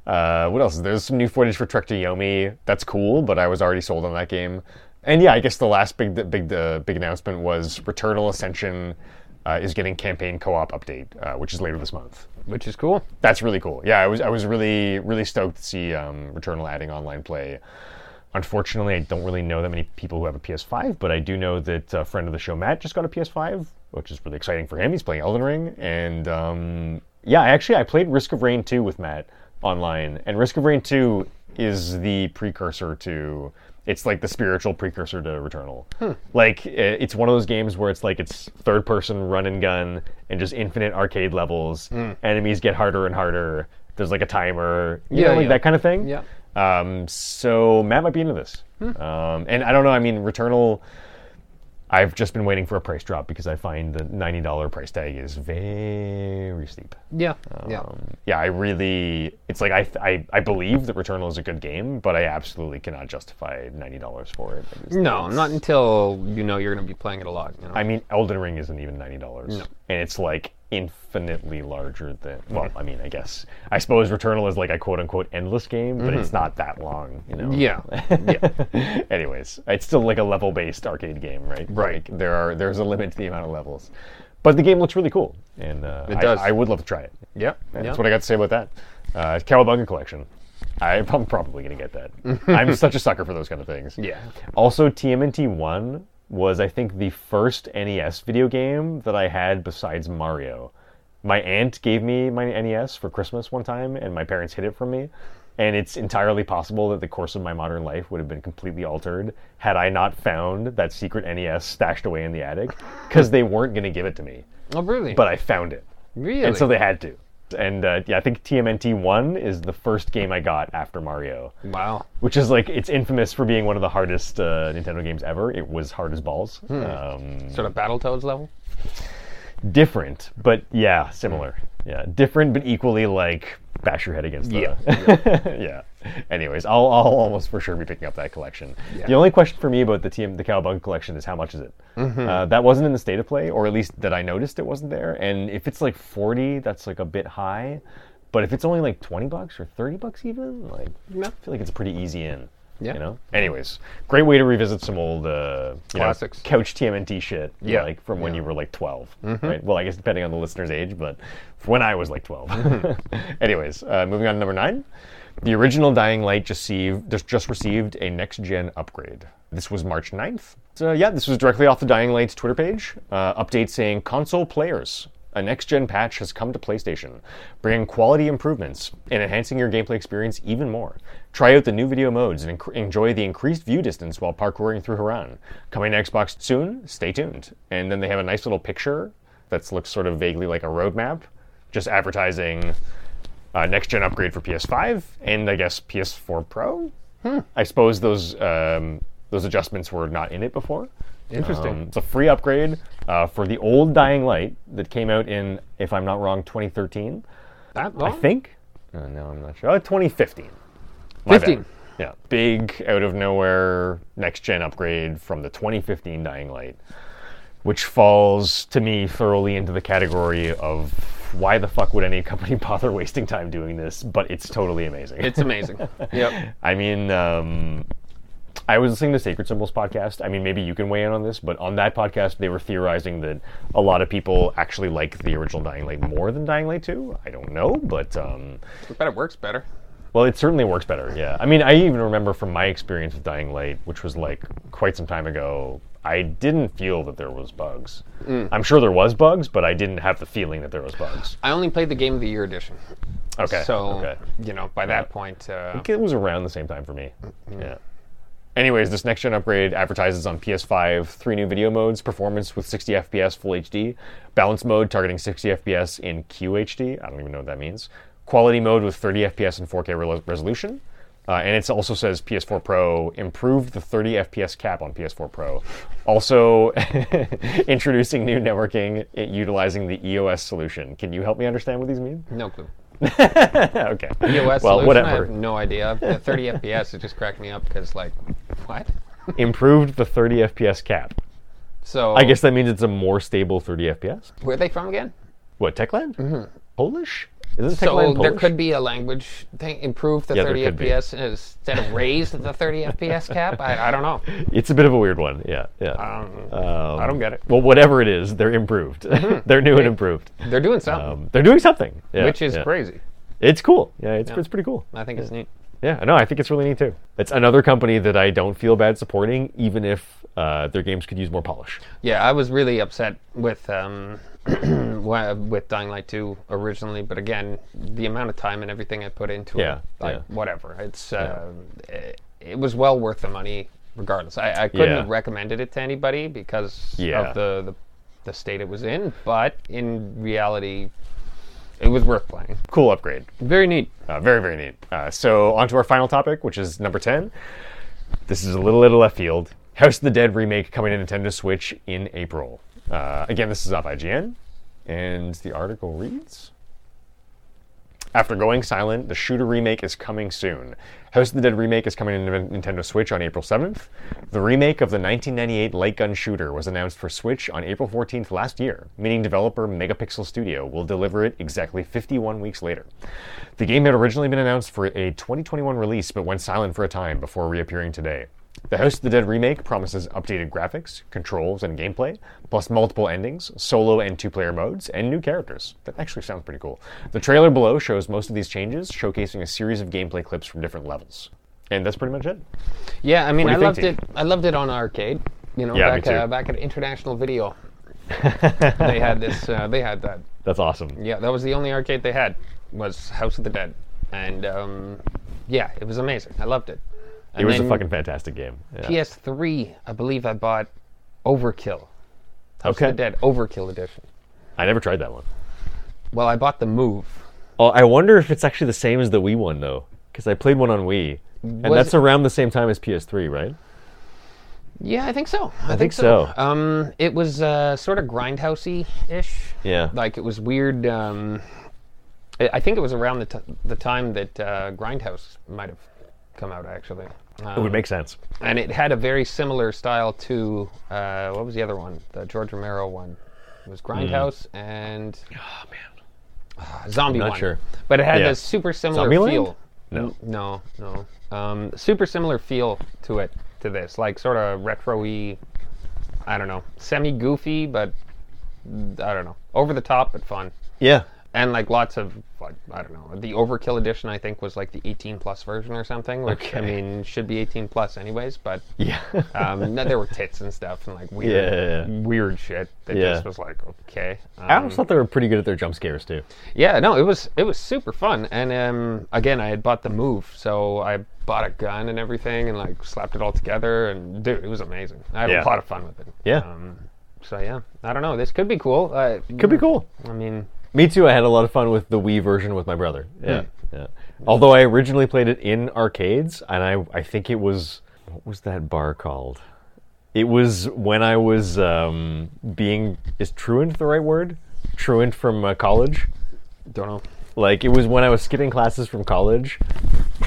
A: Uh, what else? There's some new footage for Trek to Yomi. That's cool, but I was already sold on that game. And yeah, I guess the last big big uh, big announcement was Returnal Ascension uh, is getting campaign co-op update, uh, which is later this month.
B: Which is cool.
A: That's really cool. Yeah, I was I was really really stoked to see um, Returnal adding online play. Unfortunately, I don't really know that many people who have a PS5, but I do know that a friend of the show Matt just got a PS5, which is really exciting for him. He's playing Elden Ring, and um, yeah, I actually I played Risk of Rain 2 with Matt online, and Risk of Rain 2 is the precursor to it's like the spiritual precursor to Returnal.
B: Hmm.
A: Like i- it's one of those games where it's like it's third person run and gun and just infinite arcade levels.
B: Hmm.
A: Enemies get harder and harder. There's like a timer, you
B: Yeah,
A: know, like
B: yeah.
A: that kind of thing.
B: Yeah.
A: Um, so Matt might be into this. Um, and I don't know. I mean, Returnal. I've just been waiting for a price drop because I find the ninety dollar price tag is very steep.
B: Yeah. yeah.
A: Um, yeah, I really. It's like I, I I believe that Returnal is a good game, but I absolutely cannot justify ninety dollars for it. It's-
B: No, not until you know you're going to be playing it a lot. You know?
A: I mean, Elden Ring isn't even ninety dollars, and it's like infinitely larger than. Well, I mean, I guess I suppose Returnal is like a quote unquote endless game, but it's not that long, you know.
B: yeah. yeah.
A: *laughs* Anyways, it's still like a level-based arcade game, right?
B: Right.
A: Like, there are there's a limit to the amount of levels, but the game looks really cool, and uh, it
B: does.
A: I, would love to try it.
B: *laughs* Yeah.
A: That's
B: yeah.
A: what I got to say about that. Uh, Cowabunga Collection. I, *laughs* I'm probably going to get
B: *laughs*
A: that. I'm such a sucker for those kind of things.
B: Yeah.
A: Also, TMNT 1 was, I think, the first NES video game that I had besides Mario. My aunt gave me my NES for Christmas one time, and my parents hid it from me. And it's entirely possible that the course of my modern life would have been completely altered had I not found that secret NES stashed away in the attic because they weren't going to give it to me.
B: Oh, really?
A: But I found it.
B: really?
A: And so they had to. And uh, yeah, I think TMNT 1 is the first game I got after Mario,
B: wow.
A: which is like, it's infamous for being one of the hardest uh, Nintendo games ever. It was hard as balls. Um,
B: Sort of Battletoads level.
A: different, but yeah,
B: Mm.
A: similar. Yeah, different, but equally like bash your head against the.
B: Yeah.
A: *laughs* yeah. Anyways, I'll, I'll almost for sure be picking up that collection. The only question for me about the TM, the Cowabunga collection is how much is it?
B: Mm-hmm.
A: Uh, that wasn't in the state of play, or at least that I noticed it wasn't there. And if it's like forty, that's like a bit high. But if it's only like twenty bucks or thirty bucks, even like I feel like it's a pretty easy in.
B: Yeah.
A: You know. Anyways, great way to revisit some old uh, you know,
B: Classics.
A: couch TMNT shit.
B: Yeah. Mm-hmm.
A: Like from when you were like 12, right? Well, I guess depending on the listener's age, but when I was like 12. *laughs* Anyways, uh, moving on to number nine. The original Dying Light just received, just, just received a next gen upgrade. This was March 9th. So, yeah, this was directly off the Dying Light's Twitter page. Uh, update saying console players. A next gen patch has come to PlayStation, bringing quality improvements and enhancing your gameplay experience even more. Try out the new video modes and enc- enjoy the increased view distance while parkouring through Haran. Coming to Xbox soon, stay tuned. And then they have a nice little picture that looks sort of vaguely like a roadmap, just advertising uh, next gen upgrade for PS5 and I guess PS4 Pro. Hmm. I suppose those um, those adjustments were not in it before.
B: Interesting.
A: Um, it's a free upgrade uh, for the old Dying Light that came out in, if I'm not wrong, 2013.
B: that
A: I
B: long?
A: think. *laughs* Uh, no, I'm not sure. Oh, 2015. My bad.
B: 15.
A: Yeah, big out of nowhere next gen upgrade from the 2015 Dying Light, which falls to me thoroughly into the category of why the fuck would any *laughs* company bother wasting time doing this? But it's totally amazing.
B: It's amazing. yep.
A: I mean, um, I was listening to Sacred Symbols podcast. I mean, maybe you can weigh in on this, but on that podcast, they were theorizing that a lot of people actually like the original Dying Light more than Dying Light 2. I don't know, but um,
B: But it works better.
A: well, it certainly works better. Yeah. I mean, I even remember from my experience with Dying Light, which was like quite some time ago, I didn't feel that there was bugs. I'm sure there was bugs, but I didn't have the feeling that there was bugs.
B: I only played the Game of the Year edition.
A: Okay.
B: So,
A: okay.
B: you know, by that point, uh,
A: think it was around the same time for me. Yeah. Anyways, this next gen upgrade advertises on PS5 three new video modes: performance with 60 FPS full HD, balance mode targeting 60 FPS in QHD. I don't even know what that means. Quality mode with 30 FPS and 4K re- resolution. Uh, and it also says PS4 Pro improved the 30 FPS cap on PS4 Pro. Also, *laughs* introducing new networking uh, utilizing the EOS solution. Can you help me understand what these mean? *laughs*
B: no clue.
A: okay.
B: EOS
A: well,
B: E solution,
A: whatever.
B: I have no
A: *laughs*
B: idea. The 30 FPS, it just cracked me up because, like, what?
A: improved the 30 FPS cap.
B: So,
A: I guess that means it's a more stable 30 FPS.
B: where are they from again?
A: What, Techland? Mm-hmm. Polish? Is this
B: So
A: Techland
B: there
A: Polish?
B: could be a language thing. Improve the
A: Yeah, there
B: 30
A: could be.
B: FPS instead of raise the 30 FPS cap. I, I
A: *laughs*
B: don't know.
A: It's a bit of a weird one. Yeah, yeah.
B: Um,
A: Um,
B: I don't Mm-hmm. get it.
A: Well, whatever it is, they're improved. *laughs* they're new and improved.
B: They're doing something,
A: Um, they're doing something, Yeah,
B: which is
A: yeah.
B: crazy.
A: It's cool. Yeah, it's, it's pretty cool.
B: I think it's neat.
A: Yeah, no, I think it's really neat too. It's another company that I don't feel bad supporting, even if uh, their games could use more polish.
B: Yeah, I was really upset with um, *clears throat* why- with Dying Light 2 originally, but again, the amount of time and everything I put into
A: Yeah,
B: it, like
A: yeah.
B: whatever. It's uh, it, it was well worth the money, regardless. I, I couldn't
A: Yeah.
B: have recommended it to anybody because
A: Yeah.
B: of the, the the state it was in, but in reality, it was worth playing.
A: Cool upgrade.
B: Very neat.
A: Uh, very, very neat. Uh, so, on to our final topic, which is number 10. This is a little little left field. House of the Dead remake coming to Nintendo Switch in April. Uh, again, this is off IGN, and the article reads. After going silent, the shooter remake is coming soon. House of the Dead remake is coming to Nintendo- Nintendo Switch on April 7th. The remake of the 1998 light gun shooter was announced for Switch on April 14th last year, meaning developer Megapixel Studio will deliver it exactly 51 weeks later. The game had originally been announced for a 2021 release but went silent for a time before reappearing today. The House of the Dead remake promises updated graphics, controls, and gameplay, plus multiple endings, solo and two player modes, and new characters. That actually sounds pretty cool. The trailer below shows most of these changes, showcasing a series of gameplay clips from different levels. And that's pretty much it.
B: Yeah, I mean, I
A: What do you
B: loved
A: think,
B: it. I loved it on arcade. You know,
A: Yeah, me
B: back uh,
A: too.
B: back at
A: *laughs*
B: International Video, they had this. Uh, they had that.
A: That's awesome.
B: Yeah, that was the only arcade they had was House of the Dead, and um, yeah, it was amazing. I loved it.
A: It
B: And
A: was a
B: then
A: fucking fantastic game. Yeah.
B: PS3. I believe I bought Overkill. House
A: Okay.
B: of the Dead Overkill edition.
A: I never tried that one.
B: Well, I bought the Move.
A: Oh, I wonder if it's actually the same as the Wii one, though, because I played one on Wii. And
B: Was-
A: that's around the same time as PS3, right?
B: Yeah, I think so. I,
A: think
B: think,
A: so.
B: Um, it was uh, sort of grindhousey ish.
A: Yeah.
B: Like it was weird. Um, I I think it was around the, t- the time that uh, Grindhouse might have come out actually. Um,
A: It
B: uh,
A: would make sense.
B: and it had a very similar style to uh, what was the other one? The George Romero one. It was Grindhouse and
A: Oh, man.
B: uh, Zombie
A: Mm. not
B: one.
A: sure.
B: But it had
A: Yeah.
B: a super similar
A: Zombieland?
B: feel.
A: No.
B: no, no. Um, super similar feel to it to this, like sort of retro-y. I don't know, semi goofy, but mm, I don't know, over the top but fun.
A: Yeah.
B: And like lots of, like, I don't know, the Overkill edition I think was like the 18 plus version or something, which I
A: Okay.
B: mean should be 18 plus anyways, but
A: *laughs* Yeah.
B: um, no, there were tits and stuff and like
A: Yeah,
B: weird,
A: yeah, yeah.
B: weird shit. That
A: Yeah.
B: just was like okay.
A: I
B: um,
A: always thought they were pretty good at their jump scares too.
B: yeah, no, it was it was super fun. And um, again, I had bought the move, so I bought a gun and everything, and like slapped it all together. And dude, it was amazing. I had
A: Yeah.
B: a lot of fun with it.
A: Yeah.
B: Um, so yeah, I don't know. This could be cool. Uh,
A: Could be cool.
B: I mean,
A: Me too. I had a lot of fun with the Wii version with my brother. Yeah. yeah. Although I originally played it in arcades, and I I think it was what was that bar called? It was when I was um, being is truant the right word? Truant from uh, college.
B: don't know.
A: Like it was when I was skipping classes from college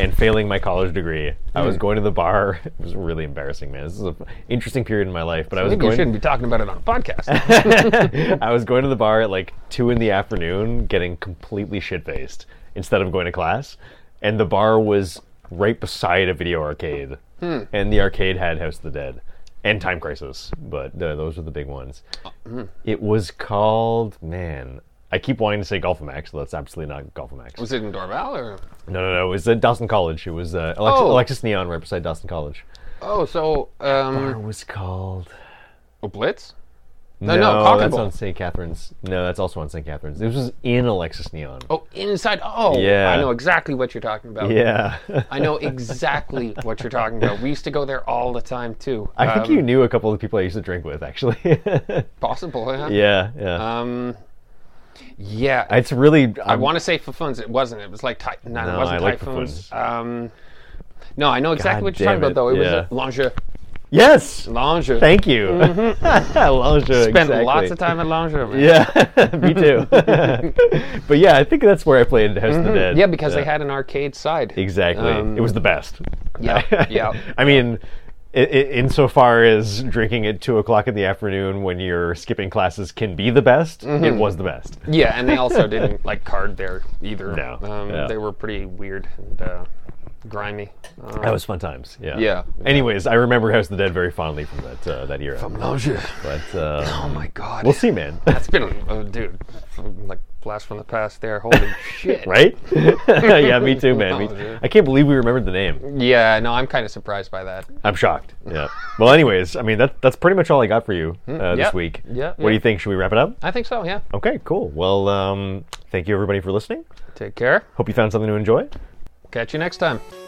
A: and failing my college degree. I
B: Hmm.
A: was going to the bar. *laughs* It was really embarrassing, man. This is an interesting period in my life, but I was
B: Maybe
A: going.
B: you shouldn't be talking about it on a podcast. *laughs*
A: *laughs* I was going to the bar at like two in the afternoon, getting completely shit faced instead of going to class, and the bar was right beside a video arcade,
B: Hmm.
A: and the arcade had House of the Dead and Time Crisis, but uh, those were the big ones.
B: Uh, hmm.
A: It was called man. I keep wanting to say Golfamax, so that's absolutely not Golfamax.
B: was it in Dorval or?
A: No, no, no. It was at Dawson College. It was uh, Alexis,
B: Oh.
A: Alexis Neon right beside Dawson College.
B: Oh, so
A: Bar
B: um,
A: was called.
B: Oh, Blitz?
A: No,
B: No, no, Cock and
A: that's
B: Bull.
A: on St. Catherine's. No, that's also on St. Catherine's. This was in Alexis Neon.
B: Oh, Inside. Oh,
A: Yeah.
B: I know exactly what you're talking about.
A: Yeah. *laughs*
B: I know exactly what you're talking about. We used to go there all the time too.
A: I think
B: Um,
A: you knew a couple of the people I used to drink with, actually. *laughs* yeah,
B: possible. Yeah.
A: yeah.
B: Um, yeah. I,
A: it's really. i
B: want to say Fafoons. It wasn't. It was like ty- no,
A: No,
B: it wasn't
A: I like
B: typhoons. Um, no, I know exactly
A: God
B: what you're talking
A: damn
B: about though. It
A: it, yeah.
B: was a
A: Yes!
B: Lange. Lange.
A: Thank you. *laughs* Longe,
B: Mm-hmm. Spent
A: exactly.
B: lots of time at Lange. man.
A: Yeah, *laughs* me
B: *laughs*
A: too. but yeah, I think that's where I played House of the Dead.
B: Mm-hmm. Yeah, because they had an arcade side.
A: Exactly.
B: Um,
A: it was the best. *laughs*
B: Yeah, *laughs* yeah.
A: I mean, i i insofar as drinking at 2 o'clock in the afternoon when you're skipping classes can be the best, it
B: Mm-hmm.
A: was the best.
B: Yeah, and they also didn't like card there either.
A: No,
B: Um,
A: yeah.
B: They were pretty weird and uh, grimy. Uh,
A: That was fun times. Yeah.
B: Yeah.
A: Anyways, I remember House of the Dead very fondly from that uh, that era.
B: Lange.
A: But uh,
B: Oh my god.
A: we'll see, man. *laughs*
B: That's been, oh, dude, like blast from the past there. *laughs* Holy shit.
A: right? *laughs* yeah, me too, man. Me-
B: Oh, yeah.
A: I can't believe we remembered the name.
B: Yeah, no, I'm kind of surprised by that.
A: I'm shocked. Yeah. Well, anyways, I mean that that's pretty much all I got for you uh, this
B: Hmm. yeah.
A: week.
B: Yeah,
A: What do
B: yeah.
A: you think? Should we wrap it up?
B: I think so, yeah.
A: Okay, cool. Well, um, thank you everybody for listening.
B: Take care.
A: Hope you found something to enjoy.
B: Catch you next time.